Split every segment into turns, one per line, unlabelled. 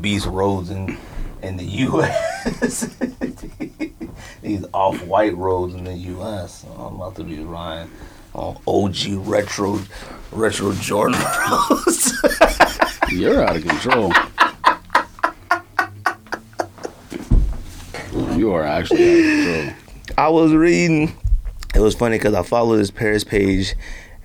beast roads in in the U.S. these off-white roads in the U.S. I'm about to be riding on OG retro retro Jordan roads.
You're out of control. you are actually out of control.
I was reading. It was funny because I followed this Paris page,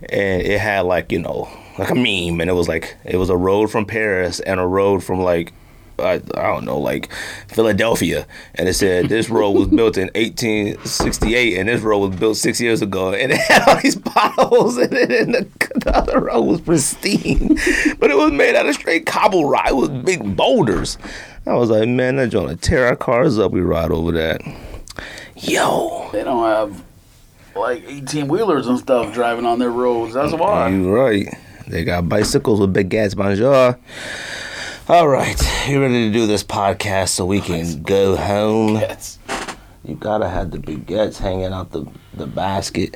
and it had like you know like a meme, and it was like it was a road from Paris and a road from like I, I don't know like Philadelphia, and it said this road was built in 1868, and this road was built six years ago, and it had all these potholes, in it, and the, the other road was pristine, but it was made out of straight cobble rock. It was big boulders. I was like, man, that's gonna tear our cars up. We ride over that. Yo,
They don't have like eighteen wheelers and stuff driving on their roads. That's why.
You right. They got bicycles with big ass bonjour. All right, you ready to do this podcast so we can go home?
Yes.
You gotta have the baguettes hanging out the, the basket.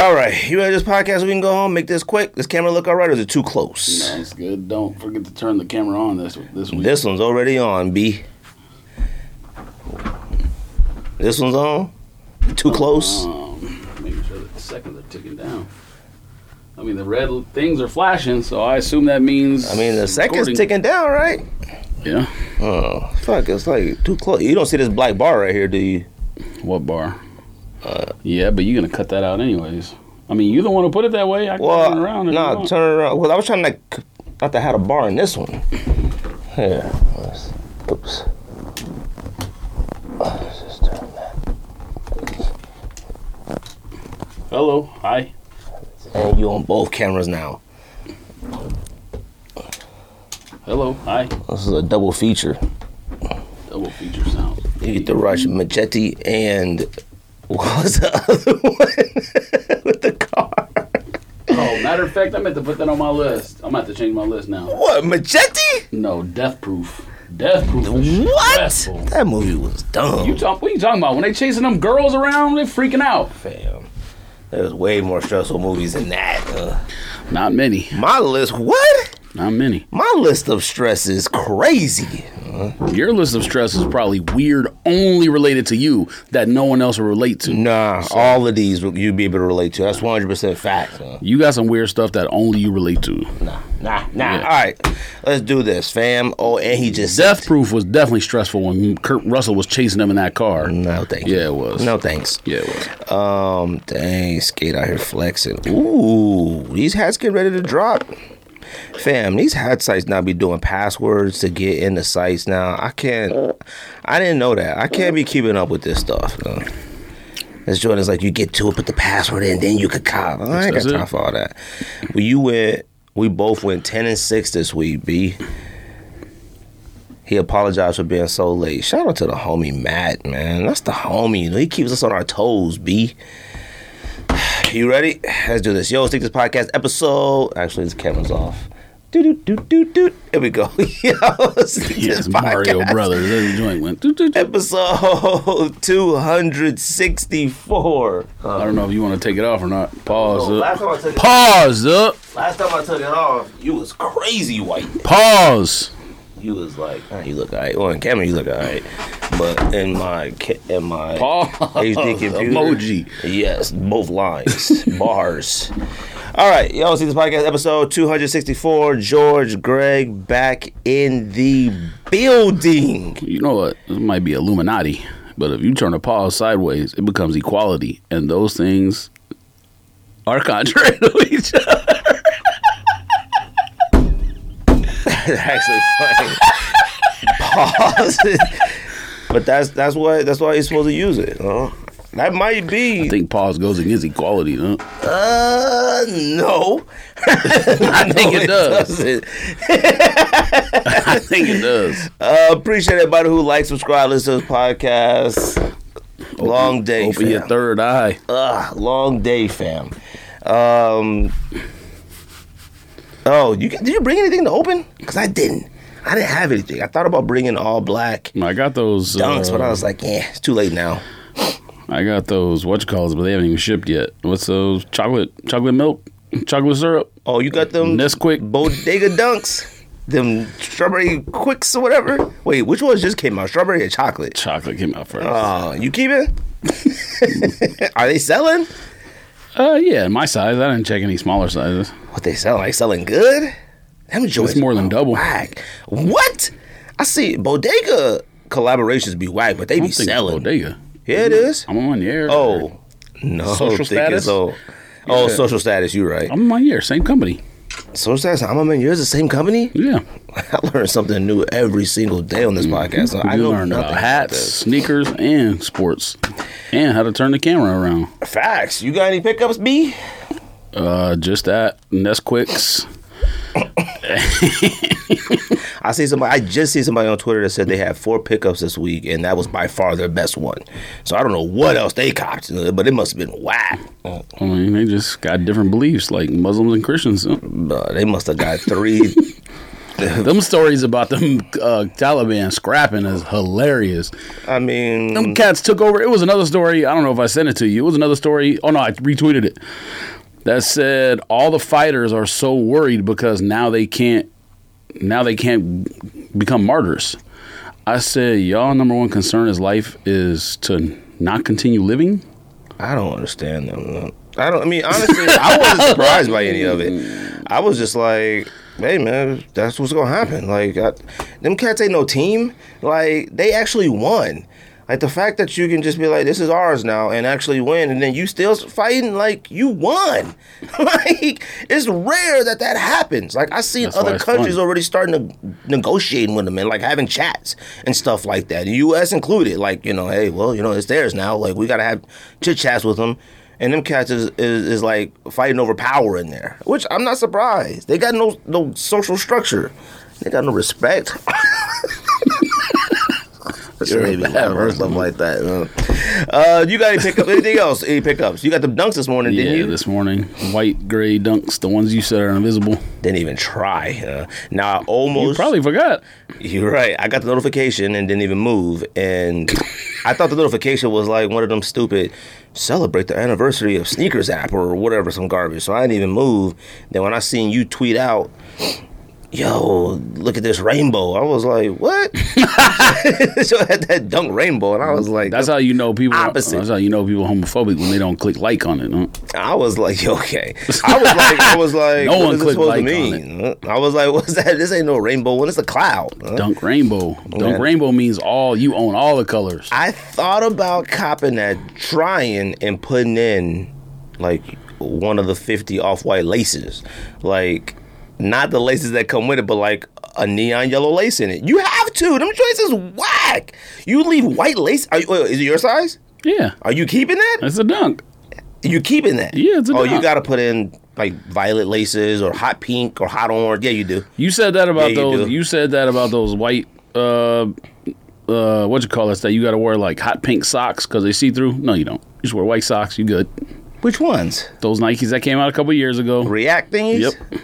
All right, you ready to do this podcast so we can go home? Make this quick. This camera look all right or is it too close?
No, it's good. Don't forget to turn the camera on this this week.
This one's already on, B. This one's on?
Uh-huh.
Too close?
Um, making sure that the seconds are ticking down. I mean, the red things are flashing, so I assume that means.
I mean, the second's
recording.
ticking down, right?
Yeah.
Oh, fuck, it's like too close. You don't see this black bar right here, do you?
What bar? yeah, but you're gonna cut that out anyways. I mean, you the one who put it that way. I can
Well,
turn it around. if you
nah,
want.
turn around. Well, I was trying to c- not to have a bar in this one. Here, let's, oops. Let's just turn that.
Hello, hi.
And you on both cameras now.
Hello, hi.
This is a double feature.
Double feature sound.
You get the rush machete and what was the other one with the car?
Oh, matter of fact, I meant to put that on my list. I'm gonna have to change my list now.
What machete?
No, death proof. Death proof. is
What?
stressful.
That movie was dumb.
You talk, what you talking about? When they chasing them girls around, they freaking out.
Fam, there's way more stressful movies than that. Uh,
Not many.
my list, what?
Not many.
My list of stress is crazy.
Your list of stress is probably weird, only related to you that no one else will relate to.
Nah, all of these you'd be able to relate to. That's 100% fact. son.
You got some weird stuff that only you relate to.
Nah, nah, nah.
Yeah.
All right, let's do this, fam. Oh, and he just
Death Proof was definitely stressful when Kurt Russell was chasing him in that car.
No thanks.
Yeah, it was.
No thanks.
Yeah, it was.
Um, dang, skate out here flexing. Ooh, these hats getting ready to drop. Fam, these hat sites now be doing passwords to get in the sites now. I can't, I didn't know that. I can't be keeping up with this stuff. uh. This joint is like you get to it, put the password in, then you could cop. I ain't got
That's it.
time for all that. Well, you went, we both went 10 and 6 this week, B. He apologized for being so late. Shout out to the homie Matt, man. That's the homie. He keeps us on our toes, B. You ready? Let's do this. Yo, stick this podcast episode. Actually, this camera's off. Do do do do do. Here we go. Yo, stick
Yes,
this
Mario
podcast.
Brothers. That joint went. doo, doo, doo.
Episode two hundred sixty-four.
I don't know if you want to take it off or not. Pause
Oh, Last
up.
time I took it,
Pause up.
last time I took it off, you was crazy white.
Pause.
You was like, "Ah, you look alright. Well, on camera, you look alright, but in my ca- in my
Pause.
HD computer.
Emoji.
Yes, both lines, bars. All right, y'all see this podcast episode 264. George Gregg back in the building.
You know what? This might be Illuminati, but if you turn a pause sideways, it becomes equality, and those things are contrary to each other.
It's actually funny. Pause. but that's that's why that's why you're supposed to use it. Huh? That might be.
I think pause goes against equality. Huh?
uh, no.
I think it does.
doesn't.
I think it does.
Uh, appreciate everybody who likes, subscribe, listen to this podcast. Long day,
Open your
fam.
third eye.
Ugh, long day, fam. Um. Oh, you did you bring anything to open? Cause I didn't. I didn't have anything. I thought about bringing all black
I got those.
dunks,
uh,
but I was like, yeah, it's too late now.
I got those what you call it, but they haven't even shipped yet. What's those chocolate chocolate milk, chocolate syrup,
Oh, you got them
Nesquik?
bodega dunks. them strawberry quicks or whatever. Wait, which ones just came out? Strawberry or chocolate?
Chocolate came out first.
Oh, you keep it? Are they selling?
Uh, yeah, my size. I didn't check any smaller sizes.
What they selling? They selling good? Them joints
It's more than double.
whack. What? I see bodega collaborations be whack, but they
I
be
don't think it's
selling.
Bodega.
Yeah, it is.
I'm on the air.
Oh no,
Social
thick
status?
as old. Oh,
Yeah.
social status. You right.
I'm on the air. Same company.
Social status. I'm a man. Yours the same company.
Yeah.
I learn something new every single day on this podcast. So I
you
know
learned
nothing
about hats, sneakers, and sports, and how to turn the camera around.
that. Facts. You got any pickups, B?
Uh, just that Nesquik's.
I see somebody. I just see somebody on Twitter that said they had four pickups this week, and that was by far their best one. So I don't know what else they copped, but it must have been whack.
I mean, they just got different beliefs, like Muslims and Christians.
Uh, they must have got three.
Them stories about them uh, Taliban scrapping is hilarious.
I mean,
Them cats took over. It was another story. I don't know if I sent it to you. It was another story. Oh no, I retweeted it. That said, all the fighters are so worried because now they can't. Now they can't become martyrs. I said, y'all number one concern is life is to not continue living.
I don't understand them. I don't. I mean, honestly, I wasn't surprised by any of it. I was just like, "Hey, man, that's what's gonna happen." Like, I, them cats ain't no team. Like, they actually won. Like the fact that you can just be like, "This is ours now," and actually win, and then you still fighting like you won. like, it's rare that that happens. Like, I seen
That's why
other
it's
countries
fun.
already starting to negotiating with them and like having chats and stuff like that. The U.S. included, like you know, hey, well, you know, it's theirs now. Like we gotta have chit chats with them, and them cats is, is is like fighting over power in there, which I'm not surprised. They got no no social structure, they got no respect. That's
You're a
maybe
bad
loud or
person.
stuff like that. uh. Uh, you got any pickup? Anything else? Any pickups? You got the dunks this morning,
Yeah,
didn't you?
this morning, white gray dunks, the ones you said are invisible.
didn't even try. Uh, now I almost
You probably forgot.
You're right. I got the notification and didn't even move. And I thought the notification was like one of them stupid celebrate the anniversary of sneakers app or whatever, some garbage. So I didn't even move. Then when I seen you tweet out, yo, look at this rainbow, I was like, what? so I had that dunk rainbow, and I was like,
That's how you know people.
Opposite.
That's how you know people homophobic when they don't click like on it. Huh?
I was like, okay. I was like, I was like,
No
what
one
is this
clicked
supposed to
like on
mean? I was like, what's that? This ain't no rainbow one. It's a cloud. huh?
Dunk rainbow. Dunk
Yeah.
rainbow means all you own all the colors.
I thought about copping that, trying and putting in like one of the 50 off white laces. Like, not the laces that come with it, but like a neon yellow lace in it. You have to. Them joints is whack. You leave white lace. Are you, wait, is it your size?
Yeah,
Are you keeping that?
that's a dunk.
You keeping that?
Yeah, it's a
Oh, you
dot.
got to put in like violet laces or hot pink or hot orange. Yeah, you do.
You said that about
Yeah, you
those.
do.
You, said that about those white. Uh, uh, what you call it? That you got to wear like hot pink socks because they see through. No, you don't. You just wear white socks. You good?
Which ones?
Those Nikes that came out a couple years ago.
React thingies?
Yep.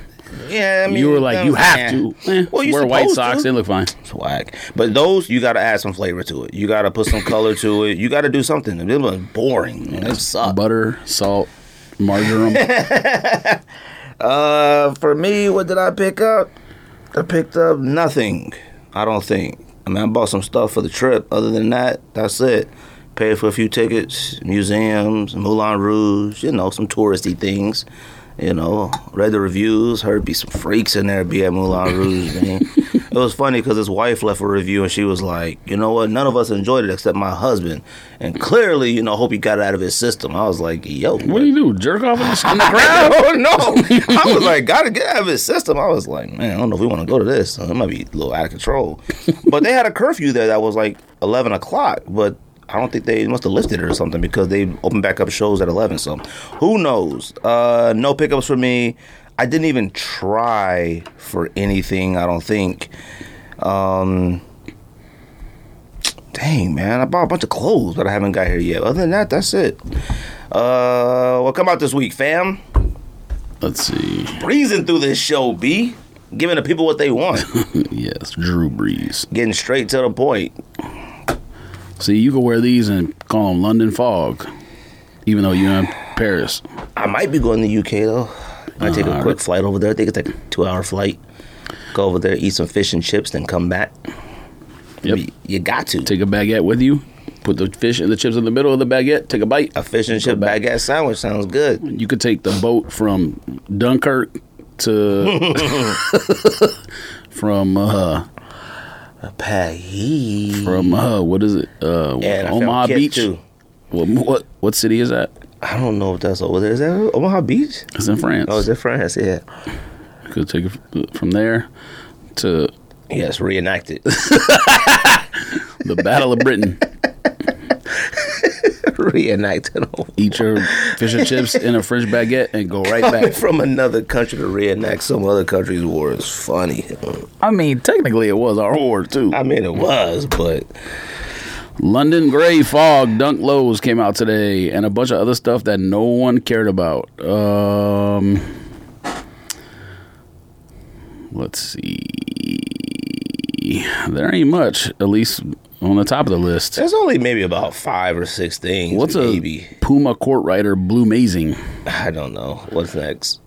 Yeah, I mean,
you were like,
that
you
was-
have
yeah.
to eh,
Well, you
wear white
supposed to.
socks. They look fine.
It's whack. But those you got to add some flavor to it. You got to put some color to it. You got to do something. They look boring. They suck.
Butter, salt, margarine.
Uh, for me, what did I pick up? I picked up nothing. I don't think. I mean, I bought some stuff for the trip. Other than that, that's it. Paid for a few tickets, museums, Moulin Rouge. You know, some touristy things. You know, read the reviews. Heard be some freaks in there. Be at Moulin Rouge. Man. it was funny because his wife left a review and she was like, "You know what? None of us enjoyed it except my husband." And clearly, you know, hope he got it out of his system. I was like, "Yo,
what do you do? Jerk off in the, in the
I
crowd?
don't know. Oh, I was like, gotta get out of his system. I was like, man, I don't know if we want to go to this. Uh, It might be a little out of control. but they had a curfew there that was like eleven o'clock, but I don't think they must have lifted it or something because they opened back up shows at eleven. So who knows? Uh, no pickups for me. I didn't even try for anything. I don't think. Um, dang man, I bought a bunch of clothes, but I haven't got here yet. Other than that, that's it. Uh, what come out this week, fam?
Let's see.
breezing through this show, B. Giving the people what they want.
Yes, Drew Brees.
Getting straight to the point.
See, you can wear these and call them London Fog, even though you're in Paris.
I might be going to the UK though. I take a
Uh,
quick flight over there. I think it's like a two hour flight. Go over there, eat some fish and chips, then come back.
Yep.
You, you got to.
Take a baguette with you. Put the fish and the chips in the middle of the baguette. Take a bite.
a fish and chip
back.
baguette sandwich sounds good.
You could take the boat from Dunkirk to from uh
Pahi.
from uh what is it? Uh
And I found
Omaha
Kit,
Beach.
too.
What, what what city is that?
I don't know if that's over there. Is that Omaha Beach?
It's in France.
Oh, is it France? Yeah.
You could take it f- from there to
Yes, reenacted.
the Battle of Britain.
reenacted.
Eat your fish and chips in a French baguette and go right back.
From another country to reenact some other country's war is funny.
I mean, technically it was our war too.
I mean, it was, but
London Gray Fog Dunk Lows came out today, and a bunch of other stuff that no one cared about. Um, let's see. There ain't much, at least on the top of the list.
there's only maybe about five or six things.
What's a
maybe?
Puma Court Rider Blue Mazing?
I don't know. What's next?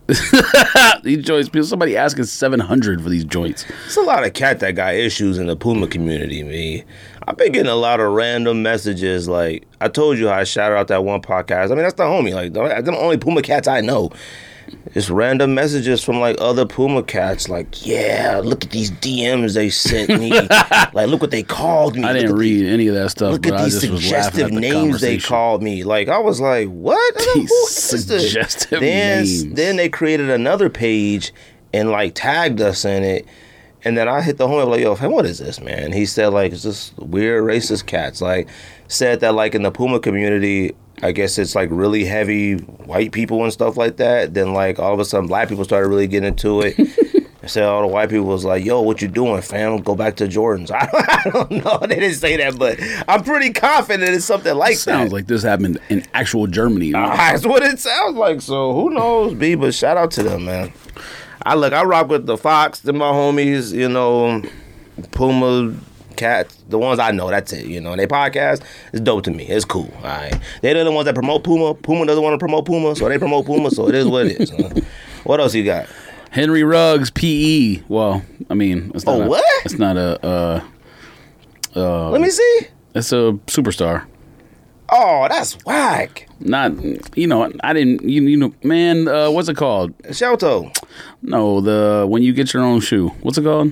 these joints, people, somebody asking 700 for these joints.
It's a lot of cat that got issues in the Puma community, me. I've been getting a lot of random messages. Like, I told you how I shouted out that one podcast. I mean, that's the homie. Like, that's the only Puma cats I know. It's random messages from like other Puma cats. Like, yeah, look at these DMs they sent me. like, look what they called me.
I
Look
didn't
at
read any of that stuff,
Look
but
at
I
these
just was laughing
suggestive
at the
names they
conversation.
called me. Like I was like, what? I don't know
These
who is this?
suggestive
then,
names.
Then they created another page and like tagged us in it. And then I hit the homie up like, yo, fam, what is this, man? He said like it's just weird racist cats. Like said that like in the Puma community, I guess it's like really heavy white people and stuff like that. Then like all of a sudden black people started really getting into it. So all the white people was like, "Yo, what you doing, fam? Go back to Jordans." I don't, I don't know. They didn't say that, but I'm pretty confident it's something like
Sounds
that. Ah.
like this happened in actual Germany.
That's what it sounds like. So who knows, B? But shout out to them, man. I look, I rock with the Fox, them my homies. You know, Puma, Cats, the ones I know. That's it. You know, and they podcast is dope to me. It's cool. All right, they're the ones that promote Puma. Puma doesn't want to promote Puma, so they promote Puma. So it is what it is. huh? What else you got?
Henry Ruggs, PE. Well, I mean, it's not
Oh,
a,
what?
It's not a. Uh,
Let me see.
it's a superstar.
Oh, that's whack.
Not you know. I didn't. You, you know, man. Uh, what's it called?
Shelto.
No, the when you get your own shoe. What's it called?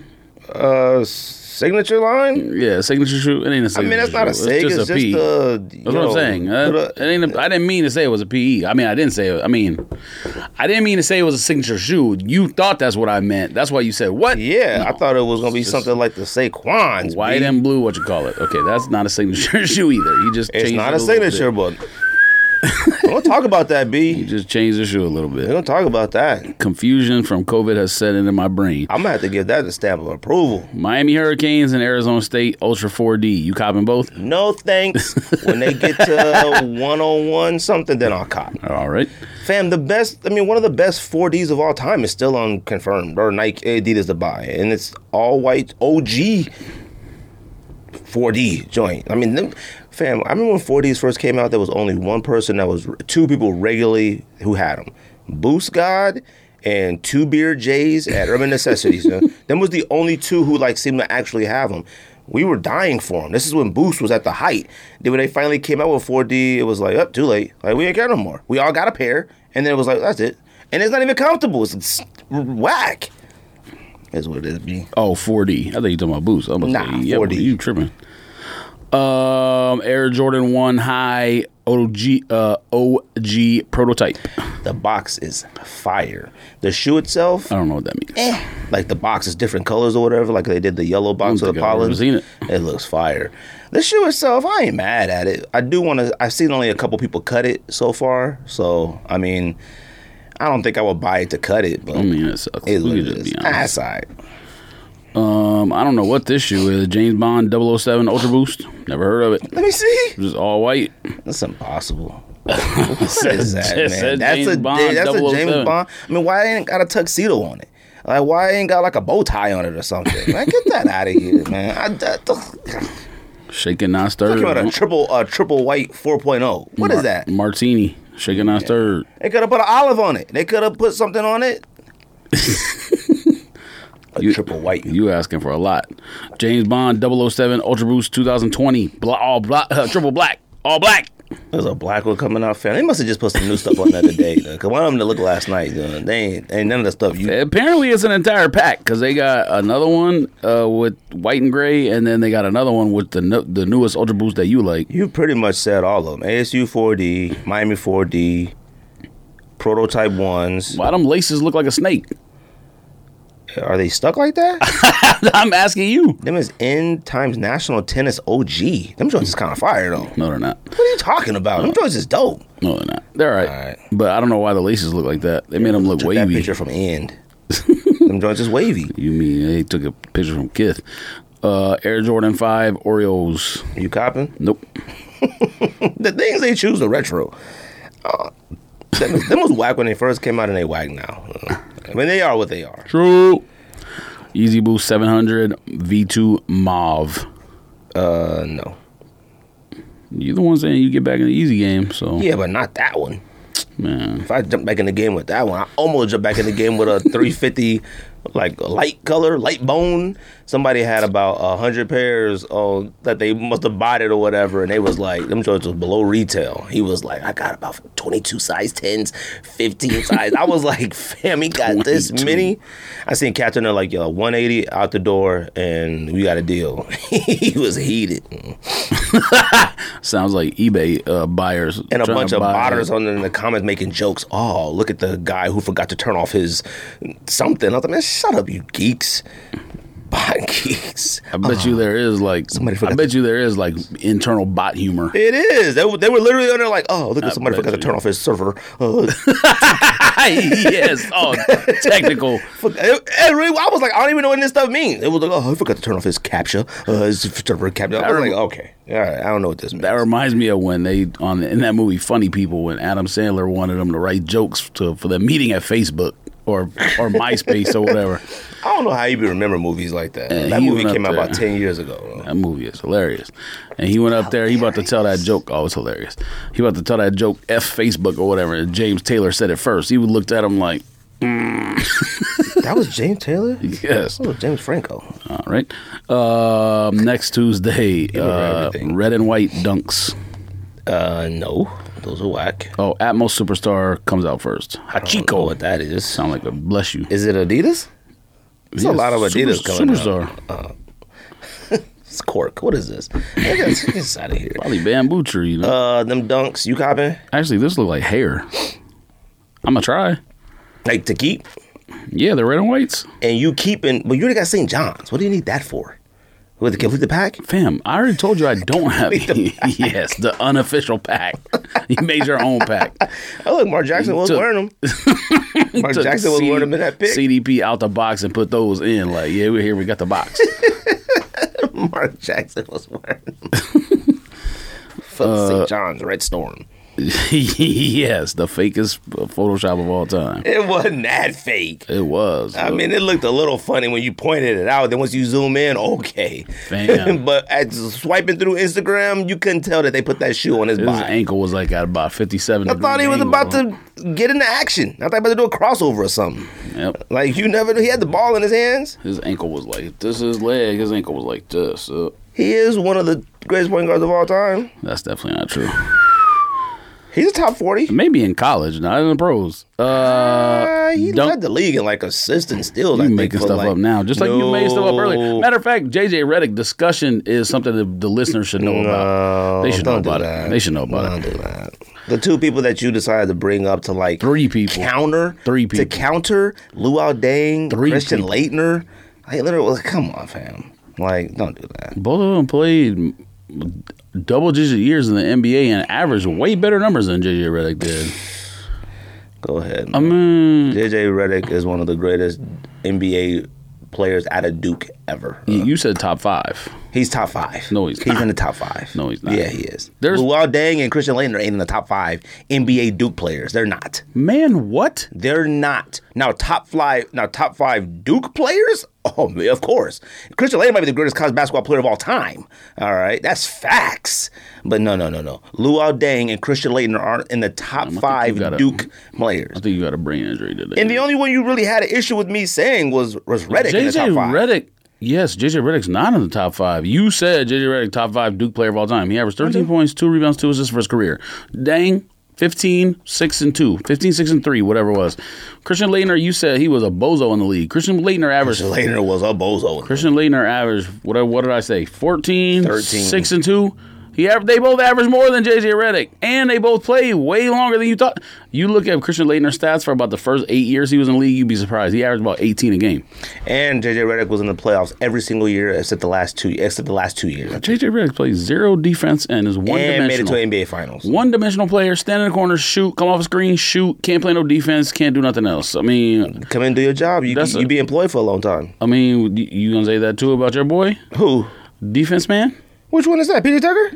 Uh, signature line.
Yeah, signature shoe. It ain't a
I
signature.
mean, that's not a
shoe.
sig. It's just a.
PE.
That's
E. That's what I'm saying. Uh, it ain't a, I didn't mean to say it was a PE. I mean, I didn't say it. I mean, I didn't mean to say it was a signature shoe. You thought that's what I meant. That's why you said what?
yeah, I thought it was gonna be something like the Saquon's.
White
B.
and blue, what you call it? Okay, that's not a signature shoe either. He just
It's
changed
not
it
a
little bit.
signature, but don't talk about that, B.
just changed the shoe a little
We
bit.
don't talk about that.
Confusion from COVID has set into my brain.
I'm gonna have to give that a stamp of approval.
Miami Hurricanes and Arizona State Ultra 4D. You copping both?
No thanks. when they get to 101 something, then I'll cop.
All right.
Fam, the best. I mean, one of the best 4Ds of all time is still unconfirmed, or Nike Adidas to buy, and it's all white OG 4D joint. I mean, them, fam, I remember when 4Ds first came out, there was only one person that was two people regularly who had them, Boost God and Two Beer Jays at Urban Necessities. you know? them was the only two who like seemed to actually have them. We were dying for them. This is when Boost was at the height. Then when they finally came out with 4D, it was like, up, too late. Like we ain't got no more. We all got a pair, and then it was like, that's it. And it's not even comfortable. It's, it's whack. That's what it is, B.
Oh, 4D. I thought you were talking about boots. I'm gonna
Nah,
say, yeah,
4D.
You tripping. Um, Air Jordan 1 High OG, uh, OG prototype. I
The box is fire. The shoe itself,
don't know what that means.
eh, like the box is different colors or whatever. Like they did the yellow box
don't
or the
think I've ever
pollen.
seen it.
looks fire. The shoe itself, I ain't mad at it. I do want to. I've seen only a couple people cut it so far. So I mean, I don't think I would buy it to cut it, but
I mean, Mm, it sucks.
it's what
We could
it
just
is.
be honest.
That's all right.
Um, I don't know what this shoe is. James Bond 007 Ultra Boost. Never heard of it.
Let me see.
Just all white.
That's impossible. what is that,
Said-
man?
said
That's
James
a
Bond
that's a
007.
James Bond. I mean, why ain't got a tuxedo on it? Like, why ain't got like a bow tie on it or something? Like, get that out of here, man. I, that,
Shaking, not stirred.
Talking about a triple a triple white 4.0. What is that?
Martini. Shaking, not stirred.
They could have put an olive on it. They could have put something on it. A
You-
triple white.
You asking for a lot. James Bond 007 Ultra Boost 2020 bla all black uh, triple black all black.
There's a black one coming out. Fan. They must have just put some new stuff on the other day. though, Cause one of them that looked last night. though, They ain't, ain't none of the stuff you.
Apparently it's an entire pack because they got another one uh, with white and gray, and then they got another one with the no- the newest Ultra Boost that you like.
You pretty much said all of them. ASU 4D, Miami 4D, prototype ones.
Why them laces look like a snake?
Are they stuck like that?
I'm asking you.
them is N times National Tennis OG. Them joints is kind of fire though.
No, they're not.
What are you talking about? Them joints is dope.
No, they're not. They're all right.
All right.
But I don't know why the laces look like that. They made them look
Took that
wavy.
picture from end. them joints is wavy.
You mean they took a picture from Kith? Uh, Air Jordan Five Oreos.
You copping?
Nope.
the things they choose are retro. Uh, them, them was whack when they first came out, and they whack now. I mean, they are what they are.
True. Easy Boost 700 V2 Mauve.
Uh, no.
You're the one saying you get back in the easy game, so
Yeah, but not that one.
man.
If I jump back in the game with that one, I almost jumped back in the game with a 350, like light color, light bone. Somebody had about a hundred pairs on that they must have bought it or whatever, and they was like, them joints was below retail. He was like, I got about 22 size 10s, 15 size. I was like, fam, he got this
22.
many. I seen Captain there like, yo, 180 out the door, and we got a deal. he was heated.
Sounds like eBay uh, buyers
and a
trying
bunch
to
of
buy-
botters on in the comments making jokes. Oh, look at the guy who forgot to turn off his something. I was like, man, shut up, you geeks, bot geeks.
I bet you there is like
Somebody
I
forgot
bet you there is like internal bot humor.
It is. They, were- they were literally on there like, oh, look at somebody
bet
forgot to
you.
turn off his server. Uh,
yes. Oh, technical.
fuck- it, it really, e, I was like, I don't even know what this stuff means. It was like, oh, I forgot to turn off his captcha. Uh, his server captcha. I was like, okay, all right, I don't know what this means.
That reminds me of when they on in that movie Funny People when Adam Sandler wanted them to write jokes to for the meeting at Facebook or or MySpace or whatever.
I don't know how you even remember movies like that. that
he
movie
went up
came out
there.
about ten years ago.
That movie is hilarious. And he went up there, he about to tell that joke. Oh, it's hilarious. He about to tell that joke F Facebook or whatever. And James Taylor said it first. He looked at him like,
that was James Taylor.
yes.
Oh, James Franco.
All right. Uh, next Tuesday, uh,
everything.
red and white dunks.
Uh, no, those are whack.
Oh, Atmos Superstar comes out first.
don't know
Hachiko.
what that is.
Sound like a bless you.
Is it Adidas? There's a lot of Adidas coming out.
Superstar.
It's cork. What is this? Get us- get us out of here.
Probably bamboo tree. You know?
Uh, them dunks. You copping?
Actually, this look like hair. I'm going to try.
Like to keep,
Yeah, they're red and whites.
and you keeping, but you already got St. John's. What do you need that for? With the complete the pack?
Fam, I already told you I don't have yes, the unofficial pack. You made your own pack.
Oh look, Mark Jackson was
took-
wearing them. Mark
Took
Jackson was
CD
wearing them in that pic.
CDP out the box and put those in. Like, yeah, we're here. We got the box.
Mark Jackson was wearing them. For the St. John's Red Storm.
yes, the fakest Photoshop of all time.
It wasn't that fake.
It was.
I mean, it looked a little funny when you pointed it out. Then once you zoom in, okay.
Fam.
but as swiping through Instagram, you couldn't tell that they put that shoe on his
his
body.
ankle was like at about fifty-seven.
I thought he was about to get into action. I thought he was about to do a crossover or something.
Yep.
Like you never, he had the ball in his hands.
His ankle was like this. His leg. His ankle was like this. Uh,
He is one of the greatest point guards of all time.
that's definitely not true.
He's a top forty.
Maybe in college, not in the pros. Uh,
Uh, he
dunk-
led the league in like assists and steals. I
You
think,
making
for,
stuff
like-
up now, just like you made stuff up earlier.
No.
Matter of fact, JJ Reddick discussion is something that the listeners should know about.
No,
They should know
don't do
about it.
that.
They should know about
Don't
it.
do that. The two people that you decided to bring up to like
Three people.
counter
Three
to
people.
counter Luau Dang,
Three
Christian
people.
Leitner. Like literally, like, come on, fam. Like, don't do that.
Both of them played double digit years in the NBA and averaged way better numbers than JJ Reddick did.
Go ahead.
I mean,
JJ Redick is one of the greatest NBA players out of Duke ever.
you you said top five.
He's top five.
No, he's
he's
not.
in the top five.
No, he's not.
Yeah, he is. There's
There's-
Luol Deng and Christian Laettner ain't in the top five NBA Duke players. They're not.
Man, what?
They're not. Now top five. Now top five Duke players. Oh, man, of course. Christian Laettner might be the greatest college basketball player of all time. All right, that's facts. But no, no, no, no. Luol Deng and Christian Laettner aren't in the top
you
five
gotta-
Duke players.
I think you got a brain injury today.
And the only one you really had an issue with me saying was was Reddick in the top
JJ
five.
Reddick. Yes, JJ Reddick's not in the top five. You said JJ Reddick top five Duke player of all time. He averaged 13 points, two rebounds, two assists for his career. Dang, 15, 6 and 2, 15, 6 and 3, whatever it was. Christian Leitner, you said he was a bozo in the league. Christian Leitner averaged
Laettner was a bozo.
Christian Leitner averaged what I- what did I say? 14,
13.
6 and 2. He aver- they both averaged more than JJ Redick, and they both played way longer than you thought. You look at Christian Leitner's stats for about the first 8 years he was in the league, you'd be surprised. He averaged about 18 a game.
And JJ Redick was in the playoffs every single year except the last two except the last two years.
JJ Redick plays zero defense and is one
And made it
dimensional.
to NBA finals.
one dimensional player, stand in the corner, shoot, come off a screen, shoot, can't play no defense, can't do nothing else. I mean,
Come in and do your job. You
That's a-
you be employed for a long time.
I mean, you- you gonna say that too about your boy,
Who?
defense man?
Which one is that? PJ Tucker?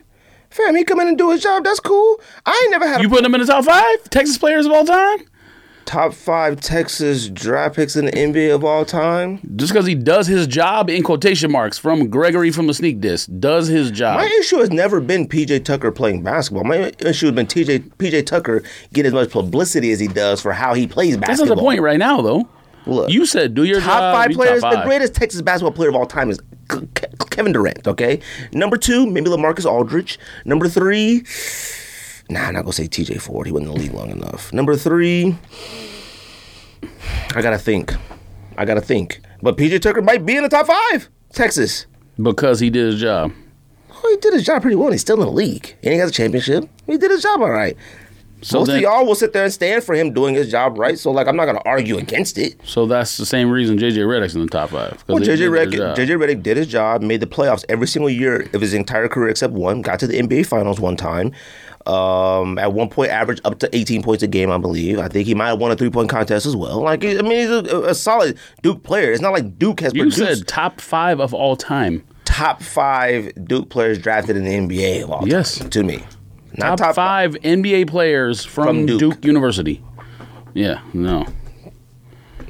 Fam, he come in and do his job. That's cool. I ain't never had
You putting him in the top five Texas players of all time
a top five Texas draft picks in the NBA of all time.
just because he does his job in quotation marks from Gregory from the sneak disc does his job.
My issue has never been PJ Tucker playing basketball. My issue has been TJ PJ Tucker get as much publicity as he does for how he plays basketball.
That's not the point right now though.
Look.
you said do your
top
job,
five
you
players.
top
The
five.
greatest Texas basketball player of all time is Ke- Ke- Kevin Durant. Okay, number two, maybe LaMarcus Aldridge. Number three, nah, I'm not gonna say T.J. Ford. He wasn't in the league long enough. Number three, I gotta think. I gotta think. But P.J. Tucker might be in the top five. Texas.
because he did his job.
Oh, he did his job pretty well. He's still in the league, and he got a championship. He did his job all right.
So
Most
then-
of y'all will sit there and stand for him doing his job right. So like, I'm not gonna argue against it.
So that's the same reason JJ Redick's in the top five. 'cause
Well,
he
JJ
did his
Redick,
job.
JJ Redick did his job, made the playoffs every single year of his entire career except one. Got to the NBA Finals one time. Um, at one point, averaged up to 18 points a game, I believe. I think he might have won a three point contest as well. Like, I mean, he's a, a solid Duke player. It's not like Duke has
You
produced
said top five of all time.
top five Duke players drafted in the NBA of all time.
Yes.
to me,
Top,
not top, five.
five NBA players from,
From
Duke.
Duke.
University. Yeah, no.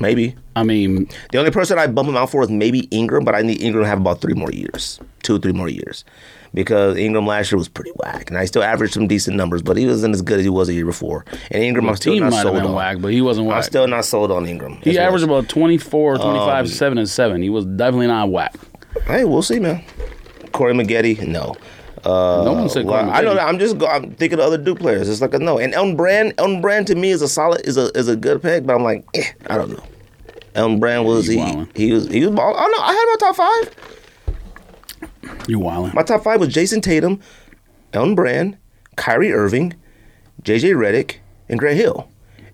Maybe
I mean,
the only person I bump him out for is maybe Ingram, but I need Ingram to have about three more years, two, three more years, because Ingram last year was pretty whack, and I still averaged some decent numbers, but he wasn't as good as he was the year before. And Ingram, I'm still
team
not
might have
sold
been
on.
whack, but he wasn't
I'm
whack.
still Um, not sold on Ingram.
he
as well.
averaged about 24, 25, 7 and 7. He was definitely not whack.
Hey, we'll see, man. Corey Maggette, no. Uh,
No one said
well,
Corey
I know.
Maggette.
that. I'm just. Go, I'm thinking of other Duke players. It's like a no. And Elm Brand, Elm Brand to me is a solid, is a is a good pick, but I'm like, eh, I don't know. Elm Brand was
You
he,
wildin'.
he was he was ball. Oh no, I had my top five.
You wildin'.
My top five was Jason Tatum, Elton Brand, Kyrie Irving, JJ Redick, and Grant Hill.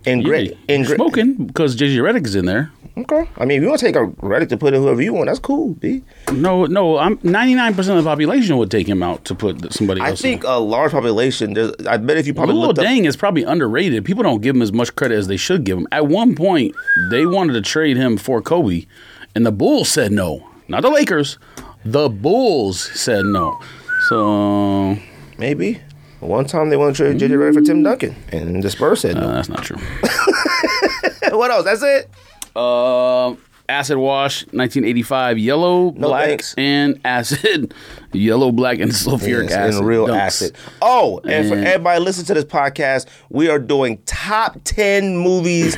And Grant
Yeah,
and
you're
Grant.
smoking because JJ Redick is in there.
Okay. I mean, if you want to take a Redick to put in whoever you want, that's cool, B.
No, no. I'm 99 percent of the population would take him out to put somebody
I
else.
think a large population. There's, I bet if you
in.
probably
Luol
looked up,
Deng is probably underrated. People don't give him as much credit as they should give him. At one point, they wanted to trade him for Kobe, and the Bulls said no. Not the Lakers. The Bulls said no. So uh,
maybe one time they want to trade JJ Redick for Tim Duncan, and the Spurs said no.
that's not true.
what else? That's it.
Um, acid wash, 1985, yellow, black,
thanks.
and acid. yellow, black, and sulfuric
Yes,
acid.
and real
dunks.
acid. Oh, and, for everybody listening to this podcast, we are doing top ten movies.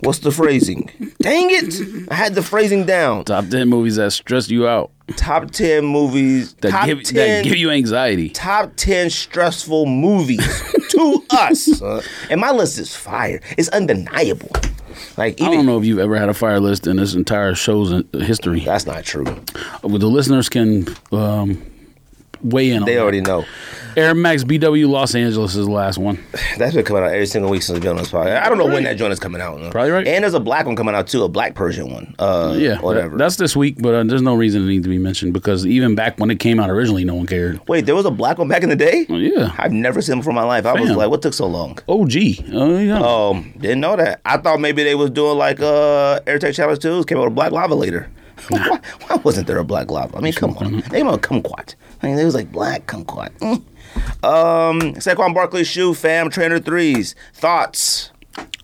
What's the phrasing? Dang it! I had the phrasing down.
Top 10 movies that stress you out,
Top ten movies.
that,
top
give,
ten.
that give you anxiety.
top ten stressful movies to us. Uh, and my list is fire. It's undeniable. Like
I don't
even.
know if you've ever had a fire list in this entire show's in- history.
That's not true.
Well, the listeners can um, weigh in on
They
that.
already know.
Air Max BW Los Angeles is the last one.
That's been coming out every single week since we've been on this podcast. I don't know when that joint is coming out. uh,
Probably right.
And there's a black one coming out too, a black Persian one. Uh,
Yeah,
whatever.
that's this week, but uh, there's no reason it needs to be mentioned because even back when it came out originally, no one cared. Oh,
Wait, there was a black one back in the day.
yeah.
I've never seen it before in my life. I was
Mm. Fam.
like, what took so long?
Oh, gee. Oh, yeah.
uh, Um, didn't know that. I thought maybe they was doing like uh AirTech Challenge 2s, came out with Black Lava later. why, why wasn't there a black lava? I mean, come on.
Mm-hmm.
They want a kumquat. I mean, it was like black kumquat. Mm. Um, Saquon Barkley shoe fam trainer threes thoughts.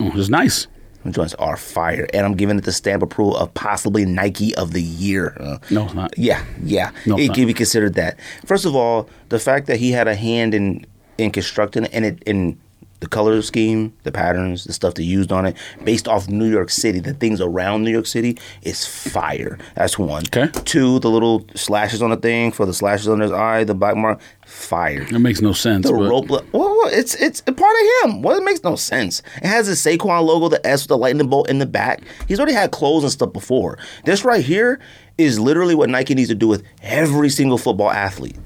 Oh, it's nice.
The joints are fire, and I'm giving it the stamp approval of possibly Nike of the year. Uh,
No, it's not.
yeah, yeah.
No,
it
it's
can be considered that. First of all, the fact that he had a hand in in constructing it and it in the color scheme, the patterns, the stuff they used on it, based off New York City, the things around New York City is fire. That's one.
Okay.
Two, the little slashes on the thing for the slashes on his eye, the black mark, fire.
It makes no sense.
The
but
rope. Well, well, it's it's a part of him. Well, it makes no sense. It has the Saquon logo, the S with the lightning bolt in the back. He's already had clothes and stuff before. This right here is literally what Nike needs to do with every single football athlete.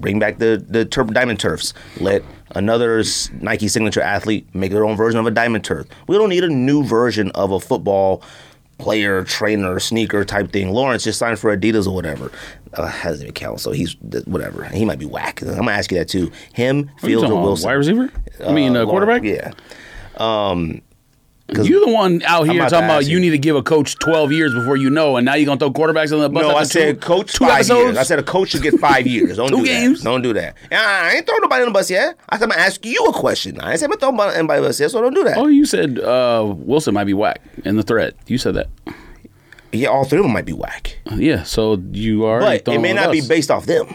Bring back the the tur- diamond turfs. Let another s- Nike signature athlete make their own version of a diamond turf. We don't need a new version of a football player, trainer, sneaker type thing. Lawrence just signed for Adidas or whatever. Uh, that doesn't even count. So he's th- whatever. He might be whack. I'm gonna ask you that too. Him,
What are you
Fields,
talking
or
about?
Wilson.
Wide receiver? I mean,
Uh,
uh,
Lawrence,
quarterback?
Yeah.
You're the one out here
about to
talking about
ask
you
you.
need to give a coach 12 years before you know, and now you're going to throw quarterbacks on the bus.
No,
after
I said
two,
coach
two
five
episodes?
years. I said a coach should get five years. Don't
Two
do
games.
that. Don't do that. And I ain't throw nobody on the bus yet. I said I'm gonna ask you a question. I ain't said I'm gonna throw anybody on the bus yet, so don't do that.
Oh, you said uh, Wilson might be whack in the thread. You said that.
Yeah, all three of them might be whack,
Yeah, so you are.
but it may not be based off them.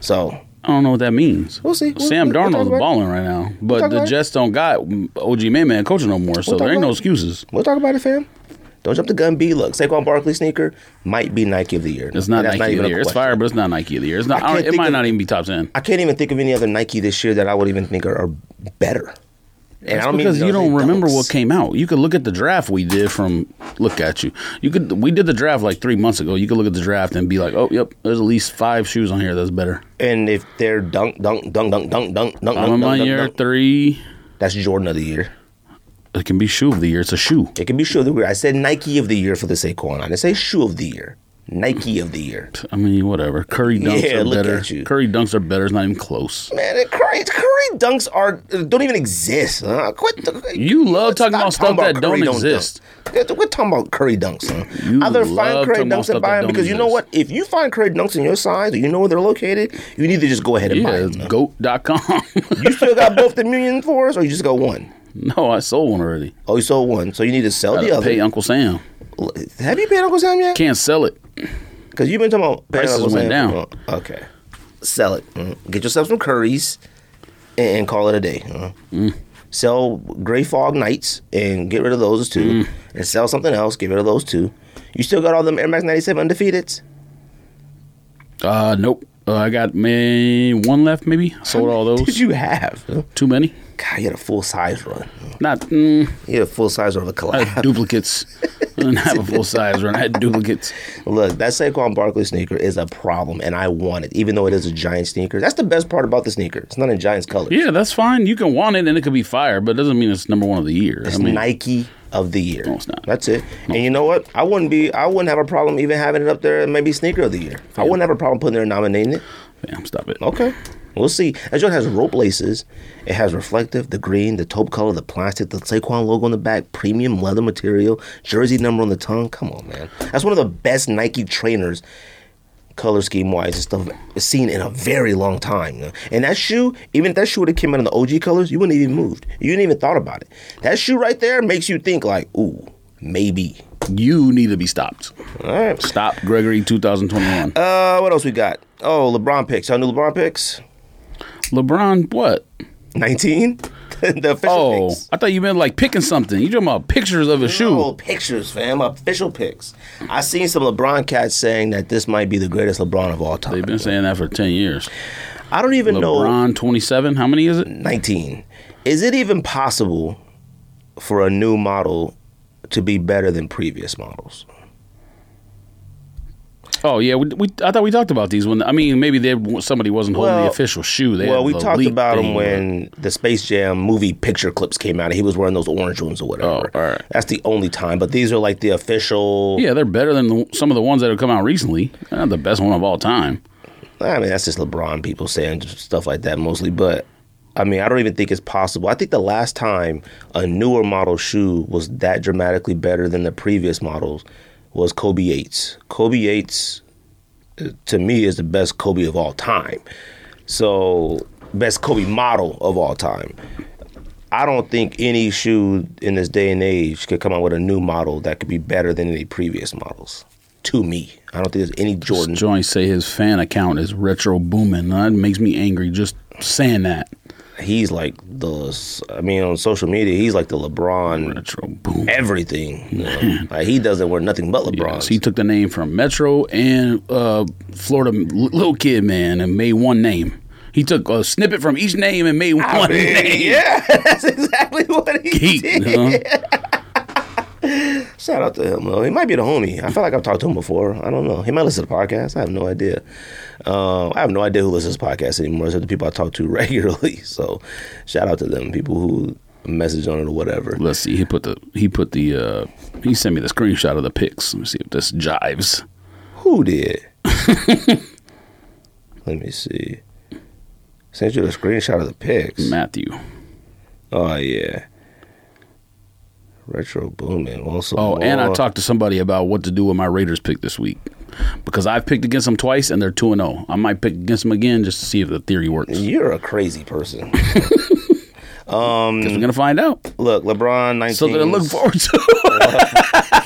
So
I don't know what that means.
We'll see. We'll-
Sam
we'll- we'll talk
Darnold's
about it.
balling right now, but
talk
the
about it.
Jets don't got OG Mayman coaching no more, so
We'll
there
talk
ain't no
about it.
excuses.
We'll talk about it, fam. Don't jump the gun. B look, Saquon Barkley sneaker might be Nike of the year.
It's not
That's
Nike of
even
the
a
year. It's
question.
fire, but it's not Nike of the year. It's not.
I
I don't-
can't
it
think
might
of-
not even be top ten.
I can't even think of any other Nike this year that I would even think are, are better. And
That's
I don't mean
because
those
you don't
they
remember
dunks.
what came out. You could look at the draft we did from. Look at you. You could. We did the draft like three months ago. You could look at the draft and be like, oh, yep. There's at least five shoes on here that's better.
And if they're dunk, dunk, dunk, dunk, dunk, dunk, dunk,
I'm
dunk,
in my
dunk,
year
dunk, dunk,
three.
that's Jordan of the year.
It can be shoe of the year. It's a shoe.
It can be shoe of the year. I said Nike of the year for the Saquon. I didn't say shoe of the year. Nike of the year.
I mean, whatever. Curry dunks
Yeah,
are
look
better.
at you.
Curry dunks are better. It's not even close.
Man, the Curry, Curry dunks are don't even exist. Huh? Quit. The,
You love
stop
talking about stuff that don't
dunk.
exist.
Quit- Quit talking about Curry dunks, huh?
You
Either
love
find Curry
talking about
dunks
stuff
and
that
buy them
don't
because you know
exist.
what? If you find Curry dunks in your size or you know where they're located, you need to just go ahead and buy
Yeah,
them.
it's goat.com.
You still got both the million fours, or you just got one?
no, I sold one already.
Oh, you sold one, so you need to sell the
Gotta
other.
pay Uncle Sam.
Have you paid Uncle Sam yet?
Can't sell it.
Because you've been talking about paying
Prices
Uncle
went
Sam.
down.
Oh, okay, sell it. Mm. Get yourself some curries, and, and call it a day. huh?
Mm.
Sell Gray Fog Nights and get rid of those two,
Mm.
and sell something else. Get rid of those two. You still got all them Air Max ninety seven undefeateds.
Uh, nope. Uh, I got may one left, maybe. I sold all
Did
those.
you have? huh?
Too many.
God, you had a full size run.
Not mm,
You had a full size run of a
I
collab.
had duplicates. I didn't have a full size run. I had duplicates.
Look, that Saquon Barkley sneaker is a problem, and I want it, even though it is a giant sneaker. That's the best part about the sneaker. It's not in Giants colors.
Yeah, that's fine. You can want it, and it could be fire, but it doesn't mean it's number one of the year. I
It's
mean,
Nike of the year.
it's not.
That's it. And you know what? I wouldn't be. I wouldn't have a problem even having it up there, and maybe sneaker of the year. I wouldn't have a problem putting there and nominating it.
damn, stop it.
Okay. We'll see. That joint has rope laces. It has reflective, the green, the taupe color, the plastic, the Saquon logo on the back, premium leather material, jersey number on the tongue. Come on, man. That's one of the best Nike trainers, color scheme wise and stuff, seen in a very long time. And that shoe, even if that shoe would have came out in the OG colors, you wouldn't even moved. You wouldn't even thought about it. That shoe right there makes you think like, ooh, maybe.
You need to be stopped.
All right.
Stop Gregory 2021.
Uh, what else we got? Oh, LeBron picks. Our new LeBron picks.
LeBron, what?
19? the official
Oh,
picks.
I thought you meant like picking something. You talking about pictures of his
No
shoe?
pictures, fam. Official pics. I seen some LeBron cats saying that this might be the greatest LeBron of all
They've
time.
been saying that for ten years.
I don't even know.
LeBron 27. How many is it?
19. Is it even possible for a new model to be better than previous models?
Oh yeah, we, we I thought we talked about these when I mean maybe they somebody wasn't holding
Well-
the official shoe. They
well,
had
we
the
talked
leak
about
thing,
him when the Space Jam movie picture clips came out and he was wearing those orange ones or whatever.
Oh, all right.
That's the only time, but these are like the official.
but- Yeah, they're better than the, some of the ones that have come out recently. They're not the best one of all time.
I mean, that's just LeBron people saying stuff like that mostly. But I mean, I don't even think it's possible. I think the last time a newer model shoe was that dramatically better than the previous models was Kobe Yates. Kobe Yates, uh, to me, is the best Kobe of all time. So, best Kobe model of all time. I don't think any shoe in this day and age could come out with a new model that could be better than any previous models. To me, I don't think there's any Jordan.
Joint say his fan account is retro booming. That makes me angry just saying that.
He's like the. I mean, on social media, he's like the LeBron.
Retro boom.
Everything. you know? like he doesn't wear nothing but LeBron.
Yes, he took the name from Metro and uh, Florida L- Little Kid Man and made one name. He took a snippet from each name and made
Ah,
one name. uh-huh.
yeah, that's exactly what he
Geek,
did.
huh?
Shout out to him though. He might be the homie. I feel like I've talked to him before. I don't know. He might listen to the podcast. I have no idea. Um, I have no idea who listens to podcasts anymore except the people I talk to regularly. So shout out to them, people who message on it or whatever.
Let's see. He put the he put the uh, he sent me the screenshot of the pics. Let me see if this jives.
Who did? Let me see. Sent you a screenshot of the pics.
Matthew.
Oh yeah. Retro booming. Also.
Oh, and I
more.
talked to somebody about what to do with my Raiders pick this week because I've picked against them twice and they're two and zero. I might pick against them again just to see if the theory works.
You're a crazy person.
Because we're gonna find out.
Look, LeBron 19.
So that I look forward to.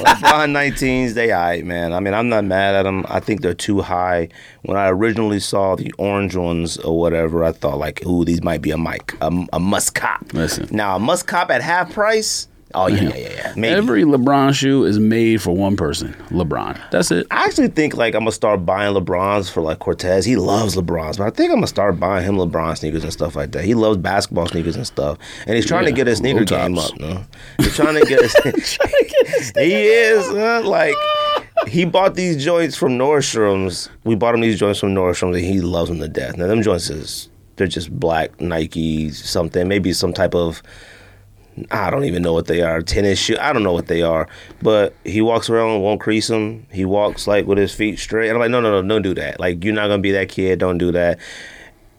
LeBron 19s, they all right, man. I mean, I'm not mad at them. I think they're too high. When I originally saw the orange ones or whatever, I thought, like, ooh, these might be a mic, a, a must cop.
Listen.
Now, a must cop at half price? Oh, yeah, yeah, yeah. yeah. Maybe.
Every LeBron shoe is made for one person. LeBron. That's it.
I actually think, like, I'm going to start buying LeBrons for, like, Cortez. He loves LeBrons, but I think I'm going to start buying him LeBron sneakers and stuff like that. He loves basketball sneakers and stuff. And he's trying to
Yeah,
get his sneaker
low
game
tops.
up, no? He's trying to get his. he is huh? like he bought these joints from Nordstrom's. We bought him these joints from Nordstrom's, and he loves them to death. Now them joints is they're just black Nike something, maybe some type of I don't even know what they are tennis shoe. I don't know what they are, but he walks around won't crease them. He walks like with his feet straight. And I'm like, no, no, no, don't do that. Like you're not gonna be that kid. Don't do that.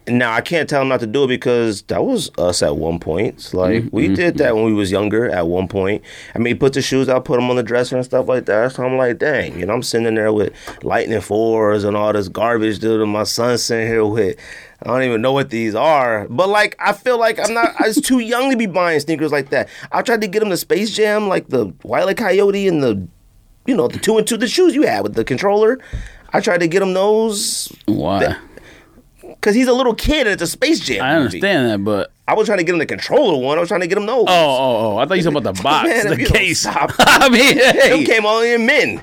Now I can't tell him not to do it because that was us at one point. Like we did that when we was younger. At one point, I mean, he put the shoes out, put them on the dresser and stuff like that. So I'm like, dang, you know, I'm sitting there with lightning fours and all this garbage, dude. And my son's sitting here with, I don't even know what these are. But like, I feel like I'm not. I was too young to be buying sneakers like that. I tried to get him the Space Jam, like the Wile E. Coyote and the, you know, the two and two, the shoes you had with the controller. I tried to get him those
Why?
because he's a little kid and it's a Space Jam.
I
movie.
understand that, but
I was trying to get him the controller one. I was trying to get him those.
oh, oh, oh! I thought you said about the box,
Man, if
the
you don't
case.
stop-
I mean, hey.
Them came all in men,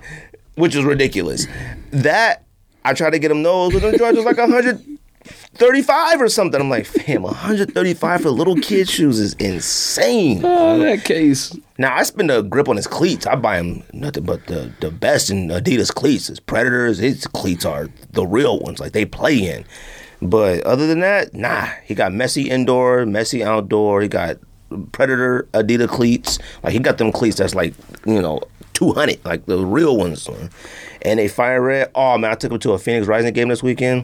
which is ridiculous. That I tried to get him those, but them joints was like 135 or something. I'm like, fam, 135 for little kid shoes is insane.
Oh, that case.
Now I spend a grip on his cleats. I buy him nothing but the, the best in Adidas cleats. His Predators, his cleats are the real ones, like they play in. But other than that, nah. He got messy indoor, messy outdoor. He got Predator Adidas cleats. Like he got them cleats that's like you know two hundred, like the real ones. And they fire red. Oh man, I took him to a Phoenix Rising game this weekend.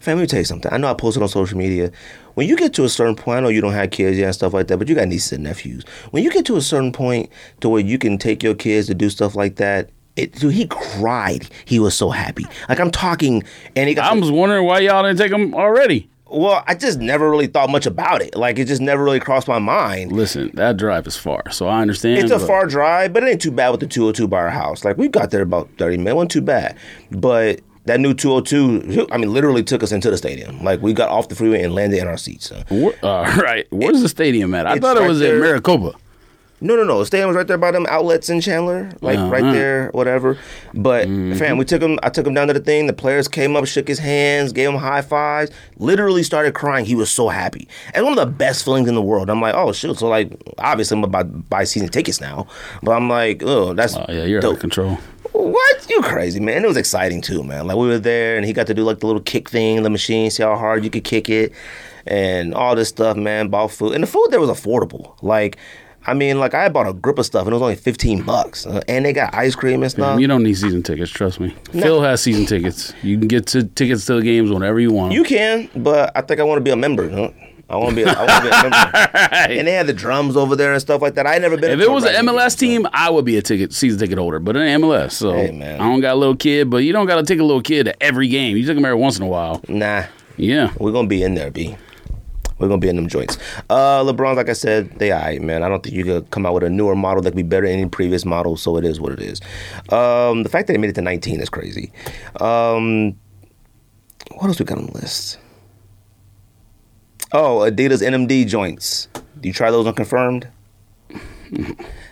Fam, let me tell you something. I know I posted on social media. When you get to a certain point, I know you don't have kids yet and stuff like that, but you got nieces and nephews. When you get to a certain point to where you can take your kids to do stuff like that, it, dude, he cried. He was so happy. Like I'm talking, and he got.
I was wondering why y'all didn't take them already.
well, I just never really thought much about it. Like it just never really crossed my mind.
Listen, that drive is far, so I understand.
It's a
but
far drive, but it ain't too bad with the 202 by our house. Like we got there about 30 minutes, wasn't too bad. But that new 202, I mean, literally took us into the stadium. Like we got off the freeway and landed in our seats.
wh- all right, where's the stadium at? I
it's
thought it
right
was
there.
in Maricopa.
No, no, no. The stadium was right there by them outlets in Chandler, like right there, whatever. But
Mm-hmm.
fam, we took him. I took him down to the thing. The players came up, shook his hands, gave him high fives. Literally started crying. He was so happy. And one of the best feelings in the world. I'm like, oh shoot. So like, obviously I'm about to buy season tickets now. But I'm like, oh, that's
Oh yeah, you're out
dope.
of control.
What? You crazy, man. It was exciting too, man. Like we were there and he got to do like the little kick thing, the machine, see how hard you could kick it and all this stuff, man. Bought food. And the food there was affordable. Like, I mean, like I bought a grip of stuff and it was only 15 bucks. Uh, and they got ice cream and stuff.
you don't need season tickets. Trust me. Phil has season tickets. You can get to tickets to the games whenever you want. 'em.
You can, but I think I want to be a member. Huh? I want to be. A, I want to be a member. And they had the drums over there and stuff like that. I ain't never been.
If
to
it was
Right
an
League.
MLS team, I would be a ticket season ticket holder. But it ain't MLS, so
Hey, man.
I don't got a little kid. But you don't got to take a little kid to every game. You take him every once in a while.
nah,
Yeah,
we're gonna be in there, B. We're gonna be in them joints. Uh, LeBron's, like I said, they all right, man. I don't think you could come out with a newer model that could be better than any previous model. So it is what it is. Um, the fact that they made it to 19 is crazy. Um, what else we got on the list? Oh, Adidas NMD joints. Do you try those unconfirmed?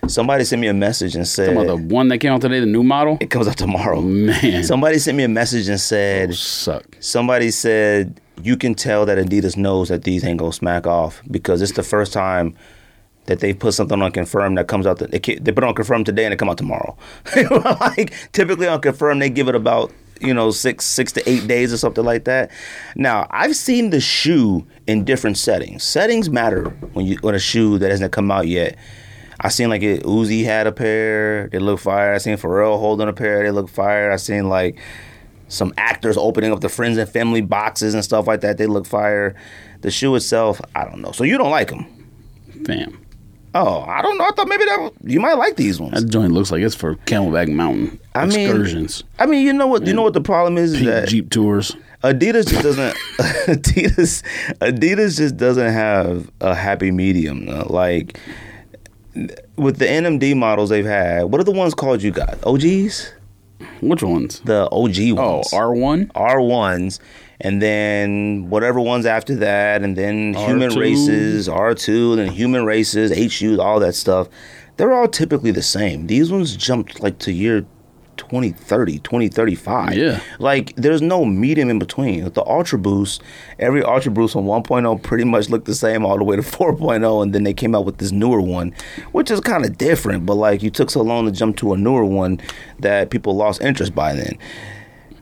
Somebody sent me a message and said
Talking about the one that came out today, the new model.
it comes out tomorrow.
Man. Oh,
somebody sent me a message and said
Suck.
somebody said you can tell that Adidas knows that these ain't gonna smack off because it's the first time that they put something on confirmed that comes out. The, they, ca- they put it on confirmed today and it come out tomorrow. like typically on confirmed, they give it about you know six six to eight days or something like that. Now I've seen the shoe in different settings. Settings matter when you on a shoe that hasn't come out yet. I seen like it, Uzi had a pair. They look fire. I seen Pharrell holding a pair. They look fire. I seen like some actors opening up the friends and family boxes and stuff like that. They look fire. The shoe itself, I don't know. So you don't like them?
Fam.
Oh, I don't know. I thought maybe that was, you might like these ones.
That joint looks like it's for Camelback Mountain
I mean-
excursions,
I mean, you know what? You know what the problem is? is
Pink
that
Jeep tours.
Adidas just doesn't. Adidas, Adidas just doesn't have a happy medium. though. Like with the NMD models they've had, what are the ones called you got? OGs,
Which ones?
the OG
Oh,
ones.
R one.
R ones, and then whatever ones after that, and then human
R2.
races, R two, then human races, HUs, all that stuff. They're all typically the same. These ones jumped like to year 2030, 2035.
Yeah.
Like there's no medium in between. With the Ultra Boost, every Ultra Boost on 1.0 pretty much looked the same all the way to 4.0 and then they came out with this newer one, which is kind of different, but like you took so long to jump to a newer one that people lost interest by then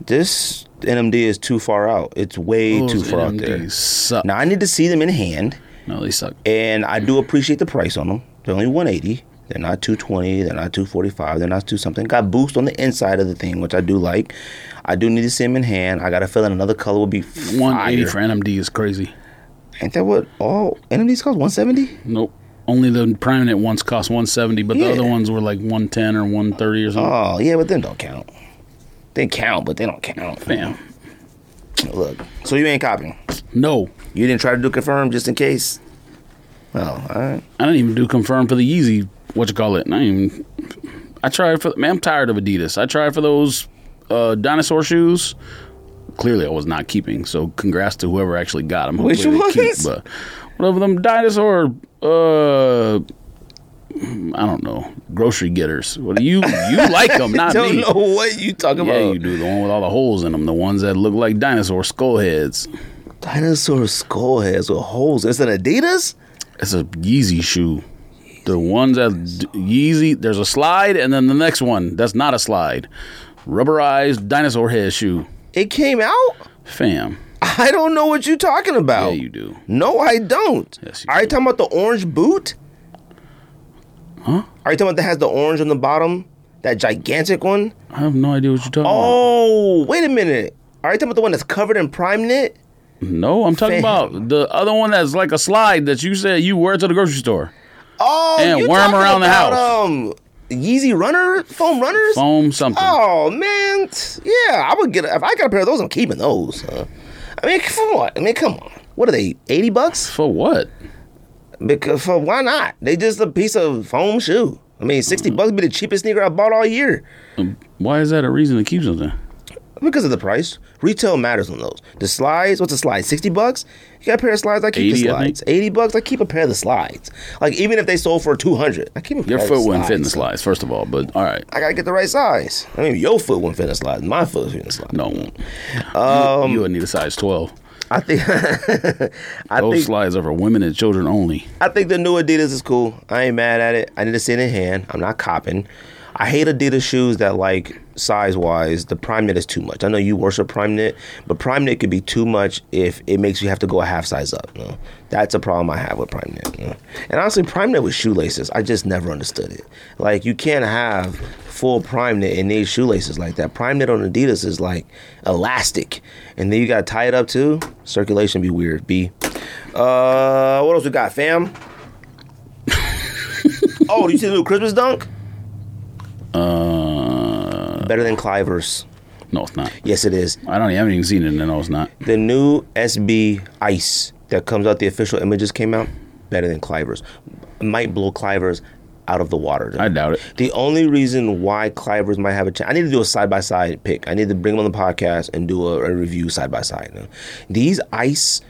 this NMD is too far out. It's way too
Those
far out
NMDs
there.
Suck.
Now I need to see them in hand,
No, they suck.
and I do appreciate the price on them. They're only 180. They're not 220. They're not 245. They're not 2 something. Got boost on the inside of the thing, which I do like. I do need to see them in hand. I got a feeling another color will be
One eighty for
fire.
NMD is crazy.
Ain't that what all NMDs cost? 170?
Nope. Only the prominent ones cost one seventy, but
Yeah.
the other ones were like one ten or one thirty or something.
Oh yeah, but them don't count. They count, but they don't count.
Fam.
Look, so you ain't copying.
No.
You didn't try to do confirm just in case. Oh, all right.
I didn't even do confirm for the Yeezy. What you call it? And I didn't even. I tried for. Man, I'm tired of Adidas. I tried for those uh, dinosaur shoes. Clearly, I was not keeping. So, congrats to whoever actually got them.
Which ones?
but whatever them dinosaur. Uh, I don't know. Grocery getters. What do you you like them? Not
don't
me.
know what you talking
Yeah,
about.
you do the one with all the holes in them. The ones that look like dinosaur skull heads.
Dinosaur skull heads with holes. It's an Adidas?
It's a Yeezy shoe. The ones that Yeezy, there's a slide, and then the next one that's not a slide, rubberized dinosaur head shoe.
It came out?
Fam,
I don't know what you're talking
yeah,
about.
you do.
No, I don't.
Yes, you
Are you talking about the orange boot? Huh? Are you talking about that has the orange on the bottom? That gigantic one?
I have no idea what you're talking
Oh, wait a minute. Are you talking about the one that's covered in prime knit?
about. No, I'm talking
Fam.
about the other one that's like a slide that you said you wear to the grocery store.
Oh,
And
you
worm
talking
around the
about,
house.
Um, Yeezy runner, foam runners.
Foam something.
Oh man, T- yeah, I would get if I got a pair of those. I'm keeping those. huh? I mean, for what? I mean, come on. What are they? Eighty bucks?
For what?
Because uh, for why not? They just a piece of foam shoe. I mean,
Mm-hmm.
sixty bucks would be the cheapest sneaker I bought all year
Why is that a reason to keep something?
because of the price. Retail matters on those. The slides. What's a slide? Sixty bucks. You got a pair of slides. I keep
80,
the
I think.
slides. Eighty bucks. I keep a pair of the slides. Like even if they sold for two hundred, I keep a pair
Your
of
foot
the
wouldn't fit in the
slides.
slides, first of all. But all right,
I gotta get the right size. I mean, your foot wouldn't fit in the slides. My foot would fit in the slide.
no, it won't.
Um,
you, you would need a size twelve.
I think. I
Those
think
slides are for women and children only.
I think the new Adidas is cool. I ain't mad at it. I need to see it in hand. I'm not copping. I hate Adidas shoes that like size wise, the prime knit is too much. I know you worship prime knit, but prime knit could be too much if it makes you have to go a half size up. you know? That's a problem I have with prime knit. you know? And honestly, prime knit with shoelaces, I just never understood it. Like you can't have full prime knit and need shoelaces like that. Prime knit on Adidas is like elastic, and then you got to tie it up too. Circulation be weird. B. Uh, what else we got, fam? oh, you see the new Christmas dunk?
Uh,
Better than Clivers.
no, it's not.
Yes, it is.
I don't. I haven't even seen it, and no, it's not.
The new SB Ice that comes out, the official images came out, better than Clivers. Might blow Clivers out of the water.
I doubt it.
The only reason why Clivers might have a chance, I need to do a side by side pick. I need to bring them on the podcast and do a, a review side by side. These ice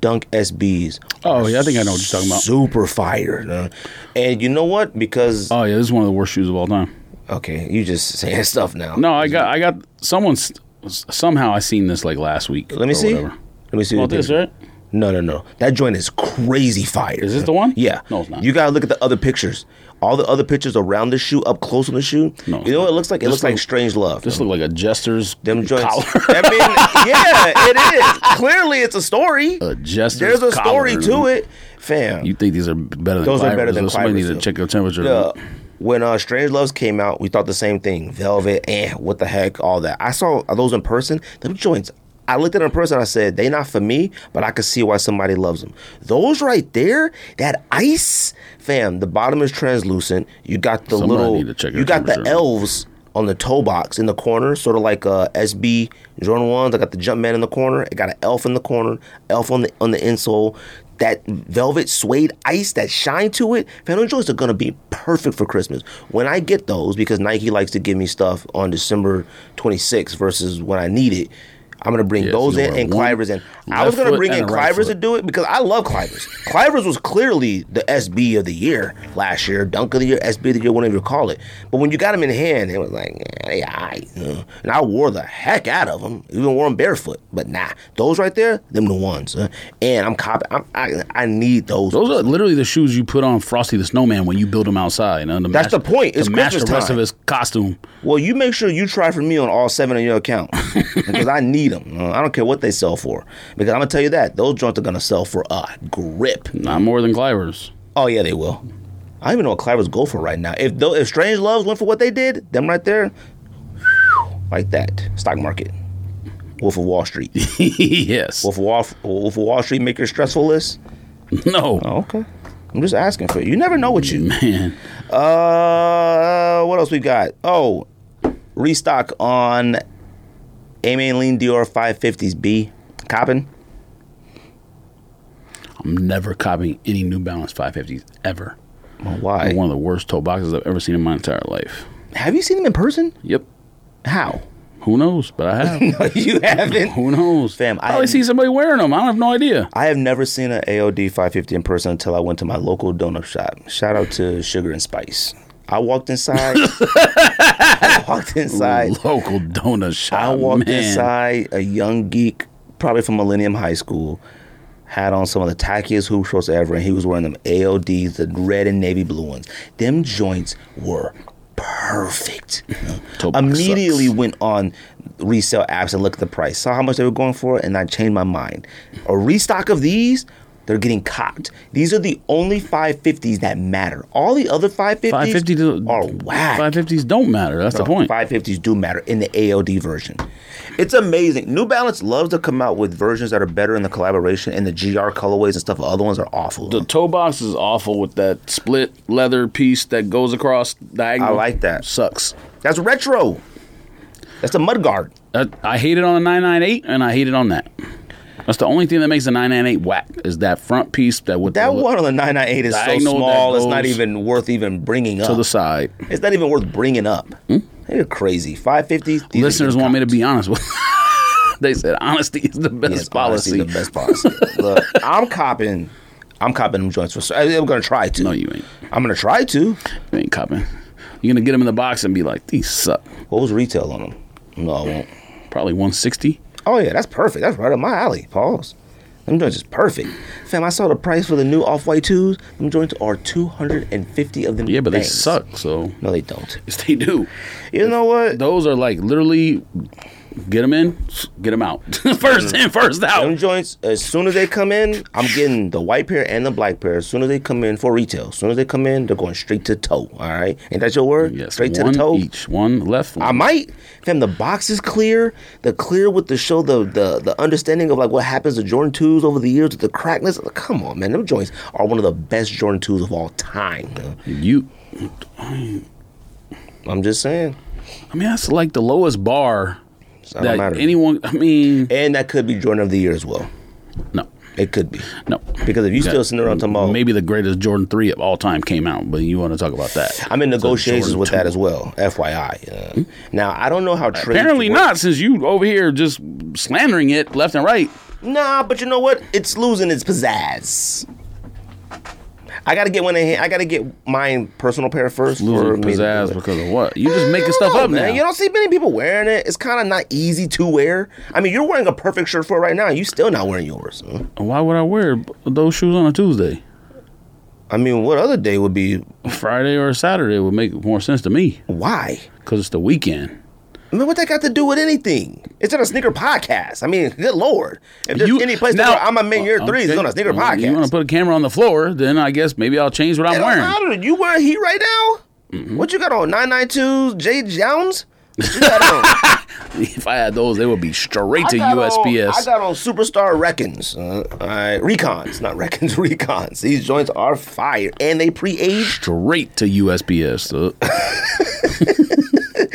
dunk SBs.
Oh
are
yeah, I think I know what you're talking about.
Super fire. uh, And you know what? Because,
Oh yeah, this is one of the worst shoes of all time.
okay, you just saying stuff now.
No, I got I got someone's somehow I seen this like last week.
Let me
or
see.
Oh, Whatever.
Let me see.
About
what they
this,
did.
right?
No, no, no. That joint is crazy fire.
Is this the one?
Yeah.
No, it's not.
You gotta look at the other pictures. All the other pictures around the shoe, up close on the shoe.
No, it's
you know what it looks like? It looks like
look-
strange love.
This look like a jester's
them joints.
collar.
I mean, yeah, it is. Clearly, it's a story.
a jester's
There's a
Uh, collar,
story to
dude.
it, fam.
You think these are better than
Those are better
Clivers,
than
though. Somebody
Clivers,
needs
though.
to check their temperature.
Yeah. When uh, Strange Loves came out, we thought the same thing. Velvet, eh, what the heck, all that. I saw those in person. Them joints, I looked at them in person. I said, they not for me, but I could see why somebody loves them. Those right there, that ice, fam. The bottom is translucent. You got the
Somebody
little,
need to check
you
their
got the
temperature.
elves on the toe box in the corner, sort of like uh, SB Jordan ones. I got the Jumpman in the corner. I got an elf in the corner, elf on the on the insole. That velvet suede ice, that shine to it, Phantom Joys are gonna be perfect for Christmas. When I get those, because Nike likes to give me stuff on December 26th versus when I need it, I'm gonna bring
Yeah, so
those
you
in
wear
and
one
Clivers in. I was
left
gonna
foot
bring in
and a right
Clivers to
foot.
do it because I love Clivers. Clivers was clearly the SB of the year last year, dunk of the year, SB of the year, whatever you call it. But when you got them in hand, it was like, yeah, they aight, you know. And I wore the heck out of them, even wore them barefoot. But nah, those right there, them the ones. uh. and I'm copping. I'm, I I need those.
Those are literally the shoes you put on Frosty the Snowman when you build him outside. You know, to
That's
match-
the point. It's
to match
Christmas
the rest
time.
of his costume.
Well, you make sure you try for me on all seven of your accounts because I need them. I don't care what they sell for because I'm gonna tell you that those joints are gonna sell for a grip.
Not more than Clivers.
Oh yeah, they will. I don't even know what Clivers go for right now. If though if Strange Loves went for what they did, them right there, like that stock market, Wolf of Wall Street,
yes.
Wolf of Wall, Wolf of Wall Street make your stressful list.
no.
Oh, okay, I'm just asking for it. You never know what you.
Man.
Uh, what else we got? Oh, restock on A Main Lean Dior 550s B. Coppin.
I'm never copying any New Balance 550s ever.
Why?
One of the worst toe boxes I've ever seen in my entire life.
Have you seen them in person?
Yep.
How?
Who knows? But I have.
you haven't.
Who knows?
Fam, I
I probably
had-
see somebody wearing them. I don't have no idea.
I have never seen an AOD 550 in person until I went to my local donut shop. Shout out to Sugar and Spice. I walked inside. I walked inside.
Local donut shop.
I walked
Ah, man.
inside a young geek, probably from Millennium High School, had on some of the tackiest hoop shorts ever, and he was wearing them AODs, the red and navy blue ones. Them joints were perfect.
Toe box
Immediately
sucks.
went on resale apps and looked at the price, saw how much they were going for, and I changed my mind. A restock of these. They're getting copped. These are the only 550s that matter. All the other 550s
550 do-
are whack.
550s don't matter. That's the point.
550s do matter in the AOD version. It's amazing. New Balance loves to come out with versions that are better in the collaboration, and the GR colorways and stuff. The other ones are awful.
The toe box is awful with that split leather piece that goes across diagonal.
I like that.
Sucks.
That's retro. That's the mudguard.
That, I hate it on a 998 and I hate it on that. That's the only thing that makes a 998 whack is that front piece that with
That
the,
one on the 998 is so
Diagonal that
small. It's not
goes
even worth even bringing up.
to the side.
it's not even worth bringing up. They're crazy. 550s. these are
Listeners
getting
want me to
copped.
be honest with. they said honesty is the best
Yes,
policy.
honestly, the best policy. Look, I'm copping. I'm copping them joints for. I'm gonna try to.
No, you ain't.
I'm gonna try to.
You ain't copping. You're gonna get them in the box and be like, these suck.
What was retail on them? No, I won't.
Probably 160.
Oh yeah, that's perfect. That's right up my alley. Pause. Them joints is perfect. Fam, I saw the price for the new off white twos. Them joints are two hundred and fifty of them.
Yeah, but they
things.
suck. So
No, they don't.
yes, they do.
You know what?
Those are like literally Get them in, get them out. first in, first
Them
out.
joints, as soon as they come in, I'm getting the white pair and the black pair. As soon as they come in for retail, as soon as they come in, they're going straight to toe. All right, ain't that your word?
Yes,
straight to
one
the toe.
each, one left. One.
I might. Fam, the box is clear. The clear with the show the the the understanding of like what happens to Jordan twos over the years with the crackness. Like, Come on, man. Them joints are one of the best Jordan twos of all time. man.
you,
I'm just saying.
I mean, that's like the lowest bar
It's not a
that
matter.
anyone. I mean,
and that could be Jordan of the year as well.
no,
It could be.
no.
Because if you still sitting around tomorrow,
Maybe the greatest Jordan three of all time came out, but you want to talk about that?
I'm in negotiations
Jordan
with that
two.
as well. FYI. Uh, now I don't know how trade
Apparently not, since you over here just slandering it left and right.
Nah, but you know what? It's losing its pizzazz. I gotta get one in hand. I gotta get my personal pair first.
Losing
me to do
pizzazz
it.
because of what? You just
I
making
don't
stuff
know,
up
man.
now.
You don't see many people wearing it. It's kind of not easy to wear. I mean, you're wearing a perfect shirt for it right now. You still not wearing yours.
Why would I wear those shoes on a Tuesday?
I mean, what other day would be?
Friday or Saturday would make more sense to me
Why?
because it's the weekend.
I mean, what that got to do with anything? It's in a sneaker podcast. I mean, good lord! If there's
You-
any place
now- uh,
that I'm gonna make your threes, it's
Okay,
on a sneaker
well,
podcast.
You want to put a camera on the floor? Then I guess maybe I'll change what I'm
It don't
wearing.
matter. You wearing heat right now?
Mm-hmm.
What you got on? 992 J Jones? What you got on?
If I had those, they would be straight
I
to
got on-
USPS.
I got on Superstar Reckons. Uh, all right, Recons, not Reckons, Recons. These joints are fire and they pre aged.
straight to USPS.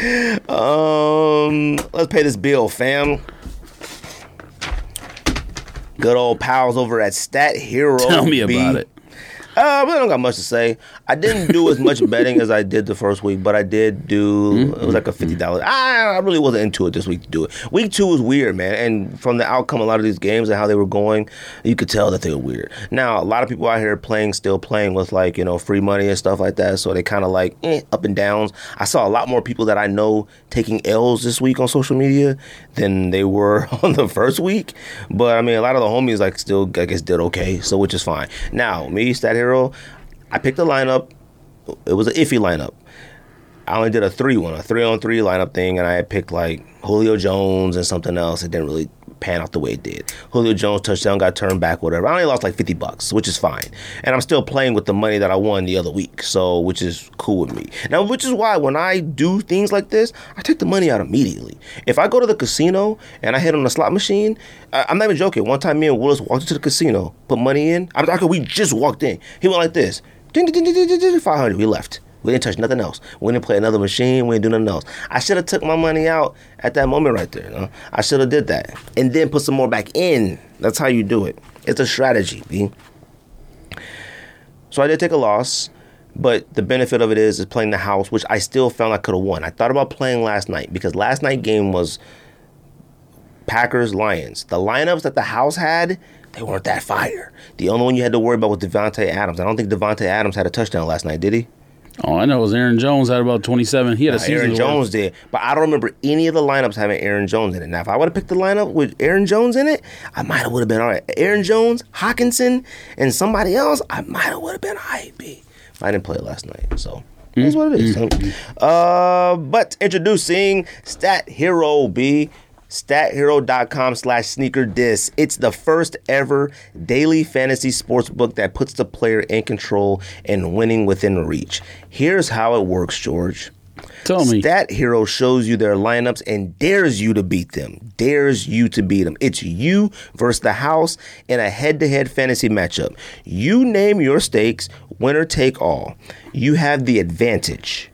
Uh,
Um, let's pay this bill, fam. Good old pals over at Stat Hero.
tell me
Oh, B.
about it.
Uh, I really don't got much to say. I didn't do as much betting as I did the first week, but I did do. It was like a fifty dollars. I, I really wasn't into it this week to do it. Week two was weird, man, and from the outcome, a lot of these games and how they were going, you could tell that they were weird. Now, a lot of people out here playing, still playing with like you know free money and stuff like that, so they kind of like eh, up and downs. I saw a lot more people that I know taking L's this week on social media than they were on the first week, but I mean, a lot of the homies like still I guess did okay, so which is fine. Now, me, Stat Hero, I picked a lineup. It was an iffy lineup. I only did a three one, a three on three lineup thing, and I had picked like Julio Jones and something else. It didn't really pan out the way it did. Julio Jones touchdown got turned back, whatever. I only lost like fifty bucks, which is fine. And I'm still playing with the money that I won the other week, so which is cool with me. Now, which is why when I do things like this, I take the money out immediately. If I go to the casino and I hit on the slot machine, I, I'm not even joking. One time, me and Willis walked into the casino, put money in. I'm talking, we just walked in. He went like this, ding, ding, ding, ding, ding, ding, five hundred. We left. We didn't touch nothing else. We didn't play another machine. We didn't do nothing else. I should have took my money out at that moment right there. you know? I should have did that and then put some more back in. That's how you do it. It's a strategy, B. So I did take a loss, but the benefit of it is is playing the house, which I still found I could have won. I thought about playing last night because last night game was Packers Lions. The lineups that the house had, they weren't that fire. The only one you had to worry about was Devontae Adams. I don't think Devontae Adams had a touchdown last night, did he?
All I know is Aaron Jones had about 27. He had a season.
Aaron
where-
Jones did, but I don't remember any of the lineups having Aaron Jones in it. Now, if I would have picked the lineup with Aaron Jones in it, I might have would have been all right. Aaron Jones, Hawkinson, and somebody else, I might have would have been hype. If I didn't play last night, so that's what it is.
Mm-hmm.
Uh, but introducing Stat Hero B. StatHero.com slash sneaker disc. It's the first ever daily fantasy sports book that puts the player in control and winning within reach. Here's how it works, George.
Tell me.
Stat Hero shows you their lineups and dares you to beat them. Dares you to beat them. It's you versus the house in a head to head fantasy matchup. You name your stakes, winner take all. You have the advantage.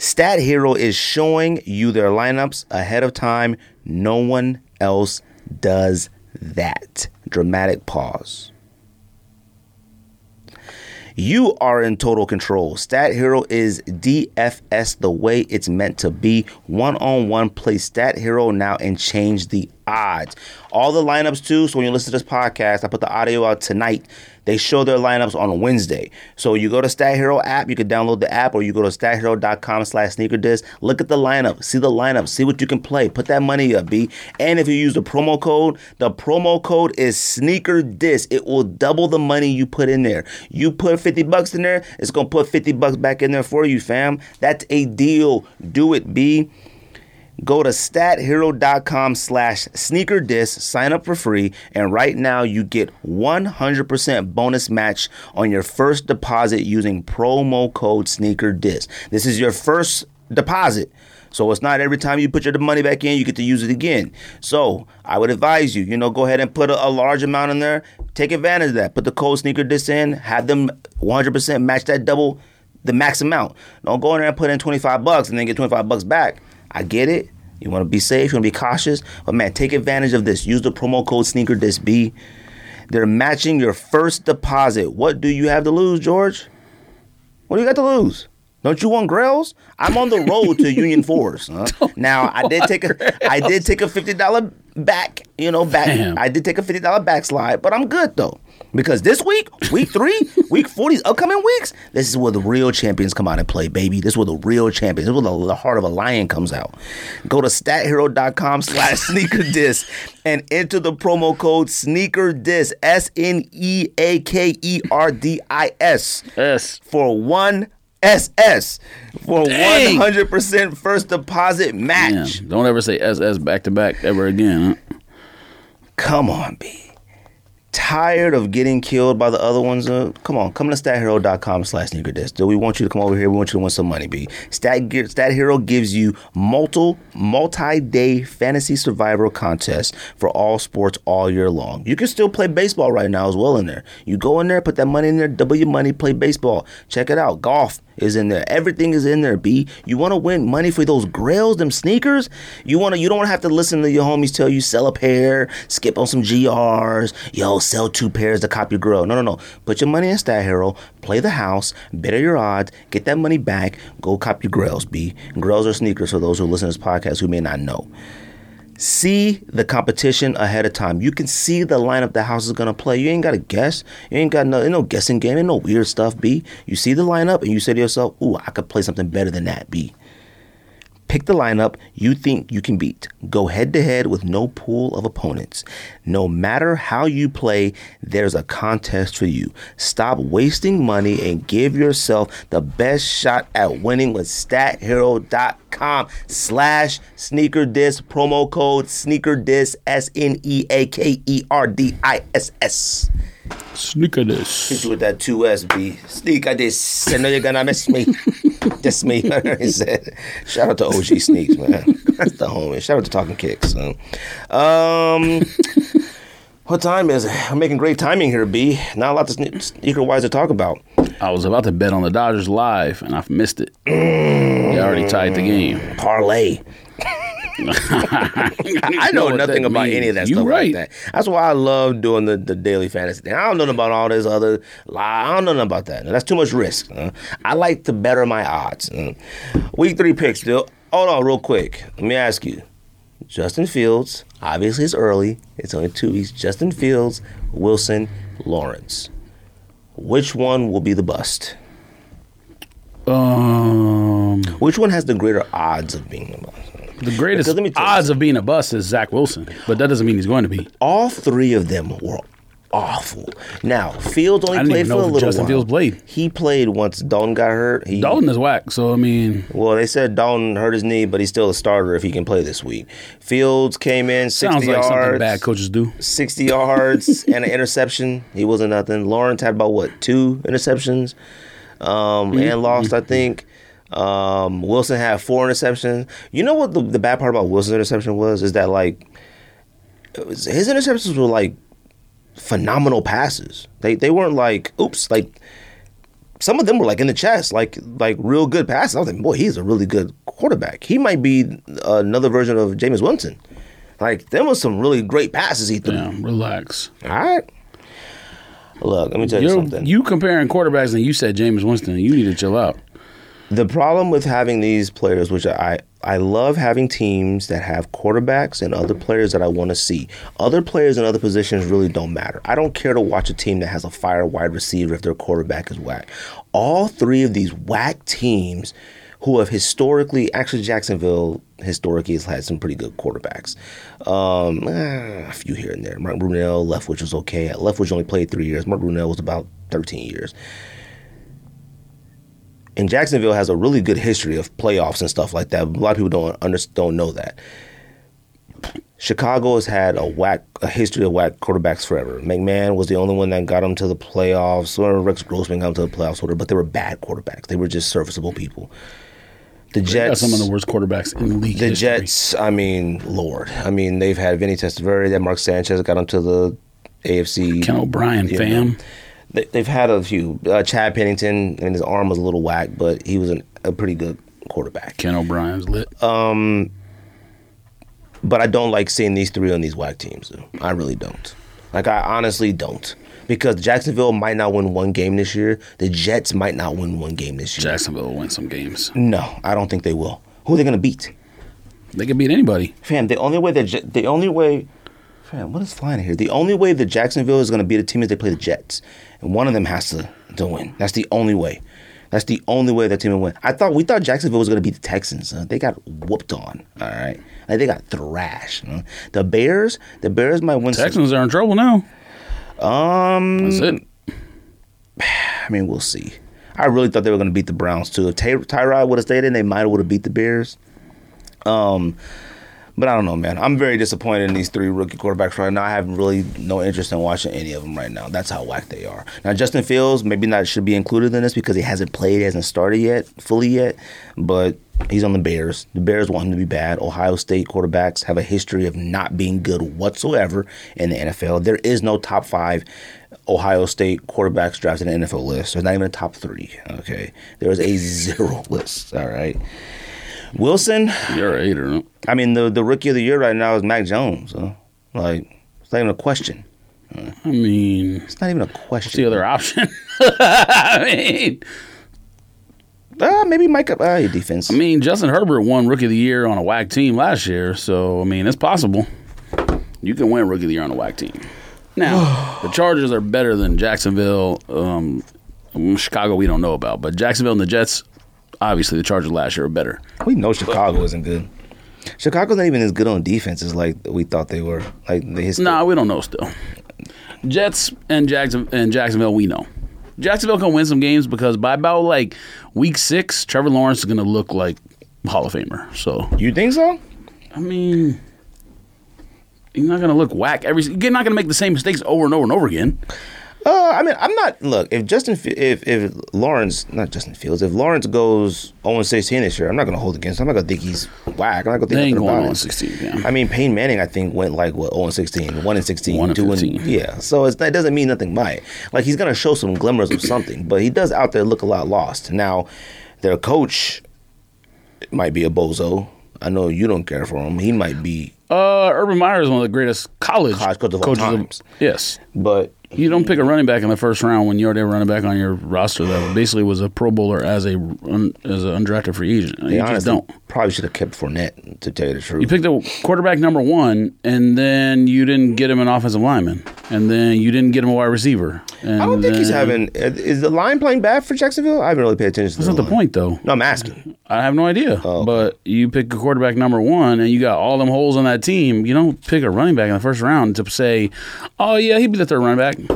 Stat Hero is showing you their lineups ahead of time. No one else does that. Dramatic pause. You are in total control. Stat Hero is DFS the way it's meant to be. One on one, play Stat Hero now and change the odds. All the lineups, too. So when you listen to this podcast, I put the audio out tonight. They show their lineups on Wednesday. So you go to Stat Hero app, you can download the app, or you go to stathero.com slash sneaker disc. Look at the lineup, see the lineup, see what you can play. Put that money up, B. And if you use the promo code, the promo code is sneaker disc. It will double the money you put in there. You put 50 bucks in there, it's gonna put 50 bucks back in there for you, fam. That's a deal. Do it, B. Go to stathero.com slash sneaker disc, sign up for free, and right now you get 100% bonus match on your first deposit using promo code sneaker disc. This is your first deposit. So it's not every time you put your money back in, you get to use it again. So I would advise you, you know, go ahead and put a, a large amount in there. Take advantage of that. Put the code sneaker disc in. Have them 100% match that double the max amount. Don't go in there and put in 25 bucks and then get 25 bucks back. I get it. You want to be safe. You want to be cautious. But man, take advantage of this. Use the promo code sneaker disc B. They're matching your first deposit. What do you have to lose, George? What do you got to lose? Don't you want grills? I'm on the road to Union Forest. huh? Now I did take a I did take a fifty dollar back, you know, back
Damn.
I did take a fifty dollar backslide, but I'm good though. Because this week, week three, week four, these upcoming weeks, this is where the real champions come out and play, baby. This is where the real champions, this is where the, the heart of a lion comes out. Go to stathero.com slash sneaker disc and enter the promo code sneaker disc S N E A K E R D I S
Yes.
for one SS for one
Dang.
hundred percent first deposit match.
Damn. Don't ever say SS back to back ever again. Huh?
Come on, B. Tired of getting killed by the other ones? Uh, come on, come to stathero.com slash sneaker disc. Dude, We want you to come over here. We want you to win some money, B. Stat, Gear- Stat Hero gives you multiple, multi-day fantasy survival contests for all sports all year long. You can still play baseball right now as well in there. You go in there, put that money in there, double your money, play baseball. Check it out. Golf is in there. Everything is in there, B. You want to win money for those grails, them sneakers? You want to you don't have to listen to your homies tell you sell a pair, skip on some GRs, yo, sell two pairs to cop your grill. No, no, no. Put your money in Stat Hero, play the house, better your odds, get that money back, go cop your grails, B. Grails are sneakers for those who listen to this podcast who may not know see the competition ahead of time. You can see the lineup the house is gonna play. You ain't gotta guess. You ain't got no, ain't no guessing game. Ain't no weird stuff. B. You see the lineup and you say to yourself, "Ooh, I could play something better than that." B. Pick the lineup you think you can beat. Go head to head with no pool of opponents. No matter how you play, there's a contest for you. Stop wasting money and give yourself the best shot at winning with stathero.com slash sneaker disc promo code sneaker disc S N E A K E R D I S S.
Sneaker this.
Hit you with that 2SB. Sneak, I this. I know you're gonna miss me. That's me. He said, Shout out to OG Sneaks, man. That's the homie. Shout out to Talking Kicks. So. Um, what time is it? I'm making great timing here, B. Not a lot to sne- sneaker wise to talk about.
I was about to bet on the Dodgers live and I missed it. They already tied the game.
Parlay. I know
what that
nothing about
means.
any of that
You
stuff
right.
like that. That's why I love doing the, the daily fantasy thing. I don't know nothing about all this other lie. I don't know nothing about that. That's too much risk. uh. I like to better my odds. uh. Week three picks, Bill. Hold on, real quick. Let me ask you. Justin Fields, obviously it's early. It's only two weeks. Justin Fields, Wilson, Lawrence. Which one will be the bust?
Um,
Which one has the greater odds of being the bust?
the greatest
Because let me tell you-
odds of being a bust is Zach Wilson, but that doesn't mean he's going to be.
all three of them were awful. Now, Fields only
I didn't
played
even
for
know
a little
Justin
while.
Fields played.
He played once Dalton got hurt. He,
Dalton is whack, so I mean,
Well, they said Dalton hurt his knee, but he's still a starter if he can play this week. Fields came in 60
sounds like something
yards.
bad coaches do.
60 yards and an interception. He wasn't nothing. Lawrence had about what two interceptions, um, and lost. I think um, Wilson had four interceptions. You know what the, the bad part about Wilson's interception was is that like it was, his interceptions were like phenomenal passes. They they weren't like oops like. Some of them were like in the chest, like like real good passes. I was like, boy, he's a really good quarterback. He might be another version of Jameis Winston. Like there was some really great passes he threw.
Yeah, relax.
All right. Look, let me tell you
You're,
something.
you comparing quarterbacks, and you said James Winston. You need to chill out.
the problem with having these players, which I I love having teams that have quarterbacks and other players that I want to see. Other players in other positions really don't matter. I don't care to watch a team that has a fire wide receiver if their quarterback is whack. All three of these whack teams who have historically, actually Jacksonville historically has had some pretty good quarterbacks. Um, eh, a few here and there. Mark Brunell left, which was okay. Left, which only played three years. Mark Brunell was about 13 years. And Jacksonville has a really good history of playoffs and stuff like that. A lot of people don't under, don't know that. Chicago has had a whack a history of whack quarterbacks forever. McMahon was the only one that got them to the playoffs, or Rex Grossman got them to the playoffs, whatever. But they were bad quarterbacks. They were just serviceable people. The
That's
Jets,
some of the worst quarterbacks in league
the
history.
Jets, I mean, Lord, I mean, they've had Vinny Testaverde, that Mark Sanchez got into the AFC.
Ken O'Brien,
You
fam.
know, They, they've had a few. Uh, Chad Pennington, and his arm was a little whack, but he was an, a pretty good quarterback.
Ken O'Brien's lit.
Uh, But I don't like seeing these three on these whack teams. Though. I really don't. Like I honestly don't, because Jacksonville might not win one game this year. The Jets might not win one game this year.
Jacksonville will win some games.
No, I don't think they will. Who are they gonna beat?
They can beat anybody.
Fam, the only way that the only way, fam, what is flying here? The only way that Jacksonville is going to beat a team is they play the Jets, and one of them has to to win. That's the only way. That's the only way that team will win. I thought we thought Jacksonville was going to beat the Texans. huh? They got whooped on. All right, like they got thrashed. huh? The Bears, the Bears might win. some-
Texans are in trouble now.
Um,
That's it.
I mean, we'll see. I really thought they were going to beat the Browns too. If Ty- Tyrod would have stayed in, they might would have beat the Bears. Um, but I don't know, man. I'm very disappointed in these three rookie quarterbacks right now. I have really no interest in watching any of them right now. That's how whack they are. Now Justin Fields maybe not should be included in this because he hasn't played, he hasn't started yet fully yet, but he's on the Bears. The Bears want him to be bad. Ohio State quarterbacks have a history of not being good whatsoever in the NFL. There is no top five Ohio State quarterbacks drafted in the NFL list. There's not even a top three. Okay, there is a zero list. All right, Wilson.
You're a hater. huh?
I mean, the the rookie of the year right now is Mac Jones. Huh? Like, it's not even a question.
I mean, what's
It's not even a question.
the other option? I mean,
Uh, maybe Mike. Uh, your defense.
I mean, Justin Herbert won Rookie of the Year on a whack team last year, so I mean, it's possible. You can win Rookie of the Year on a whack team. Now, the Chargers are better than Jacksonville. Um, Chicago, we don't know about, but Jacksonville and the Jets, obviously, the Chargers last year were better.
we know Chicago isn't good. Chicago's not even as good on defense as like we thought they were. Like the history.
Nah, we don't know still. Jets and Jackson and Jacksonville, we know. Jacksonville can win some games because by about like week six, Trevor Lawrence is gonna look like Hall of Famer. So
You think so?
I mean, you're not gonna look whack every. You're not gonna make the same mistakes over and over and over again.
Uh, I mean, I'm not. Look, if Justin, Fi- if if Lawrence, not Justin Fields, if Lawrence goes 0 16 this year, I'm not gonna hold against. him. I'm not gonna think he's whack. I'm not gonna think
They ain't
nothing
going oh
about
on
it.
16. Yeah.
I mean, Payne Manning, I think, went like what 0 and 16, 1 and 16,
1 and
2
15.
and yeah. So it's, that doesn't mean nothing by it. Like he's gonna show some glimmers of something, but he does out there look a lot lost. Now, their coach might be a bozo. I know you don't care for him. He might be,
Uh, Urban Meyer is one of the greatest college
College coaches of all times.
yes,
but
you don't pick a running back in the first round when you already have a running back on your roster that basically was a Pro Bowler as a un, as an undrafted free agent. You
they
just
honestly
don't.
probably should have kept Fournette to tell you the truth.
You picked a quarterback number one, and then you didn't get him an offensive lineman, and then you didn't get him a wide receiver. And
I don't think he's
then-
having. Is the line playing bad for Jacksonville? I haven't really paid attention. to
That's not the
line.
point, though.
No, I'm asking.
I have no idea.
Oh.
But you pick a quarterback number one, and you got all them holes on that team. You don't pick a running back in the first round to say, "Oh yeah, he'd be the third running back." You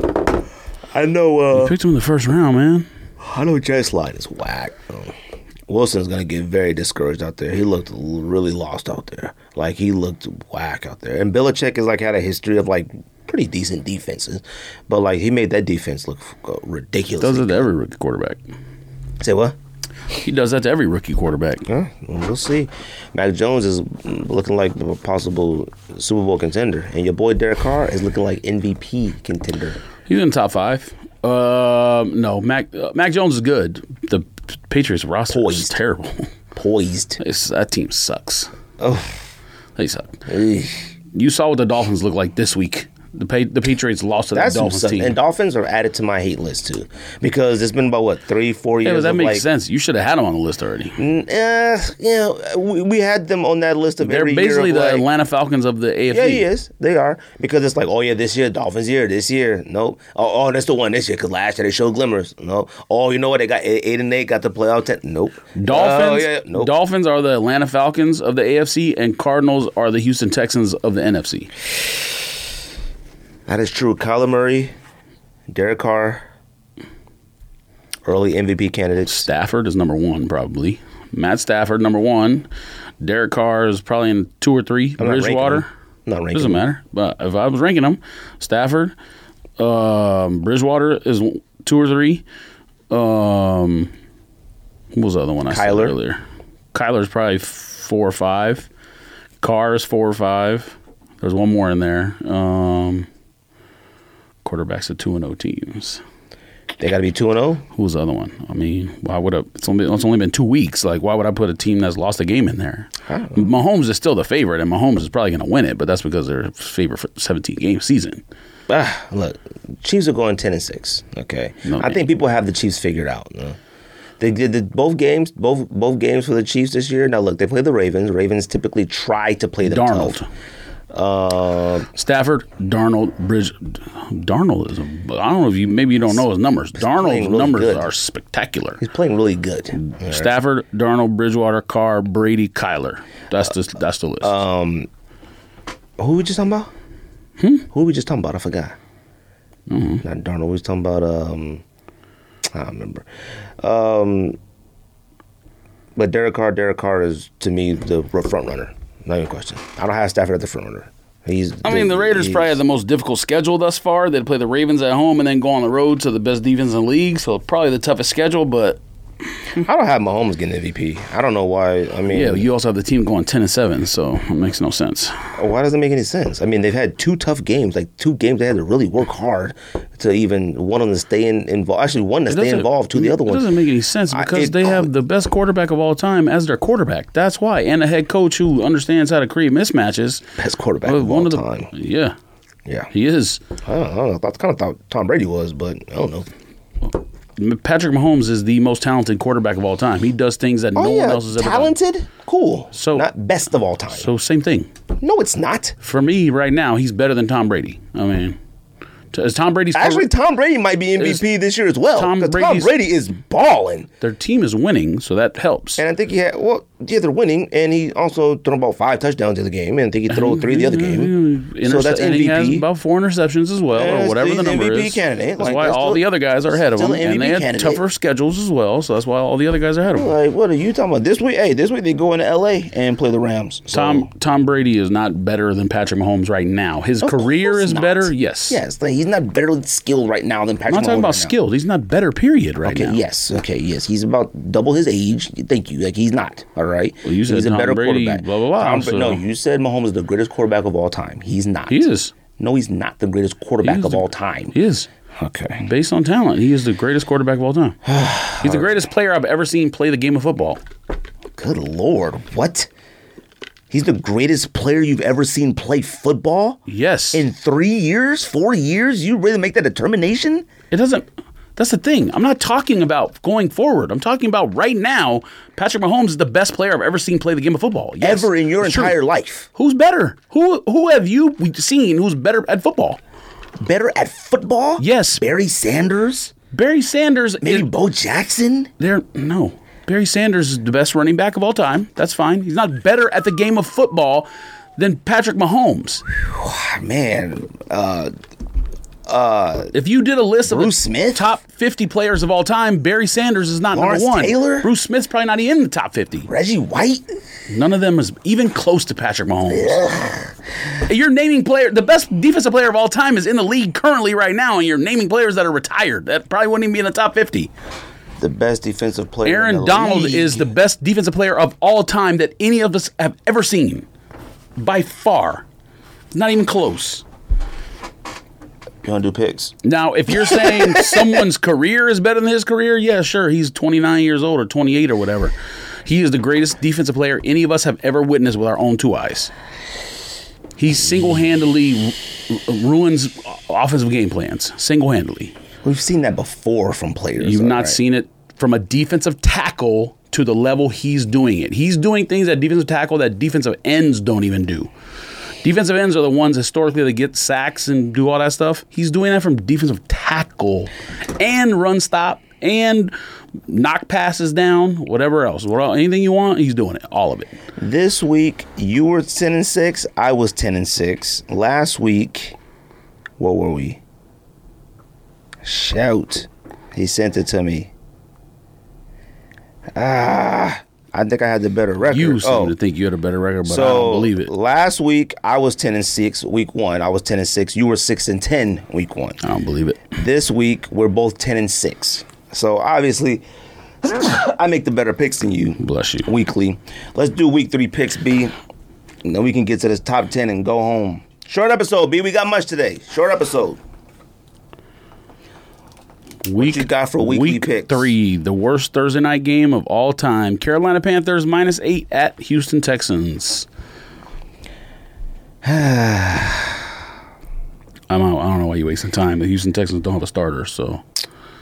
I know. Uh,
picked him in the first round, man.
I know Jets line is whack. Um, Wilson's gonna get very discouraged out there. He looked l- really lost out there. Like he looked whack out there. And Belichick has like had a history of like pretty decent defenses, but like he made that defense look f- ridiculous.
Does it to every rookie quarterback.
Say what?
He does that to every rookie quarterback.
Huh? We'll see. Mac Jones is mm, looking like a possible Super Bowl contender, and your boy Derek Carr is looking like MVP contender.
He's in the top five. Uh, no, Mac uh, Mac Jones is good. The Patriots roster is
Poised.
terrible.
Poised.
It's, that team sucks.
Oh.
They suck.
Eesh.
You saw what the Dolphins look like this week. The pa- the Patriots lost to that
That's
Dolphins
some-
team.
And Dolphins are added to my hate list too, because it's been about what three, four years.
yeah, but that
of,
makes
like,
sense. You should have had them on the list already.
Mm, eh, you know, we, we had them on that list of
They're
every
basically
year.
the
of, like-
Atlanta Falcons of the AFC.
yeah, yes, they are because it's like, oh yeah, this year Dolphins year, this year, nope. Oh, oh that's the one this year because last year they showed glimmers, no. Oh, you know what? They got eight, eight and eight, got the playoff ten, nope. Oh,
Dolphins,
yeah, nope.
Dolphins are the Atlanta Falcons of the AFC, and Cardinals are the Houston Texans of the NFC.
that is true. Kyler Murray, Derek Carr, early MVP candidates.
Stafford is number one, probably. Matt Stafford, number one. Derek Carr is probably in two or 3
not ranking
Bridgewater.
them. Not ranking.
Doesn't
them.
matter. But if I was ranking them, Stafford, um, Bridgewater is two or three. Um, what was the other one I
Kyler.
said earlier? Kyler's probably four or five. Carr is four or five. There's one more in there. Um, quarterbacks of two and O teams.
They got to be two and oh. zero.
Who was the other one? I mean, why would I, it's only it's only been two weeks? Like, why would I put a team that's lost a game in there? Mahomes is still the favorite, and Mahomes is probably going to win it, but that's because they're favorite for 17 game season.
Ah, look, Chiefs are going ten and six. Okay,
No,
I think people have the Chiefs figured out. you know. They did the, both games, both both games for the Chiefs this year. Now look, they play the Ravens. Ravens typically try to play them
Darnold,
tough. Uh,
Stafford, Darnold, Bridge, Darnold is. A, I don't know if you maybe you don't know his numbers. Darnold's
playing really
numbers
good.
are spectacular.
he's playing really good.
Mm. Stafford, Darnold, Bridgewater, Carr, Brady, Kyler. That's the that's the list.
Um, Who we just talking about?
Hmm?
Who we just talking about? I forgot.
Mm-hmm.
Not Darnold. We was talking about. Um, I don't remember. Um, but Derek Carr, Derek Carr is to me the front runner. Not even a question. I don't have Stafford at the front runner. He's.
I mean, the Raiders
he's-
probably have the most difficult schedule thus far. They play the Ravens at home and then go on the road to the best defense in the league. So probably the toughest schedule. But
I don't have Mahomes getting MVP. I don't know why. I mean,
yeah, you also have the team going ten and seven, so it makes no sense.
why does it make any sense? I mean, they've had two tough games, like two games they had to really work hard to even one of them to stay in, involved. Actually, one to stay involved, two the other
it
one.
doesn't make any sense
I-
because
it-
they have the best quarterback of all time as their quarterback. That's why, and a head coach who understands how to create mismatches.
Best quarterback
Well,
of all time.
yeah,
Yeah.
he is.
I don't, I don't know. That's kind of thought Tom Brady was, but I don't know.
Patrick Mahomes is the most talented quarterback of all time. He does things that no one else has ever done.
Oh, talented, cool.
So-
not best of all time.
So same thing.
no, it's not.
for me right now, he's better than Tom Brady. I mean, t- is Tom Brady's
Actually, Tom Brady might be MVP this year as well.
Tom
'cause Tom
Brady's-
Brady is balling,
their team is winning, so that helps.
and I think he had well, yeah, they're winning, and he also threw about five touchdowns in the game, and I think he threw three the other game. So
Intercept-
that's
and he has
MVP.
about four interceptions as well,
Yeah,
or
that's-
whatever
he's
the number
MVP
is.
candidate.
That's
Like,
why
that's
all
still-
the other guys are ahead of him,
still an
and they
MVP
had
candidate.
tougher schedules as well. So that's why all the other guys are ahead of him.
Like, what are you talking about? This week, hey, this week they go into L.A. and play the Rams. So-
Tom Tom Brady is not better than Patrick Mahomes right now. His
Of
career
course
is
not.
better. Yes.
yes, like, he's not better skilled right now than
I'm
Patrick.
not talking
Mahomes
about
right now.
skilled. He's not better. Period. Right
Okay,
now.
yes. Okay, yes. He's about double his age. Thank you. Like he's not. All right.
Well, you said
he's
Tom Brady, blah, blah, blah,
Tom, Bra-
so-
No, you said Mahomes is the greatest quarterback of all time. He's not.
He is.
No, he's not the greatest quarterback
He is
of
the-
all time.
He is.
Okay.
Based on talent, he is the greatest quarterback of all time. He's the greatest player I've ever seen play the game of football.
Good lord, what? He's the greatest player you've ever seen play football
Yes.
in three years, four years. You really make that determination?
it doesn't. That's the thing. I'm not talking about going forward. I'm talking about right now. Patrick Mahomes is the best player I've ever seen play the game of football. Yes,
Ever in your
it's true.
entire life?
Who's better? Who who have you seen who's better at football?
Better at football?
Yes.
Barry Sanders,
Barry Sanders.
maybe
Is,
Bo Jackson.
there no. Barry Sanders is the best running back of all time. That's fine. He's not better at the game of football than Patrick Mahomes.
Ah, Man,
If you did a list of
Bruce
the
Smith?
top 50 players of all time, Barry Sanders is not
Lawrence
number one.
Taylor?
Bruce Smith's probably not in the top 50.
Reggie White.
None of them is even close to Patrick Mahomes. you're naming player, the best defensive player of all time is in the league currently right now, and you're naming players that are retired. That probably wouldn't even be in the top 50.
the best defensive player. in
Aaron
the
Donald
league.
is the best defensive player of all time that any of us have ever seen. By far. Not even close.
You want to do picks?
Now, if you're saying someone's career is better than his career, yeah, sure, he's 29 years old or 28 or whatever. He is the greatest defensive player any of us have ever witnessed with our own two eyes. He single-handedly ru- ruins offensive game plans. Single-handedly,
We've seen that before from players.
you've
all
not
right.
seen it from a defensive tackle to the level he's doing it. He's doing things that defensive tackle that defensive ends don't even do. Defensive ends are the ones historically that get sacks and do all that stuff. He's doing that from defensive tackle and run stop and knock passes down, whatever else. What el- anything you want, he's doing it. All of it.
This week you were ten and six. I was ten and six. Last week, what were we? Shout! He sent it to me. Ah, I think I had the better record.
You seem
Oh,
to think you had a better record, but
so
I don't believe it.
last week I was ten and six. Week one I was ten and six. You were six and ten. Week one.
I don't believe it.
This week we're both ten and six. So obviously, I make the better picks than you.
Bless you.
Weekly. Let's do week three picks, B. And then we can get to this top ten and go home. Short episode, B. We got much today. Short episode.
Week
you got for weekly
week
picks?
three, the worst Thursday night game of all time. Carolina Panthers minus eight at Houston Texans. I'm out. I don't know why you wasting time. The Houston Texans don't have a starter, so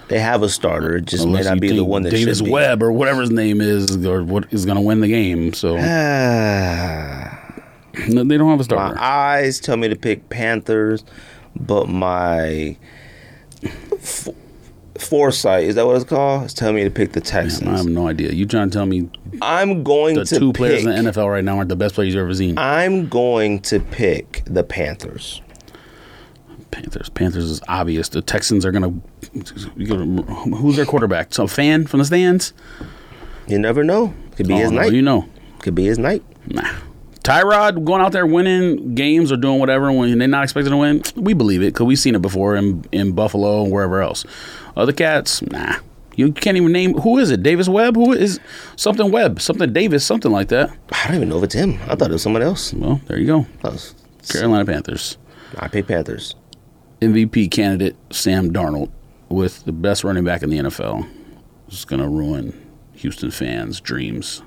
They have a starter. It just may
unless
not
you
be the
think
one that
Davis
should be.
Webb or whatever his name is, or what is going to win the game. So
Ah.
no, they don't have a starter.
My eyes tell me to pick Panthers, but my f- foresight is that what it's called? It's telling me to pick the
I have
Texans.
no idea. You trying to tell me
I'm going
the
to
two
pick,
players in the NFL right now aren't the best players you've ever seen?
I'm going to pick the Panthers.
Panthers. Panthers is obvious. The Texans are going to. Who's their quarterback? Some fan from the stands?
You never know. Could be
Oh,
his
no,
night.
You know.
Could be his night.
Nah. Tyrod going out there winning games or doing whatever when they're not expected to win, we believe it because we've seen it before in, in Buffalo and wherever else. Other cats, nah. You can't even name who is it? Davis Webb? Who is something Webb? Something Davis? Something like that.
I don't even know if it's him. I thought it was someone else.
Well, there you go.
I was-
Carolina Panthers.
I pick Panthers.
MVP candidate Sam Darnold with the best running back in the NFL is going to ruin Houston fans' dreams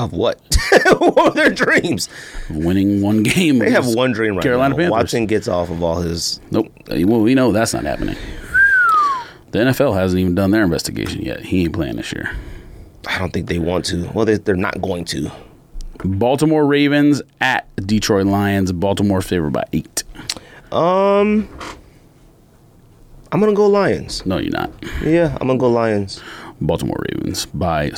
Of what? what were their dreams?
of winning one game.
They have one dream right
Carolina
now.
Panthers.
Watson gets off of all his.
Nope. Uh, Well, we know that's not happening. The NFL hasn't even done their investigation yet. He ain't playing this year.
I don't think they want to. Well, they, they're not going to.
Baltimore Ravens at Detroit Lions. Baltimore favored by eight.
Um, I'm gonna go Lions.
No, you're not.
Yeah, I'm gonna go Lions.
Baltimore Ravens by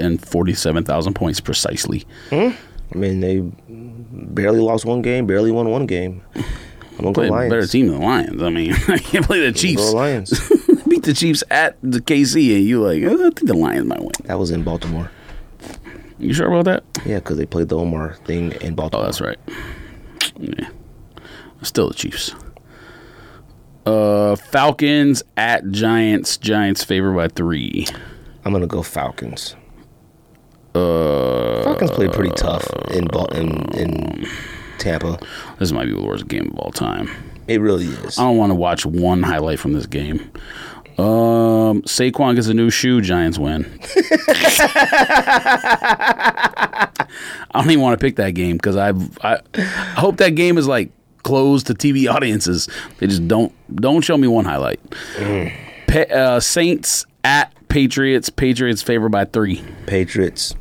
747,000 points precisely.
I mean, they barely lost one game, barely won one game. I'm gonna go
Play a
Lions.
better team than the Lions. I mean, I can't play the
I'm gonna
Chiefs.
Go Lions.
beat the Chiefs at the KC, and you like, "Uh, I think the Lions might win.
that was in Baltimore.
You sure about that?
Yeah, because they played the Omar thing in
Oh,
Baltimore.
that's right. Yeah. Still the Chiefs. Uh, Falcons at Giants. Giants favored by three.
I'm gonna go Falcons. Uh, Falcons played pretty tough in Bal- in, in Tampa.
This might be the worst game of all time.
It really is.
I don't want to watch one highlight from this game. Um, Saquon gets a new shoe. Giants win. I don't even want to pick that game because I I hope that game is like closed to TV audiences. They just don't don't show me one highlight.
Mm.
Pa- uh, Saints at Patriots. Patriots favored by three.
Patriots.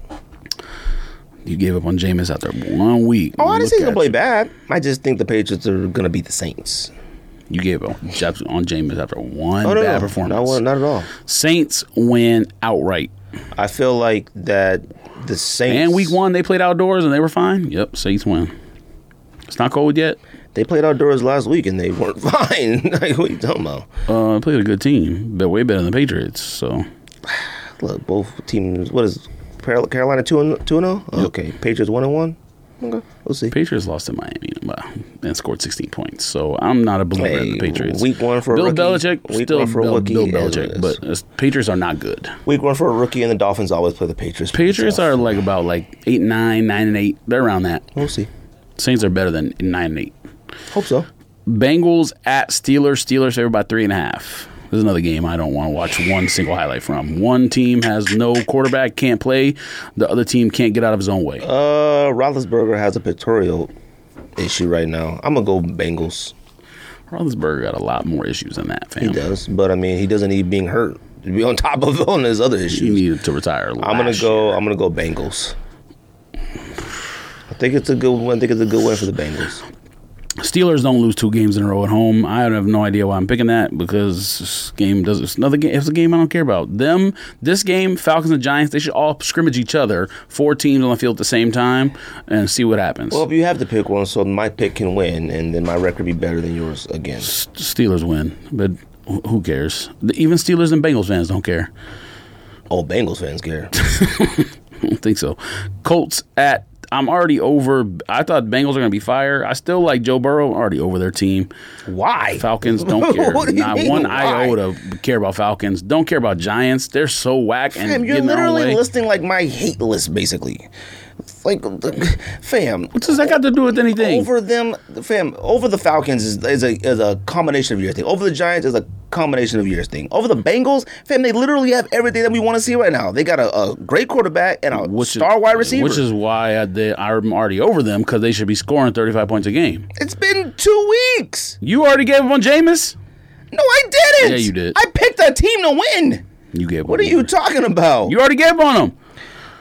You gave up on Jameis after one week.
Oh, I didn't say
Look
they're gonna
at
play
you.
bad. I just think the Patriots are gonna beat the Saints.
You gave up on Jap- on Jameis after one
Oh no,
bad
no,
performance.
No, not at all.
Saints win outright.
I feel like that the Saints
And week one, they played outdoors and they were fine. Yep, Saints win. It's not cold yet.
They played outdoors last week and they weren't fine. like what you talking about?
Uh, they played a good team, but way better than the Patriots. So
Look, both teams. What is Par- Carolina two and two and zero? Okay, Patriots one and one. Okay, we'll see.
Patriots lost to Miami uh, and scored 16 points. So I'm not a believer in the
Hey,
Patriots.
week one for a
Bill
rookie,
Belichick,
week
still
one for a
Bill,
rookie
Bill
is what it
Belichick,
is.
but it's- Patriots are not good.
Week one for a rookie and the Dolphins always play the Patriots. pretty
Patriots
tough.
are like about like eight, nine, nine and eight. They're around that.
We'll see.
Saints are better than nine and eight.
Hope so.
Bengals at Steelers. Steelers favored by three and a half. This is another game I don't want to watch one single highlight from. One team has no quarterback, can't play. The other team can't get out of his own way.
Uh, Roethlisberger has a pictorial issue right now. I'm gonna go Bengals.
Roethlisberger got a lot more issues than that,
He
fam.
does, but I mean, he doesn't need being hurt to be on top of on his other
He
issues.
needed to retire.
I'm gonna
last
go. I'm gonna go Bengals. I think it's a good one. I think it's a good win for the Bengals.
year. Steelers don't lose two games in a row at home. I have no idea why I'm picking that because this game does it's another game. It's a game I don't care about. Them, this game, Falcons and Giants, they should all scrimmage each other, four teams on the field at the same time, and see what happens.
Well, if you have to pick one, so my pick can win, and then my record be better than yours again.
Steelers win, but wh- who cares? The- Even Steelers and Bengals fans don't care.
Oh, Bengals fans care.
I don't think so. Colts at. I'm already over. I thought Bengals are going to be fire. I still like Joe Burrow. I'm already over their team.
Why?
Falcons don't care.
What do you
Not
mean,
one
why?
iota care about Falcons. Don't care about Giants. They're so whack and
Fam, you're
getting their own
literally
way.
listing like my hate list, basically. It's Like, fam,
What does that got to do with anything?
over them, fam, over the Falcons is, is a is a combination of years thing. Over the Giants is a combination of years thing. Over the Bengals, fam, they literally have everything that we want to see right now. They got a, a great quarterback and a
Which is-
star wide receiver.
which is why I, they, I'm already over them because they should be scoring 35 points a game.
it's been two weeks.
You already gave up on Jameis.
No, I didn't.
Yeah, you did.
I picked that team to win.
You gave.
What are you talking about?
You already gave up on them.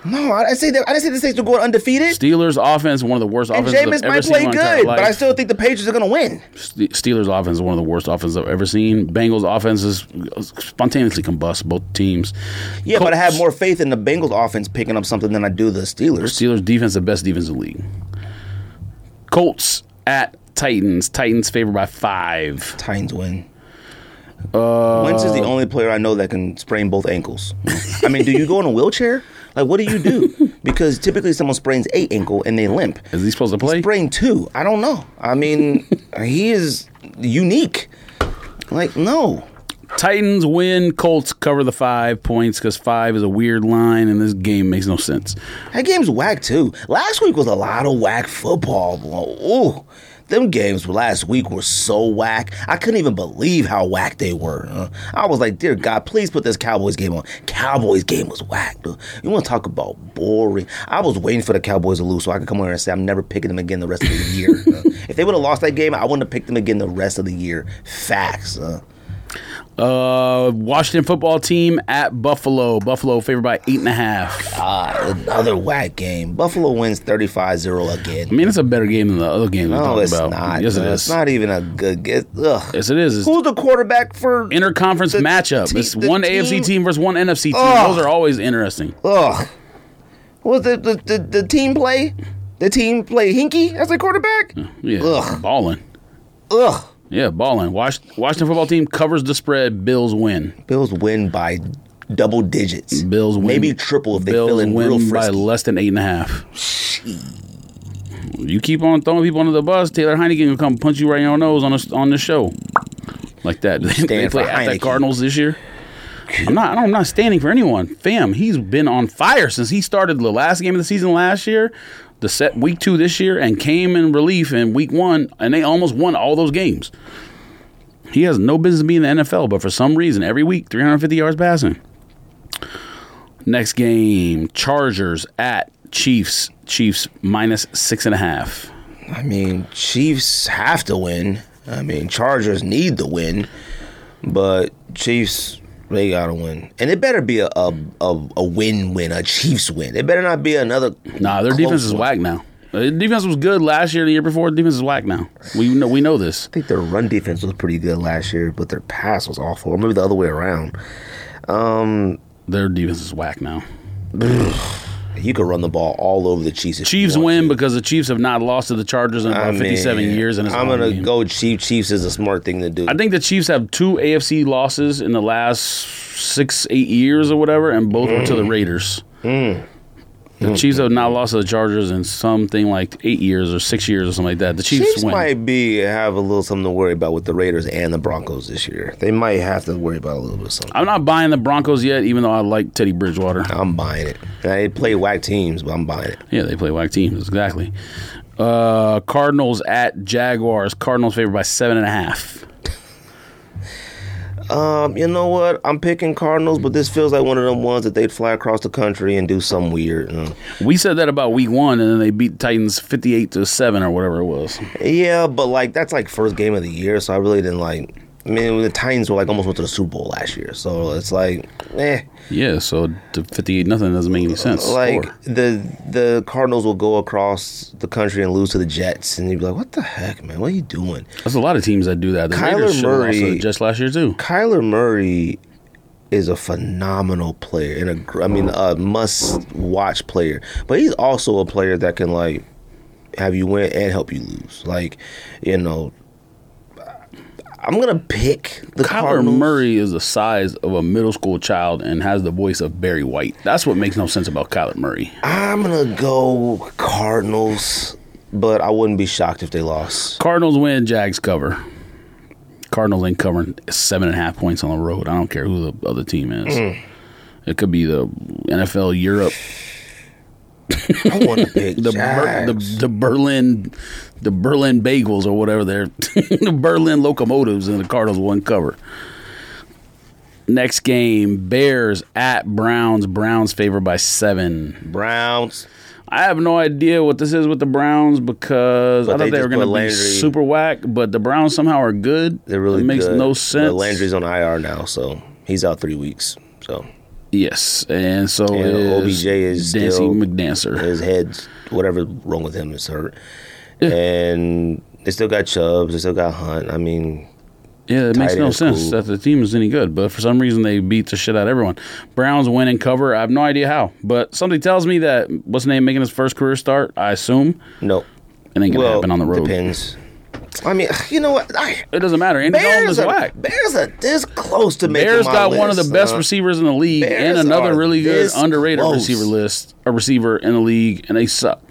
no, I, I say that. I didn't say the Saints were going undefeated.
Steelers offense, one of the worst
And
offenses
Jameis
I've ever
might
seen. in
play
my entire
good, but
life.
I still think the Patriots are going to win.
Ste- Steelers offense is one of the worst offenses I've ever seen. Bengals offense is spontaneously combust both teams.
Yeah, but I have
Colts-
more faith in the Bengals offense picking up something than I do the Steelers.
Steelers defense the best defense in the league. Colts at Titans. Titans favored by five.
Titans win. Uh, Wentz is the only player I know that can sprain both ankles. I mean, do you go in a wheelchair? Like, what do you do? Because typically someone sprains a ankle and they limp.
Is he supposed to play?
Sprain two? I don't know. I mean, he is unique. Like, no.
Titans win. Colts cover the five points because five is a weird line, and this game makes no sense.
That game's whack too. Last week was a lot of whack football, bro. Ooh, them games last week were so whack. I couldn't even believe how whack they were. huh? I was like, dear God, please put this Cowboys game on. Cowboys game was whack. Dude. You want to talk about boring? I was waiting for the Cowboys to lose so I could come here and say I'm never picking them again the rest of the year. huh? if they would have lost that game, I wouldn't have picked them again the rest of the year. Facts. huh?
Uh, Washington football team at Buffalo. Buffalo favored by eight and a half. I
Ah, another whack game. Buffalo wins 35-0 again.
mean, it's a better game than the other game we
No,
talked
Oh, it's
about.
not.
Yes, it
bro.
is.
It's not even a good guess. Ugh.
Yes, it is. It's
Who's the quarterback for?
interconference
The
matchup.
te-
it's
the
one
team-
AFC team versus one NFC team.
Ugh.
Those are always interesting.
Ugh. Was the the, the the team play? The team play Hinky as a quarterback?
Yeah,
Ugh.
balling.
Ugh.
Yeah, balling. Wash, Washington football team covers the spread. Bills win.
Bills win by double digits.
Bills Mm. win.
Maybe triple if they
Bills
feel in
win
real
by
frisky.
less than eight and a half. You keep on throwing people under the bus. Taylor Heineken gonna come punch you right in your nose on this on the show, like that. They,
Stand
play
for
at the
Heineken.
Cardinals this year. I'm not. I'm not standing for anyone, fam. He's been on fire since he started the last game of the season last year, the set week two this year, and came in relief in week one, and they almost won all those games. He has no business being in the NFL, but for some reason, every week, 350 yards passing. Next game, Chargers at Chiefs. Chiefs minus six and a half.
I mean, Chiefs have to win. I mean, Chargers need to win, but Chiefs they gotta win, and it better be a a, a, a win win, a Chiefs win. It better not be another.
Nah, their
close
defense is
one.
whack now. Uh, Their defense was good last year, the year before. Defense is whack now. We know we know this.
I think their run defense was pretty good last year, but their pass was awful. Or maybe the other way around.
Their defense is whack now.
You could run the ball all over the Chiefs. If you
Chiefs
want
win
to.
because the Chiefs have not lost to the Chargers in about
I mean,
57 years, and it's
I'm
all
gonna
game.
go Chiefs. Chiefs is a smart thing to do.
I think the Chiefs have two AFC losses in the last six, eight years or whatever, and both were to
Mm.
the Raiders. The Chiefs have not lost to the Chargers in something like eight years or six years or something like that. The Chiefs,
Chiefs,
win.
might be have a little something to worry about with the Raiders and the Broncos this year. They might have to worry about a little bit of something.
I'm not buying the Broncos yet, even though I like Teddy Bridgewater.
I'm buying it. And They play whack teams, but I'm buying it.
Yeah, they play whack teams exactly. Uh, Cardinals at Jaguars. Cardinals favored by seven and a half.
Um, you know what? I'm picking Cardinals, but this feels like one of them ones that they'd fly across the country and do something weird. Mm.
We said that about Week One, and then they beat Titans fifty-eight to seven or whatever it was.
Yeah, but like that's like first game of the year, so I really didn't like. I mean, the Titans were like almost went to the Super Bowl last year, so it's like, eh,
Yeah, so the fifty-eight nothing doesn't make any sense.
like
Score.
the the Cardinals will go across the country and lose to the Jets, and you'd be like, what the heck, man? What are you doing?
There's a lot of teams that do that. The
Kyler
Raiders should have lost to
Murray-
the Jets last year too.
Kyler Murray is a phenomenal player and a gr- I mean a must watch player, but he's also a player that can like have you win and help you lose. Like, you know, I- I'm gonna pick the
Kyler
Cardinals.
Murray is the size of a middle school child and has the voice of Barry White. That's what makes no sense about Kyler Murray.
I'm gonna go Cardinals, but I wouldn't be shocked if they lost.
Cardinals win, Jags cover. Cardinals ain't covering seven and a half points on the road. I don't care who the other team is. It could be the NFL Europe,
I want to pick
the,
the
Ber- the
Jags.
the Berlin, the Berlin Bagels or whatever they're, the Berlin Locomotives, and the Cardinals won cover. Next game, Bears at Browns. Browns favored by seven.
Browns.
I have no idea what this is with the Browns because I
But
thought
they
they, were
just
going to
put
be
Landry-
super whack, but the Browns somehow are good.
They're really
it makes
good.
no
But
sense.
Landry's on IR now, so he's out three weeks. So
yes, and so
And
is
OBJ is
Dancy
still-
McDancer.
his head's whatever's wrong with him is hurt, and they still got Chubbs. They still got Hunt. I mean,
Yeah, it makes
tight
no
is
sense
cool.
that the team is any good, but for some reason they beat the shit out of everyone. Browns win and cover. I have no idea how, but something tells me that what's his name making his first career start. I assume
no.
it ain't gonna happen on the road.
Depends. I mean, you know what? I,
It doesn't matter. Andy Dalton
Bears
is
are
whack.
Bears are this close to making
Bears
my
got one of the
list, uh,
best
huh?
receivers in the league
Bears
and another
are
really good
this
underrated
close.
receiver list, a receiver in the league, and they suck.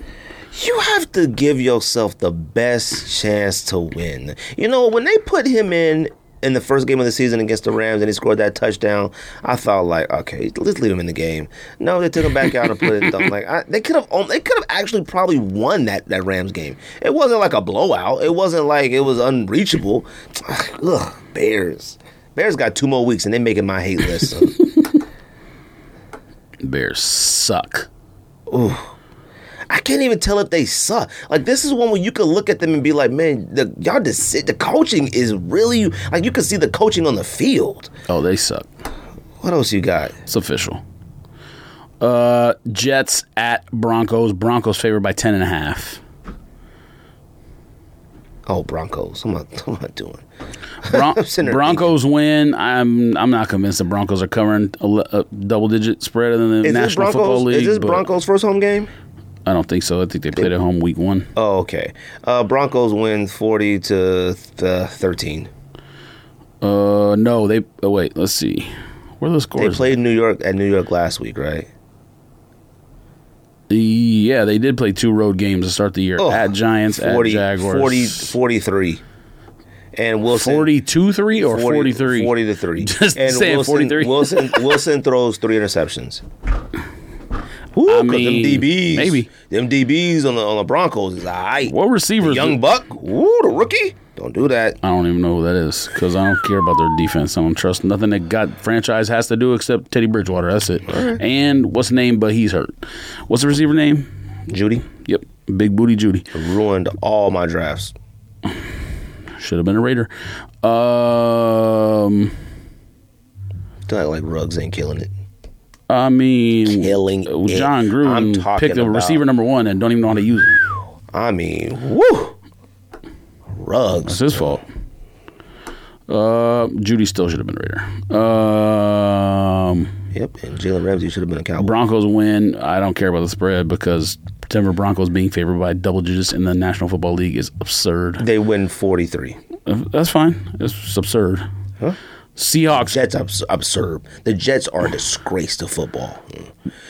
You have to give yourself the best chance to win. You know, when they put him in in the first game of the season against the Rams and he scored that touchdown, I thought like, okay, let's leave him in the game. No, they took him back out and put it down. Like I, they could have, they could have actually probably won that that Rams game. It wasn't like a blowout. It wasn't like it was unreachable. Ugh, Bears. Bears got two more weeks and they're making my hate list. So.
Bears suck.
I can't even tell if they suck. Like this is one where you could look at them and be like, man, the, y'all just sit. The coaching is really like you can see the coaching on the field.
Oh, they suck.
What else you got?
It's official. Uh, Jets at Broncos. Broncos favored by ten and a half.
Oh, Broncos. I'm not. I'm not doing.
Bron-
sitting there
Broncos win. I'm I'm not convinced the Broncos are covering a, le- a double digit spread in the
Is
National
this
Football
Broncos?
League.
is this
but
Broncos' first home game?
I don't think so. I think they played at home week one.
Oh, okay. Uh, Broncos win forty to th- thirteen.
Uh, no, they. Oh wait, let's see. Where are the
They
scores?
played New York at New York last week, right?
Yeah, they did play two road games to start the year
Ugh.
at Giants,
40,
at Jaguars.
40, 43. And Wilson
42 3 or 43?
40 to 3.
Just
and
saying,
Wilson,
43.
Wilson Wilson throws three interceptions. Ooh, 'cause
mean,
them DBs.
maybe.
Them DBs on the on the Broncos is all right.
What receivers?
Young Buck, ooh, the rookie. Don't do that.
I don't even know who that is because I don't care about their defense. I don't trust nothing that got franchise has to do except Teddy Bridgewater. That's it. And what's the name? But he's hurt. What's the receiver name?
Judy
Yep, Big Booty Judy.
ruined all my drafts.
Should have been a Raider. Um,
Don't act like Ruggs ain't killing it.
I mean,
Killing it.
John
I'm
Gruden
talking
picked a
about-
receiver number one and don't even know how to use him.
I mean, woo.
It's
Ruggs.
his fault. Uh, Judy still should have been Raider. Um,
Yep, and Jalen Ramsey should have been a Cowboy.
Broncos win. I don't care about the spread because Denver Broncos being favored by double digits in the National Football League is absurd.
They win 43.
Uh, That's fine. It's absurd.
Huh?
Seahawks.
Jets abs- absurd. The Jets are a disgrace to football.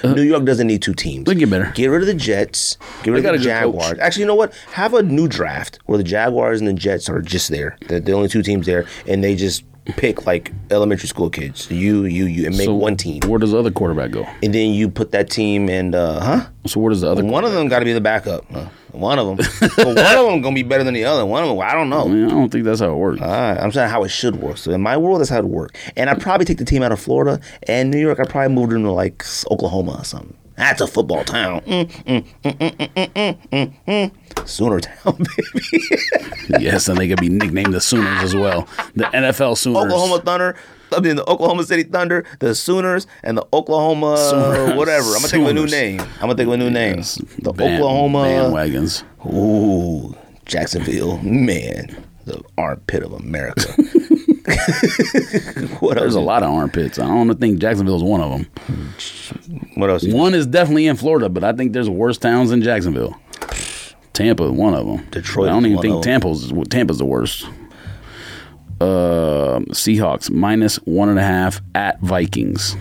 Mm. New York doesn't need two teams.
Uh-huh. They can get better.
Get rid of the Jets. Get rid
got
of
a
the
good
Jaguars.
coach.
Actually, you know what? Have a new draft where the Jaguars and the Jets are just there. They're the only two teams there, and they just pick like elementary school kids. You, you, you, and make
So
one team,
Where does the other quarterback go?
and then you put that team and uh, huh?
So where does the other?
One of them got to be the backup. Huh? One of them. but one of them gonna be better than the other. One of them. I don't
I,
know.
mean, I don't think that's how it works.
Ah, I'm saying how it should work. So in my world, that's how it work. And I probably take the team out of Florida and New York. I probably moved them to like s- Oklahoma or something. That's a football town. Mm, mm, mm, mm, mm, mm, mm, mm. Sooner town, baby.
yes, and they could be nicknamed the Sooners as well. The NFL Sooners.
Oklahoma Thunder. I mean, the Oklahoma City Thunder, the Sooners, and the Oklahoma
Sooners.
whatever. I'm gonna think of a new
Sooners.
name. I'm gonna think of a new name.
Yes,
The
band-
Oklahoma.
bandwagons.
Ooh, Jacksonville, man, the armpit of America. what else?
There's a lot of armpits. I don't think Jacksonville's one of them.
What else?
One is definitely in Florida, but I think there's worse towns in Jacksonville. Tampa, one of them.
Detroit
I don't
is
even
one
think
of 'em.
Tampa's Tampa's the worst. uh, Seahawks minus one and a half at Vikings.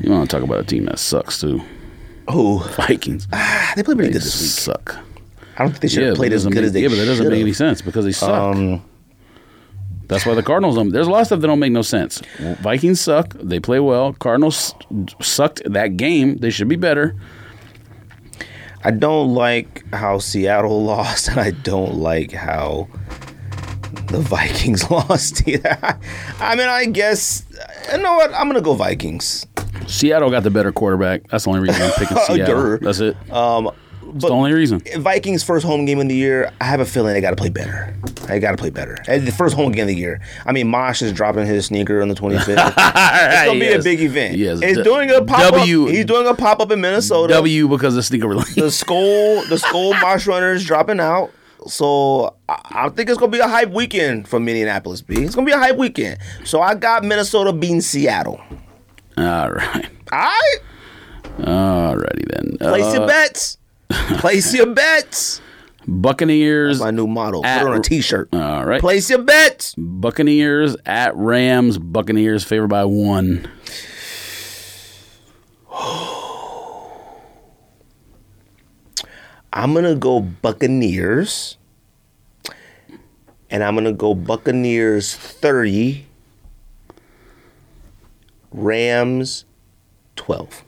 You want to talk about a team that sucks too?
Oh,
Vikings
they played pretty
they
good this week.
suck.
I don't think they should have
but
played
it
as
doesn't
good
make,
as they
yeah, but that doesn't make any
should've.
sense because they suck.
Um,
That's why the Cardinals don't. There's a lot of stuff that don't make no sense. Vikings suck. They play well. Cardinals sucked that game. They should be better.
I don't like how Seattle lost, and I don't like how the Vikings lost either. I mean, I guess you know what? I'm gonna go Vikings.
Seattle got the better quarterback. That's the only reason I'm picking Seattle.
Durr.
That's it.
Um,
That's the only reason.
Vikings first home game in the year. I have a feeling they got to play better. They got to play better. And the first home game of the year. I mean, Mosh is dropping his sneaker on the 25th. It's gonna be a big event.
Ah, Yes.
He's
D-
doing a pop
W-
up. He's doing a pop up in Minnesota.
W because of sneaker related.
the skull the skull marsh runner is dropping out so I, I think it's gonna be a hype weekend for minneapolis b it's gonna be a hype weekend so i got minnesota beating seattle
All right.
i
All righty then.
place
Uh,
your bets place your bets
Buccaneers.
my new model put
at-
it on a t-shirt
All right.
place your bets
Buccaneers at Rams. Buccaneers favored by one.
i'm gonna go buccaneers and i'm gonna go buccaneers 30 rams 12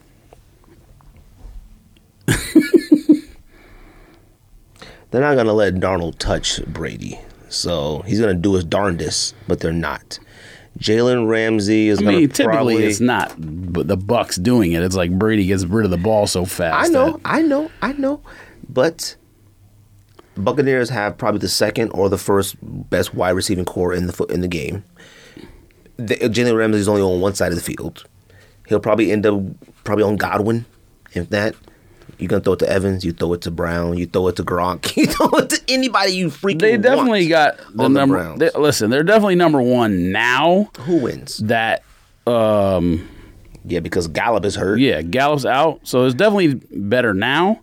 They're not gonna let Darnold touch Brady. So he's gonna do his darndest, but they're not. Jalen Ramsey is
I
gonna
mean, typically
probably.
it's not b- the Bucks doing it. It's like Brady gets rid of the ball so
I
fast.
know,
that-
I know, I know, but Buccaneers have probably the second or the first best wide receiving core in the fo- in the game. The, uh, Jalen Ramsey's only on one side of the field. He'll probably end up probably on Godwin, if that. You're gonna throw it to Evans, you throw it to Brown, you throw it to Gronk, you throw it to anybody you freaking.
they definitely
want.
got the
on the
number.
Browns.
they- listen, they're definitely number one now.
Who wins?
That um,
Yeah, because Gallup is hurt.
Yeah, Gallup's out, so it's definitely better now.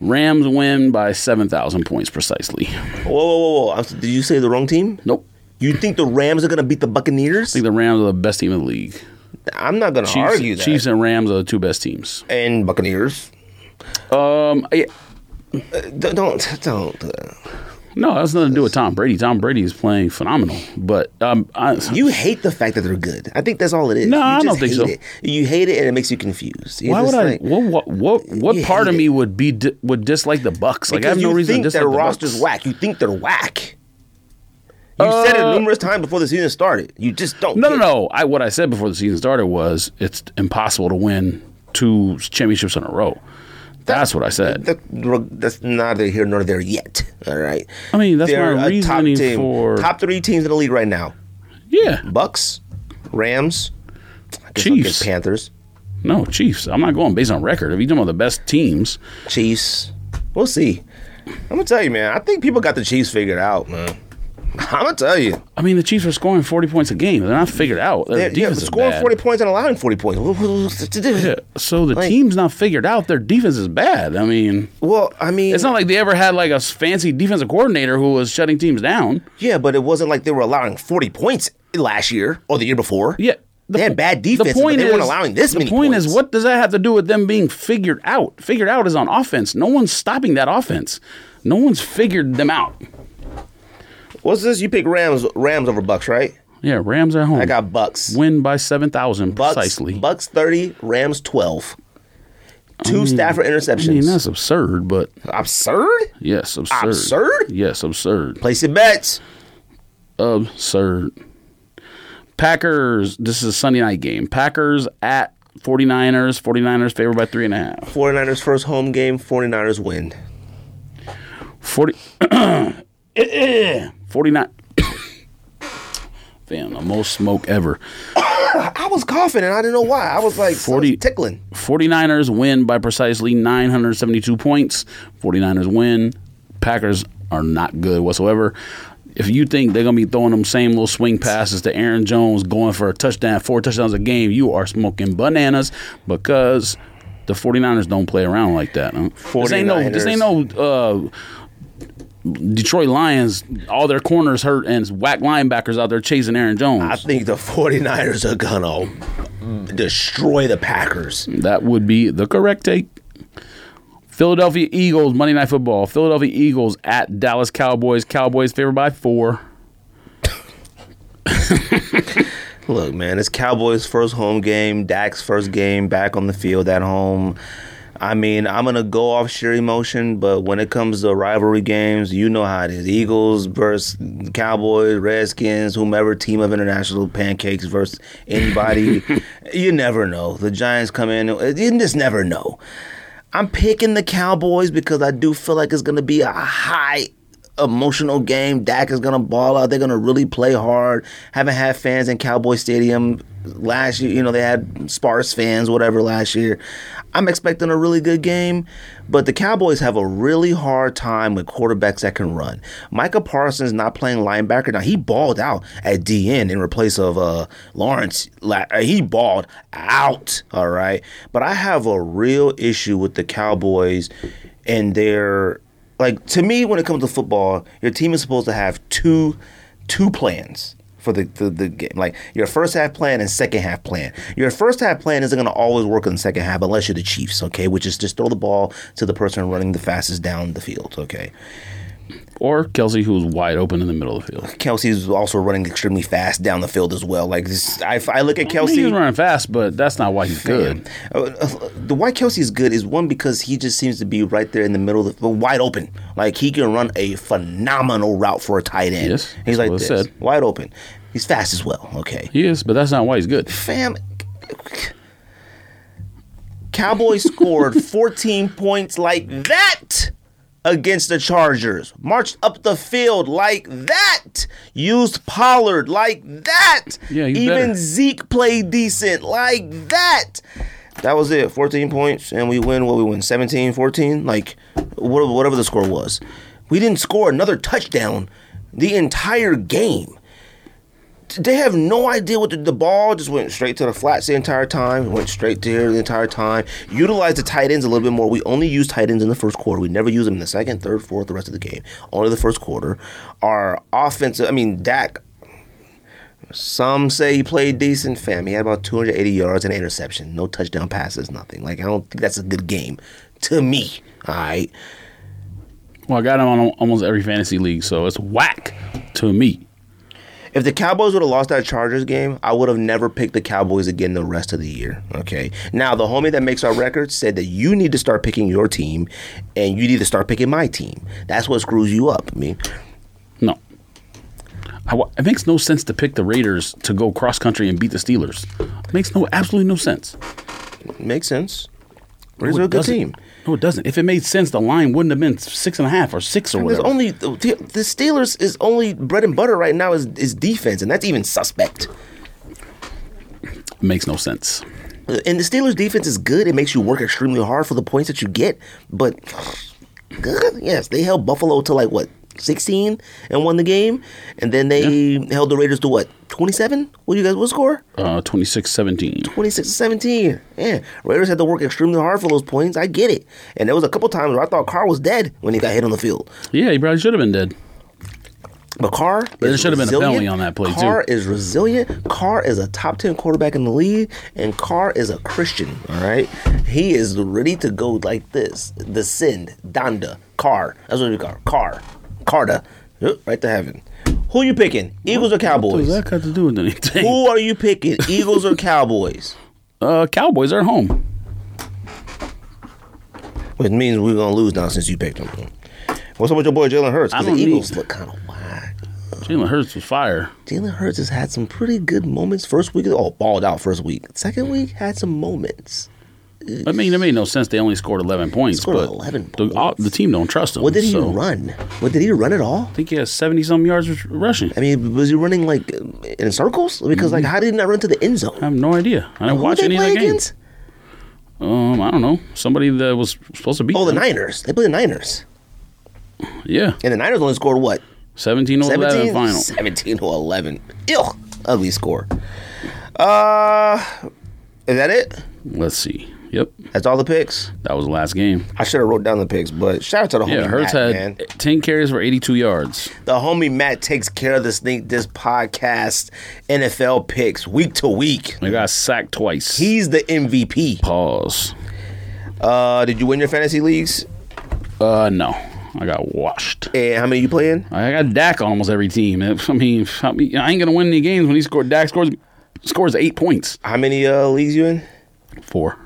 Rams win by seven thousand points precisely.
Whoa, whoa, whoa, whoa! I'm, did you say the wrong team?
Nope.
You think the Rams are gonna beat the Buccaneers?
I think the Rams are the best team in the league. Chiefs,
I'm not gonna argue that.
Chiefs and Rams are the two best teams.
and Buccaneers.
Um, I-
D- don't don't.
no, that's nothing to do with Tom Brady. Tom Brady is playing phenomenal, but um, I,
You hate the fact that they're good. I think that's all it is.
No,
You
I don't
just
think
hate
so.
It. You hate it, and it makes you confused. You're
why would
just
I?
like-
what what what, what
You
part of
hate
me would be di- would dislike the Bucks? Like I
because
have no
you
reason to
think
dislike
their
the
roster's
Bucks.
whack. You think they're whack. You said it numerous times before the season started. You just don't.
Uh, No, no,
get it.
no. I what I said before the season started was it's impossible to win two championships in a row. That's what I said.
That- that's neither here nor there yet. All right.
I mean, that's
They're
my
a top
reasoning
team.
for-
top three teams in the league right now:
yeah,
Bucks, Rams, I guess I'll
Chiefs.
get Panthers,
No, Chiefs. I'm not going based on record. If you're talking about the best teams,
Chiefs. We'll see. I'm gonna tell you, man. I think people got the Chiefs figured out, man. I'm gonna tell you.
I mean, the Chiefs are scoring 40 points a game. They're not figured out. Their
They're, yeah,
defense is
scoring
bad.
40 points and allowing 40 points. What- what- what's to do?
Yeah, so the
Like-
team's not figured out. Their defense is bad. I mean,
Well, I mean,
it's not like they ever had like a fancy defensive coordinator who was shutting teams down.
yeah, but it wasn't like they were allowing 40 points last year or the year before.
Yeah. the
they had
po-
bad defense,
The point
but they
is,
weren't allowing this
the
many
point
points.
is, what does that have to do with them being figured out? Figured out is on offense. No one's stopping that offense. No one's figured them out.
What's this? You pick Rams Rams over Bucks, right?
Yeah, Rams are at home.
I got Bucks.
win by 7,000
Bucks,
precisely.
Bucks 30, Rams 12. Two Stafford interceptions.
I mean, that's absurd, but
absurd?
yes, absurd.
Absurd?
Yes, absurd.
Place your bets.
Absurd. Packers, this is a Sunday night game. Packers at 49ers. 49ers favored by three and a half.
49ers first home game, 49ers win.
40. 49. Fam, the most smoke ever.
I was coughing and I didn't know why. I was like
40
40, tickling.
49ers win by precisely 972 points. 49ers win. Packers are not good whatsoever. If you think they're going to be throwing them same little swing passes to Aaron Jones going for a touchdown, four touchdowns a game, you are smoking bananas because the 49ers don't play around like that. Huh? This ain't no, this ain't no uh, Detroit Lions, all their corners hurt and whack linebackers out there chasing Aaron
I
Jones.
think the 49ers are gonna destroy the Packers.
that would be the correct take. Philadelphia Eagles, Monday Night Football. Philadelphia Eagles at Dallas Cowboys. Cowboys favored by four.
Look, man, it's Cowboys' first home game, Dak's first game back on the field at home. I mean, I'm gonna go off sheer emotion, but when it comes to rivalry games, you know how it is: Eagles versus Cowboys, Redskins, whomever team of international pancakes versus anybody. you never know. The Giants come in; you just never know. I'm picking the Cowboys because I do feel like it's going to be a high emotional game. Dak is going to ball out. They're going to really play hard. Haven't had fans in Cowboy Stadium last year. You know, they had sparse fans, whatever, last year. I'm expecting a really good game, but the Cowboys have a really hard time with quarterbacks that can run. Micah Parsons not playing linebacker. Now, he balled out at DN in replace of uh, Lawrence. La- uh, He balled out, all right? But I have a real issue with the Cowboys and their like to me when it comes to football your team is supposed to have two two plans for the, the, the game like your first half plan and second half plan your first half plan isn't going to always work in the second half unless you're the chiefs okay which is just throw the ball to the person running the fastest down the field okay
Or Kelsey, who was wide open in the middle of the field.
kelsey's also running extremely fast down the field as well like this i, I look at
I mean,
kelsey
he was running fast, but that's not why he's good.
Uh, uh, The why Kelsey is good is one because he just seems to be right there in the middle of the wide open. Like he can run a phenomenal route for a tight end.
Yes,
he's
that's
like
what
this,
it said.
wide open. He's fast as well. Okay,
He is, but that's not why he's good.
fam. Cowboys scored 14 points like that against the Chargers. Marched up the field like that. Used Pollard like that.
Yeah, you
Even
better.
Zeke played decent like that. That was it. 14 points and we win what we win 17 14 like wha- whatever the score was. We didn't score another touchdown the entire game they have no idea what the, the ball just went straight to the flats the entire time, went straight there the entire time. Utilized the tight ends a little bit more. We only used tight ends in the first quarter. We never used them in the second, third, fourth, the rest of the game. Only the first quarter. Our offensive, I mean, Dak. Some say he played decent. Fam, he had about 280 yards and an interception. No touchdown passes, nothing. Like I don't think that's a good game, to me. All right.
Well, I got him on al- almost every fantasy league, so it's whack to me.
If the Cowboys would have lost that Chargers game, I would have never picked the Cowboys again the rest of the year. Okay. Now the homie that makes our record said that you need to start picking your team, and you need to start picking my team. That's what screws you up. I mean,
No. I wa- it makes no sense to pick the Raiders to go cross country and beat the Steelers. It makes no absolutely no sense.
makes sense.
No,
Raiders
it
are a good
doesn't.
team.
No, it doesn't. If it made sense, the line wouldn't have been six and a half or six or
There's
whatever.
only the the Steelers is only bread and butter right now is is defense, and that's even suspect.
it makes no sense.
And the Steelers defense is good. It makes you work extremely hard for the points that you get. But good, yes, they held Buffalo to like what sixteen and won the game, and then they held the Raiders to what twenty seven. What do you guys what score?
Uh, 26-17.
26-17. Yeah, Raiders had to work extremely hard for those points. I get it. And there was a couple times where I thought Carr was dead when he got hit on the field.
Yeah, he probably should have been dead.
But Carr,
There
is
should have been a
resilient.
penalty on that play, too.
Carr is resilient. Carr is a top ten quarterback in the league, and Carr is a Christian. All right, he is ready to go like this. Descend, Donda, Carr. That's what we call Carr, Carda, Yep, right to heaven. Who you picking? Eagles or
What does
Cowboys?
that got to do with anything?
Who are you picking? Eagles or Cowboys?
Uh, Cowboys are at home.
Which means we're gonna lose now since you picked them. What's up with your boy Jalen Hurts?
I
Because the
don't
Eagles
need-
look kind of wide.
Jalen Hurts was fire.
Jalen Hurts has had some pretty good moments. First week, oh, balled out first week. Second week, had some moments.
I mean, it made no sense. They only scored 11 points.
Scored
but
11
The, all, the team don't trust him.
What did he
so-
run? What did he run at all?
I think he has 70-something yards r- rushing.
I mean, was he running like in circles? Because like, how did he not run to the end
I
zone?
have no idea. I didn't
Who
Mm-hmm. watch
they
any of
play
the games. Um, I don't know. Somebody that was supposed to beat
Oh, the
them.
Niners. They played the Niners,
Yeah.
and the Niners only scored what
17 11
17,
final.
17 or eleven. Ugh, ugly score. Uh, is that it?
Let's see. Yep,
That's all the picks.
that was the last game.
I should have wrote down the picks, but shout out to the homie
Yeah, Hurts
Matt, man.
had ten carries for eighty-two yards.
The homie Matt takes care of this thing, this podcast, NFL picks week to week.
They got sacked twice.
He's the MVP.
Pause.
Uh, did you win your fantasy leagues?
Uh, no, I got washed.
And how many you playing?
I got Dak on almost every team. I mean, I mean, I ain't gonna win any games when he scored. Dak scores scores eight points.
How many uh, leagues you in?
Four.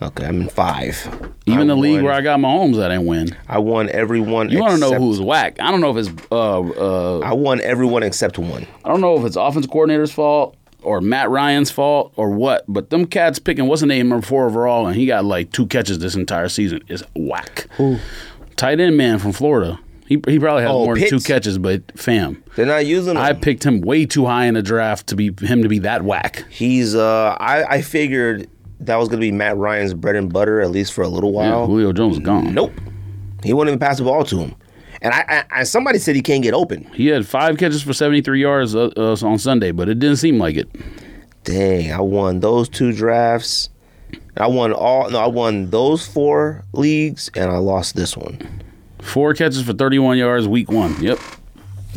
Okay, I'm in five.
Even
I
the league
won-
where I got Mahomes, I didn't win.
I won everyone.
You want to know
except-
who's whack? I don't know if it's uh, uh,
I won everyone except one.
I don't know if it's offense coordinator's fault or Matt Ryan's fault or what, but them cats picking what's the name number four overall, and he got like two catches this entire season is whack. Tight end man from Florida. He, he probably has
Oh,
more than
Pitts.
two catches, but fam,
They're not using him.
I picked him way too high in the draft to be him to be that whack.
He's. Uh, I I figured that was gonna be Matt Ryan's bread and butter at least for a little
Yeah,
while.
Julio Jones is gone.
Oh. Nope. He wouldn't even pass the ball to him. And I, I, I somebody said he can't get open.
He had five catches for 73 yards uh, uh, on Sunday, but it didn't seem like it.
Dang, I won those two drafts. I won all no, I won those four leagues and I lost this one.
Four catches for 31 yards week one. Yep,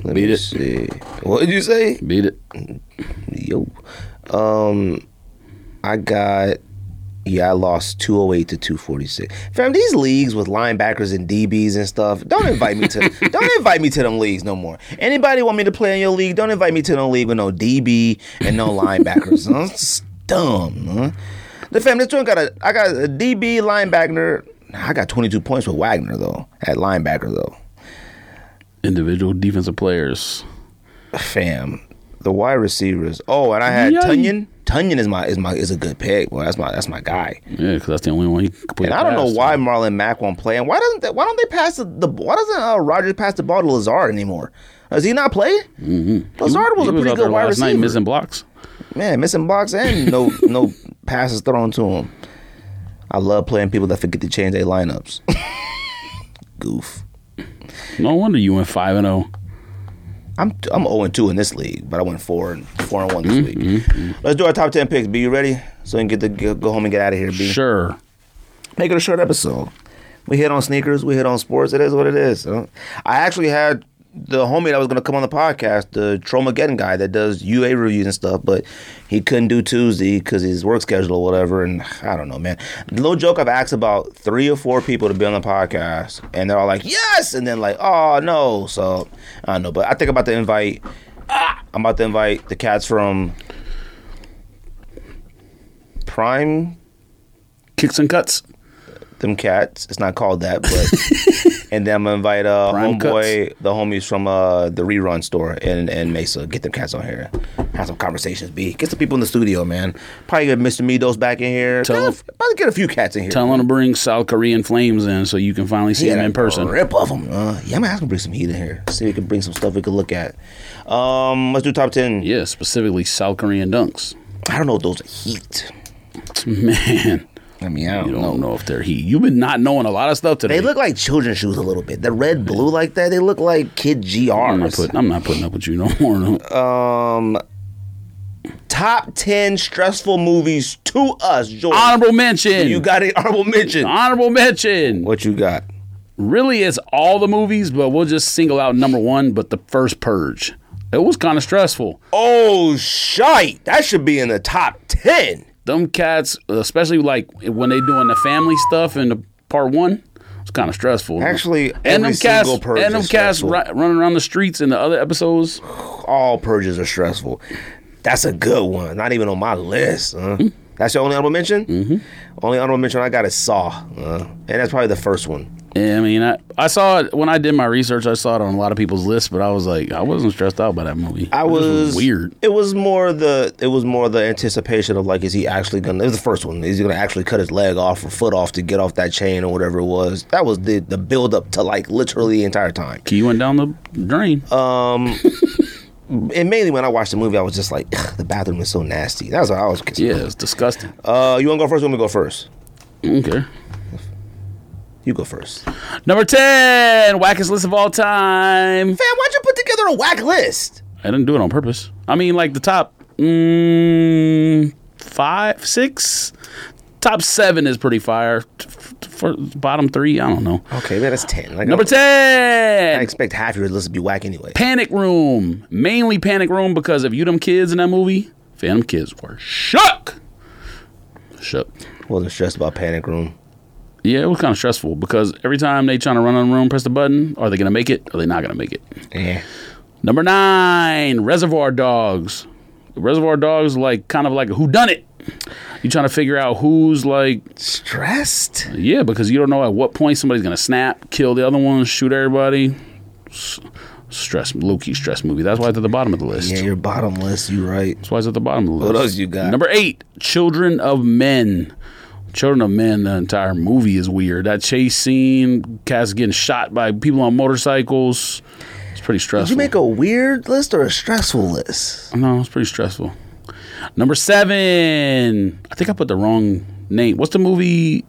Let
Beat
me
it.
see. What did you say?
beat it.
Yo. Um I got yeah, I lost 208 to 246. Fam, these leagues with linebackers and DBs and stuff, don't invite me to don't invite me to them leagues no more. Anybody want me to play in your league? Don't invite me to no league with no DB and no linebackers. Huh? It's dumb, huh? The fam, this one got a I got a DB linebacker. I got 22 points with Wagner though, at linebacker though.
Individual defensive players.
Fam, the wide receivers. Oh, and I had
Yeah.
Tunyon. Tunyon is my is my is a good pick. Well, that's my that's my guy.
Yeah, because that's the only one he
And
completed.
I don't know
pass.
why Marlon Mack won't play. And why doesn't that, why don't they pass the, the why doesn't uh, Rogers pass the ball to Lazard anymore? Does he not play? Mm-hmm. Lazard was
He
a pretty
out
good
there
wide
last
receiver.
night missing blocks.
Man, missing blocks and no no passes thrown to him. I love playing people that forget to change their lineups. Goof.
No wonder you went five and oh. zero.
I'm I'm 0 and 2 in this league, but I went 4 and 4 and 1 this week. Let's do our top 10 picks. B, you ready? So we can get the go go home and get out of here, B.
Sure.
Make it a short episode. We hit on sneakers, we hit on sports. It is what it is. huh? I actually had the homie that was going to come on the podcast, the Tromageddon guy that does UA reviews and stuff, but he couldn't do Tuesday because his work schedule or whatever. And I don't know, man. No joke, I've asked about three or four people to be on the podcast, and they're all like, yes! And then, like, oh, no. So I don't know, but I think I'm about to invite. I'm about to invite the cats from Prime
Kicks and cuts.
them cats. It's not called that, but and then I'm gonna invite uh
Prime
homeboy, the homies from uh the rerun store and and Mesa. Get them cats on here. Have some conversations, B. Get some people in the studio, man. Probably get Mr. Midos back in here.
Tell
Get a-
him-
probably get a few cats in here.
Tell him to bring South Korean flames in so you can finally see
Get
him
a
in person.
Rip of them. Uh, yeah, I'm gonna have to bring some heat in here. See if we can bring some stuff we can look at. Um, let's do top ten.
Yeah, specifically South Korean dunks.
I don't know if those are heat.
Man,
I mean, I
you don't know if they're heat. You've been not knowing a lot of stuff today.
They look like children's shoes a little bit. They're red, blue like that. They look like kid GRs.
I'm not, putting, I'm not putting up with you no more. No.
um top 10 stressful movies to us Jordan.
honorable mention.
you got an honorable mention
honorable mention.
what you got
Really, it's all the movies, but we'll just single out number one. But the first Purge, it was kind of stressful.
oh shite that should be in the top 10
them cats, especially like when they doing the family stuff in the part one, it's kind of stressful.
Actually,
and them
every
cats,
single purge
and them
is
cats
stressful.
ri- running around the streets in the other episodes.
all purges are stressful that's a good one not even on my list huh? that's your only honorable mention mm-hmm. only honorable mention I got is Saw uh, and that's probably the first one
Yeah, I mean, I, I saw it when I did my research. I saw it on a lot of people's lists, but I was like, I wasn't stressed out by that movie.
I
It just
was
weird.
It was more the it was more the anticipation of like, is he actually gonna? It was the first one. Is he gonna actually cut his leg off or foot off to get off that chain or whatever it was? That was the the build up to like literally the entire time.
Key went down the drain.
Uh, And mainly when I watched the movie, I was just like, "Ugh, the bathroom is so nasty. That's what I was. Concerned.
yeah, it's disgusting.
Uh, you wanna go first? Want me to go first?
Okay.
You go first. Fam,
Number ten, wackest list of all time.
why'd you put together a whack list?
I didn't do it on purpose. I mean, like the top mm, five, six, top seven is pretty fire. T- f- For bottom three, I don't know.
Okay, man, that's ten. Like,
Number
I- I
ten,
expect half your list to be whack anyway.
Panic Room. Mainly Panic Room because if you them kids in that movie, Phantom kids were shook. Shook.
Wasn't stressed about Panic Room.
Yeah, it was kind of stressful because every time they trying to run on the room, press the button. Are they gonna make it? Are they not gonna make it?
Yeah.
Number nine, Reservoir Dogs. Reservoir Dogs, like kind of like who done it. You trying to figure out who's like
Stressed?
yeah, because you don't know at what point somebody's gonna snap, kill the other one, shoot everybody. S- Stress, low key stress movie. That's why it's at the bottom of the list.
Yeah, you're bottomless. You right.
That's why it's at the bottom of the list.
What else you got?
Number eight, Children of Men. Children of Men, the entire movie is weird. That chase scene, cats getting shot by people on motorcycles. It's pretty stressful.
Did you make a weird list or a stressful list?
No, it's pretty stressful. Number seven. I think I put the wrong name. What's the movie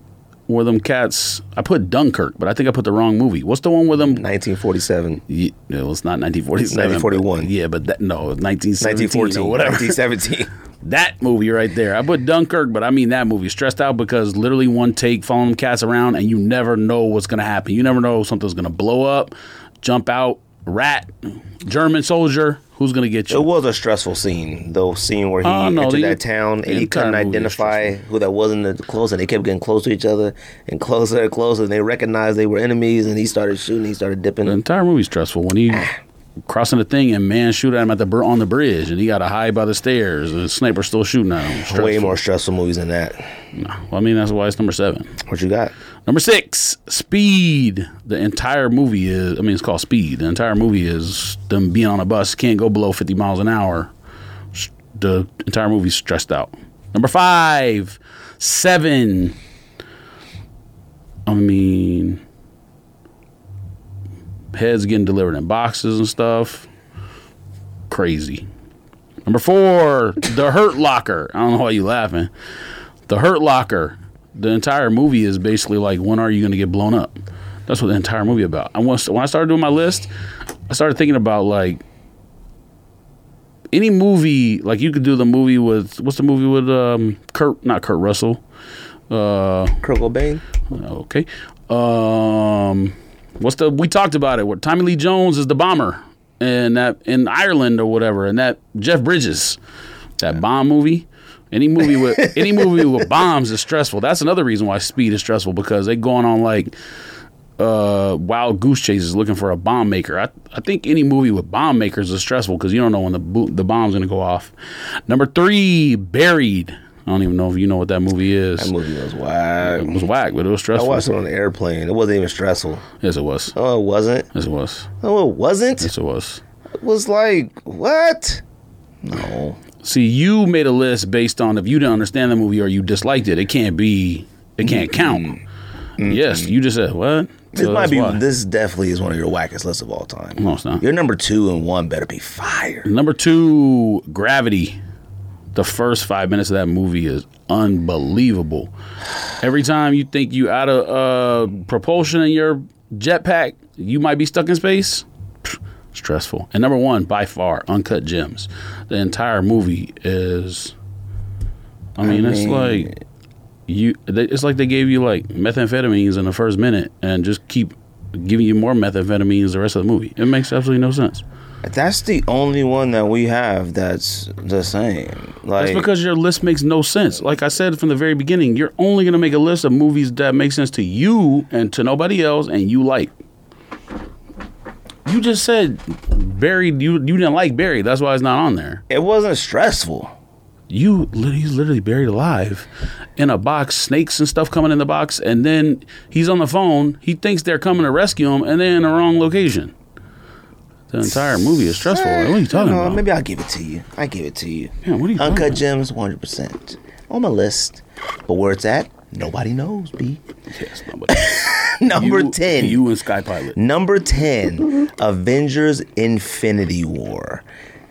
where them cats? I put Dunkirk, but I think I put the wrong movie. What's the one with them?
1947,
Ye- No, it's not 1947.
1941.
Yeah, but that, no, 1917
1914,
or whatever.
1917.
That movie right there. I put Dunkirk, but I mean that movie. Stressed out because literally one take, following them cats around, and you never know what's going to happen. You never know if something's going to blow up, jump out, rat, German soldier. Who's going to get you?
It was a stressful scene, the scene where he
Oh, no,
entered
the-
that town
the
and he
entire
couldn't
movie is
identify who that was in the close, and they kept getting close to each other and closer and closer, and they recognized they were enemies, and he started shooting, he started dipping.
The entire movie's stressful when he crossing the thing and man shoot at him at the br- on the bridge and he got to hide by the stairs and the sniper still shooting at him. Stressful.
Way more stressful movies than that.
Well, I mean that's why it's number seven.
What you got?
Number six, Speed. The entire movie is. I mean it's called Speed. The entire movie is them being on a bus can't go below fifty miles an hour. S- The entire movie's stressed out. Number five, seven. I mean, heads getting delivered in boxes and stuff. Crazy. Number four, The Hurt Locker. I don't know why you laughing. The Hurt Locker. The entire movie is basically like, when are you going to get blown up? That's what the entire movie about. I was, when I started doing my list, I started thinking about like any movie. Like you could do the movie with what's the movie with um Kurt? Not Kurt Russell.
Kurt Cobain?
Okay. Um, what's the? We talked about it. Where Tommy Lee Jones is the bomber, and that in Ireland or whatever, and that Jeff Bridges, that bomb movie. Any movie with any movie with bombs is stressful. That's another reason why Speed is stressful because they going on like uh, wild goose chases looking for a bomb maker. I, I think any movie with bomb makers is stressful because you don't know when the bo- the bomb's gonna go off. Number three, Buried. I don't even know if you know what that movie is.
That movie was wild.
it was whack, but it was
I
stressful.
watched it on the airplane. It wasn't even stressful.
Yes, it was.
Oh, it wasn't.
Yes, it was.
Oh, it wasn't.
Yes, it was.
It was like what? No.
See, you made a list based on if you didn't understand the movie or you disliked it. It can't be. It can't count. Yes, you just said what?
This Mm-hmm.
So
might
that's
be.
why.
This definitely is one of your wackest lists of all time.
No, it's not.
Your number two and one better be fire.
Number two, Gravity. The first five minutes of that movie is unbelievable. Every time you think you out of uh, propulsion in your jetpack, you might be stuck in space. Pfft, Stressful. And number one, by far, Uncut Gems. The entire movie is. I mean, it's
mean-
like you. They, it's like they gave you like methamphetamines in the first minute, and just keep giving you more methamphetamines the rest of the movie. It makes absolutely no sense.
That's the only one that we have that's the same. Like
That's because your list makes no sense. Like I said from the very beginning, you're only gonna make a list of movies that make sense to you and to nobody else, and you like. You just said buried. You you didn't like buried. That's why it's not on there.
it wasn't stressful.
You lit- he's literally buried alive in a box, snakes and stuff coming in the box, and then he's on the phone. He thinks they're coming to rescue him, and they're in the wrong location. The entire movie is stressful. What are you talking
Eh, No,
about? Mm.
Maybe I'll give it to you. I give it to you.
Yeah, what are you talking
Uncut
about?
Gems, one hundred percent on my list. But where it's at, nobody knows. B
Yes, nobody-
number
you,
ten.
You and Sky Pilot.
Number 10, Avengers Infinity War.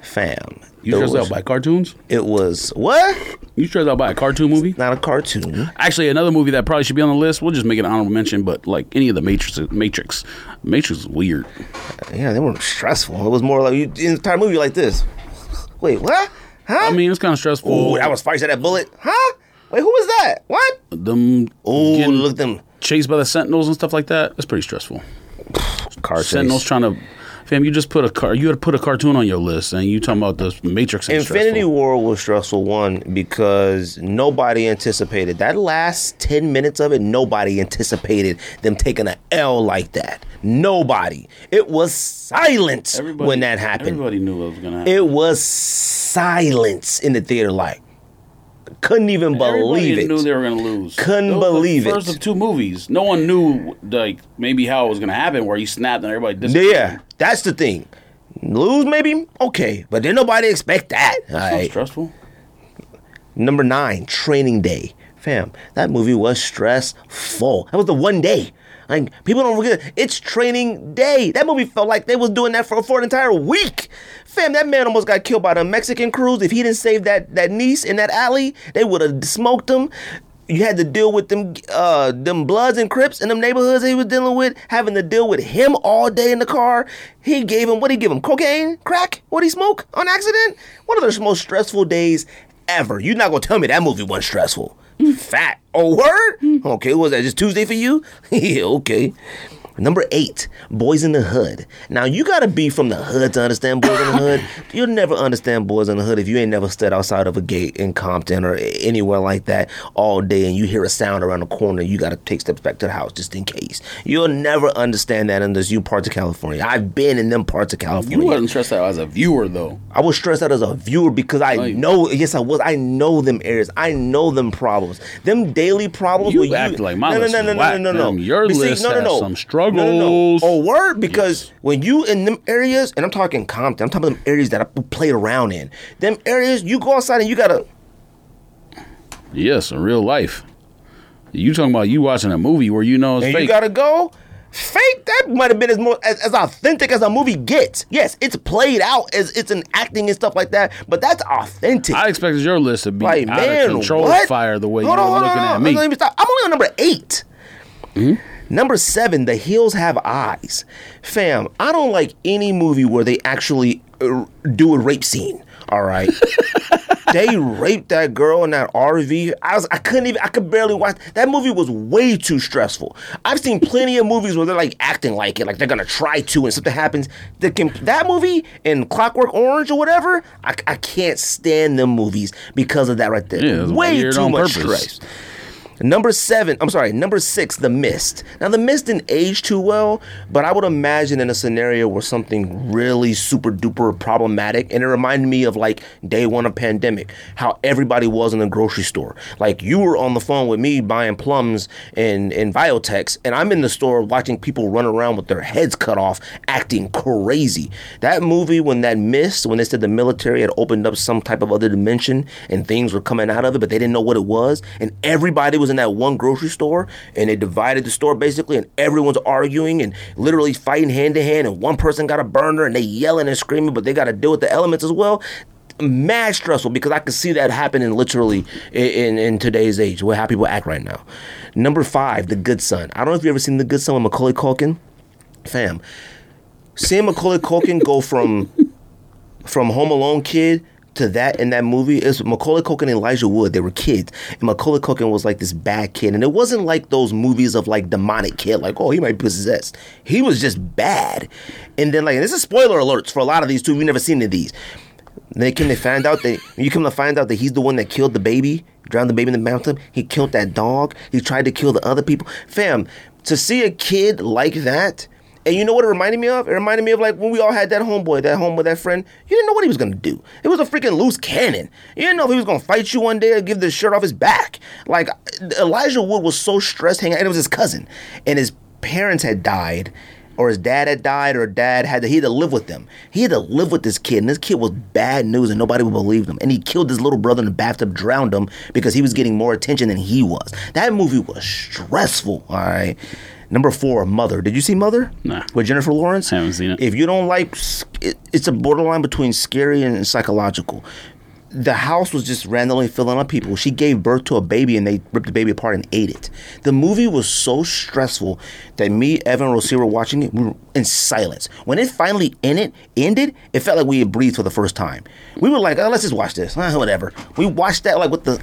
Fam.
You
it
stressed
was,
out by cartoons?
It was what?
You stressed out by a cartoon movie?
Not a cartoon.
Actually, another movie that probably should be on the list. We'll just make it an honorable mention, but like any of the Matrix, Matrix, Matrix is weird.
Yeah, they weren't stressful. It was more like you, the entire movie like this. Wait, what? Huh?
I mean, it's kind of stressful.
Ooh, that was fire. You said that bullet? Huh? Wait, who was that? What?
Them
Ooh,
getting
look at them
chased by the sentinels and stuff like that. That's pretty stressful.
car
Sentinels
chase.
trying to, fam. You just put a car. You had to put a cartoon on your list, and you talking about the Matrix. And
Infinity
stressful.
War was stressful one because nobody anticipated that last ten minutes of it. Nobody anticipated them taking a L like that. Nobody. It was silence when that happened.
Everybody knew what was gonna happen.
It was silence in the theater. Like couldn't even believe
Everybody
it.
knew they were gonna lose.
Couldn't
That was the
believe it.
First of two movies, no one knew like maybe how it was gonna happen. Where he snapped and everybody disappeared.
Yeah, that's the thing. Lose maybe okay, but then nobody expect that. All
Sounds
right.
stressful.
Number nine, Training Day. Fam, that movie was stressful. That was the one day. Like people don't forget, it's Training Day. That movie felt like they was doing that for, for an entire week. Fam, that man almost got killed by the Mexican crews. If he didn't save that that niece in that alley, they would have smoked him. You had to deal with them uh, them Bloods and Crips in them neighborhoods that he was dealing with, having to deal with him all day in the car. He gave him what did he give him? Cocaine, crack? What did he smoke on accident? One of the most stressful days ever. You're not gonna tell me that movie wasn't stressful. You fat. Oh word? Okay, was that just Tuesday for you? yeah, okay. Number eight, Boys in the Hood. Now you gotta be from the hood to understand Boys in the Hood. You'll never understand Boys in the Hood if you ain't never stood outside of a gate in Compton or a- anywhere like that all day and you hear a sound around the corner, you gotta take steps back to the house just in case. You'll never understand that unless you parts of California. I've been in them parts of California.
You wasn't stressed out as a viewer though.
I was stressed out as a viewer because I know, yes, I was. I know them areas. I know them problems. Them daily problems.
You
where
act like my
no,
list
no, no,
is
no, no,
whack,
no, no,
man.
no.
Your
But
list has some struggles.
Oh, word! Because when you in them areas, and I'm talking Compton, I'm talking them areas that I played around in. Them areas, you go outside and you gotta.
Yes, in real life. You talking about you watching a movie where you know it's
and
fake?
you gotta go. Fake that might have been as more as, as authentic as a movie gets. Yes, it's played out as it's an acting and stuff like that, but that's authentic.
I expected your list to be
like
out
man,
of control
what?
fire the way
Hold
you
on,
were
hold on,
looking
hold
at
on.
me. Hmm?
Let stop. I'm only on number 8 Number seven, the hills have eyes, fam. I don't like any movie where they actually uh, do a rape scene. All right, they raped that girl in that RV. I was, I couldn't even, I could barely watch. That movie was way too stressful. I've seen plenty of movies where they're like acting like it, like they're gonna try to, and something happens. That can that movie and Clockwork Orange or whatever. I, I can't stand them movies because of that right there.
Yeah, it was
way
weird
too
on
much
purpose.
stress. Number seven, I'm sorry, number six, The Mist. Now, The Mist didn't age too well, but I would imagine in a scenario where something really super duper problematic, and it reminded me of like day one of pandemic, how everybody was in the grocery store. Like you were on the phone with me buying plums and, and Viotex, and I'm in the store watching people run around with their heads cut off, acting crazy. That movie, when that mist, when they said the military had opened up some type of other dimension and things were coming out of it, but they didn't know what it was, and everybody was in that one grocery store, and they divided the store basically, and everyone's arguing and literally fighting hand to hand, and one person got a burner, and they yelling and screaming, but they got to deal with the elements as well. Mad stressful because I could see that happening literally i- in, in, today's age, where how people act right now. Number five, The Good Son. I don't know if you've ever seen The Good Son with Macaulay Culkin. Fam, seeing Macaulay Culkin go from from Home Alone kid to that in that movie is Macaulay Culkin and Elijah Wood. They were kids, and Macaulay Culkin was like this bad kid, and it wasn't like those movies of like demonic kid, like oh he might be possessed. He was just bad, and then like and this is spoiler alerts for a lot of these too. We've never seen any of these. They came to find out that you come to find out that he's the one that killed the baby, drowned the baby in the mountain. He killed that dog. He tried to kill the other people. Fam, to see a kid like that, and you know what it reminded me of? It reminded me of like when we all had that homeboy, that homeboy, that friend. You didn't know what he was gonna do. It was a freaking loose cannon. You didn't know if he was gonna fight you one day or give the shirt off his back. Like Elijah Wood was so stressed hanging out, and it was his cousin, and his parents had died or his dad had died, or dad had to, he had to live with them. He had to live with this kid, and this kid was bad news, and nobody would believe him. And he killed his little brother in the bathtub, drowned him because he was getting more attention than he was. That movie was stressful. All right. Number four, Mother. Did you see Mother?
Nah.
With Jennifer Lawrence.
Haven't seen it.
If you don't like, s- it, it's a borderline between scary and psychological. The house was just randomly filling up people. She gave birth to a baby and they ripped the baby apart and ate it. The movie was so stressful that me, Evan, and Rosie were watching it we were in silence. When it finally in it ended, it felt like we had breathed for the first time. We were like, oh, let's just watch this. Ah, whatever. We watched that like with the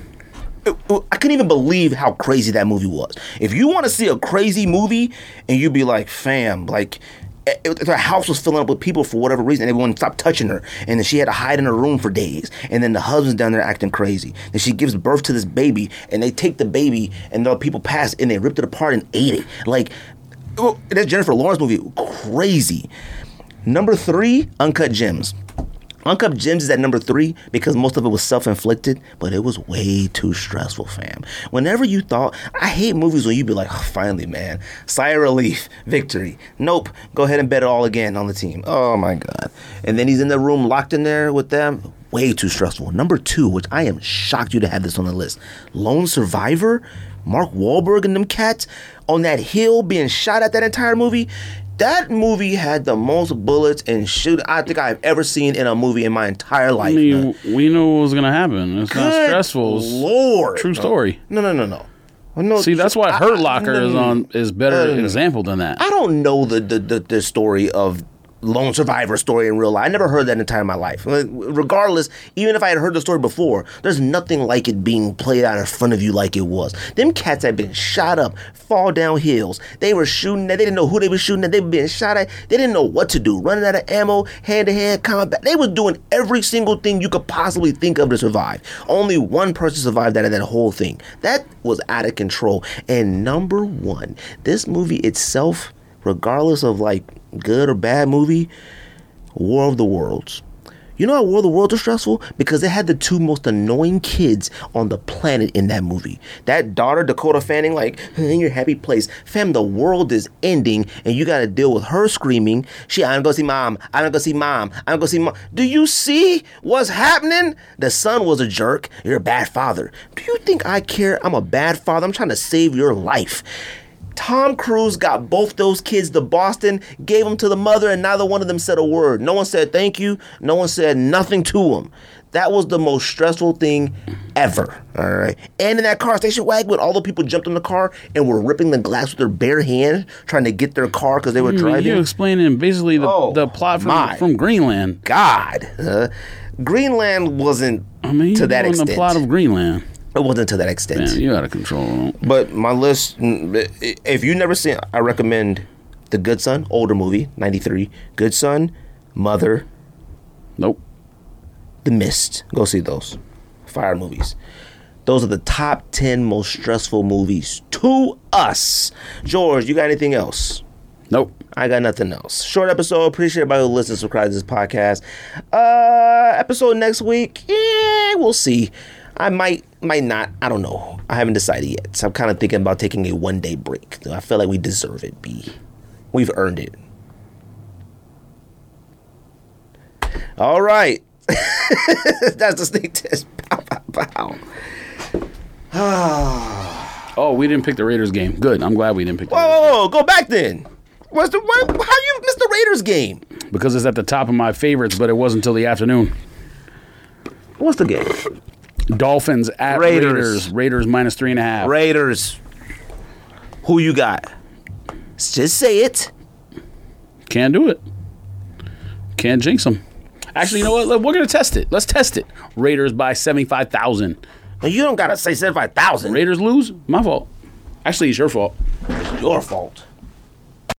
I couldn't even believe how crazy that movie was. If you want to see a crazy movie and you'd be like, fam, like it- it- her house was filling up with people for whatever reason, and everyone stopped touching her, and then she had to hide in her room for days, and then the husband's down there acting crazy. Then she gives birth to this baby, and they take the baby, and the people pass, and they ripped it apart and ate it. Like well, that Jennifer Lawrence movie, crazy. Number three, Uncut Gems. Uncut Gems is at number three because most of it was self inflicted, but it was way too stressful, fam. Whenever you thought, I hate movies when you be like, oh, finally, man, sigh of relief, victory. Nope, go ahead and bet it all again on the team. Oh my God. And then he's in the room locked in there with them. Way too stressful. Number two, which I am shocked you to have this on the list Lone Survivor, Mark Wahlberg and them cats on that hill being shot at that entire movie. That movie had the most bullets and shoot I think I've ever seen in a movie in my entire
I
life. man.
mean, we knew what was gonna happen. It's not
Good
stressful. It's
Lord.
True story.
No, no, no, no. Well, no
See, that's why
I-
Hurt
I-
Locker
no,
is
no, no.
on is better example than that.
I don't know the the, the the story of lone survivor story in real life. I never heard that in the time of my life. Like, Regardless, even if I had heard the story before, there's nothing like it being played out in front of you like it was. Them cats had been shot up, fall down hills. They were shooting at, they didn't know who they were shooting at, they were being shot at, they didn't know what to do, running out of ammo, hand to hand combat. They was doing every single thing you could possibly think of to survive. Only one person survived out of that whole thing. That was out of control. And number one, this movie itself regardless of like good or bad movie, War of the Worlds. You know how War of the Worlds are stressful? Because they had the two most annoying kids on the planet in that movie. That daughter, Dakota Fanning, like, in your happy place. Fam, the world is ending, and you gotta deal with her screaming. She, I'm gonna go see mom. I'm gonna go see mom. I'm gonna go see mom. Do you see what's happening? The son was a jerk. You're a bad father. Do you think I care? I'm a bad father. I'm trying to save your life. Tom Cruise got both those kids to Boston, gave them to the mother, and neither one of them said a word. No one said thank you. No one said nothing to them. That was the most stressful thing ever. All right. And in that car station wagon, when all the people jumped in the car and were ripping the glass with their bare hand, trying to get their car because they were
I mean,
driving.
you explaining basically the,
Oh,
the plot
my.
from, from Greenland.
God. Uh, Greenland wasn't
I mean,
to
you're
that
doing
extent.
the plot of Greenland.
it wasn't to that extent.
Man, you out of control.
But my list, mm, i- if you never seen, I recommend The Good Son, older movie, '93. Good Son, Mother,
Nope.
The Mist. Go see those. Fire movies. Those are the top ten most stressful movies to us. George, you got anything else?
Nope.
I got nothing else. Short episode. Appreciate everybody who listens, subscribes to this podcast. Uh, episode next week. Yeah, we'll see. I might, might not. I don't know. I haven't decided yet. So I'm kind of thinking about taking a one day break. I feel like we deserve it. B, we've earned it. All right. That's the sneak test. Pow, pow, pow.
Oh, we didn't pick the Raiders game. Good. I'm glad we didn't pick. The
Whoa,
Raiders.
whoa, whoa, go back then. What's the what, how you missed the Raiders game?
Because it's at the top of my favorites, but it wasn't until the afternoon.
What's the game?
Dolphins at
Raiders.
Raiders. Raiders. minus three and a half.
Raiders. Who you got? Just say it.
Can't do it. Can't jinx them. Actually, you know what? Look, We're gonna test it. Let's test it. Raiders by seventy-five thousand.
And you don't gotta say seventy-five thousand.
Raiders lose. My fault. Actually, it's your fault.
It's your fault.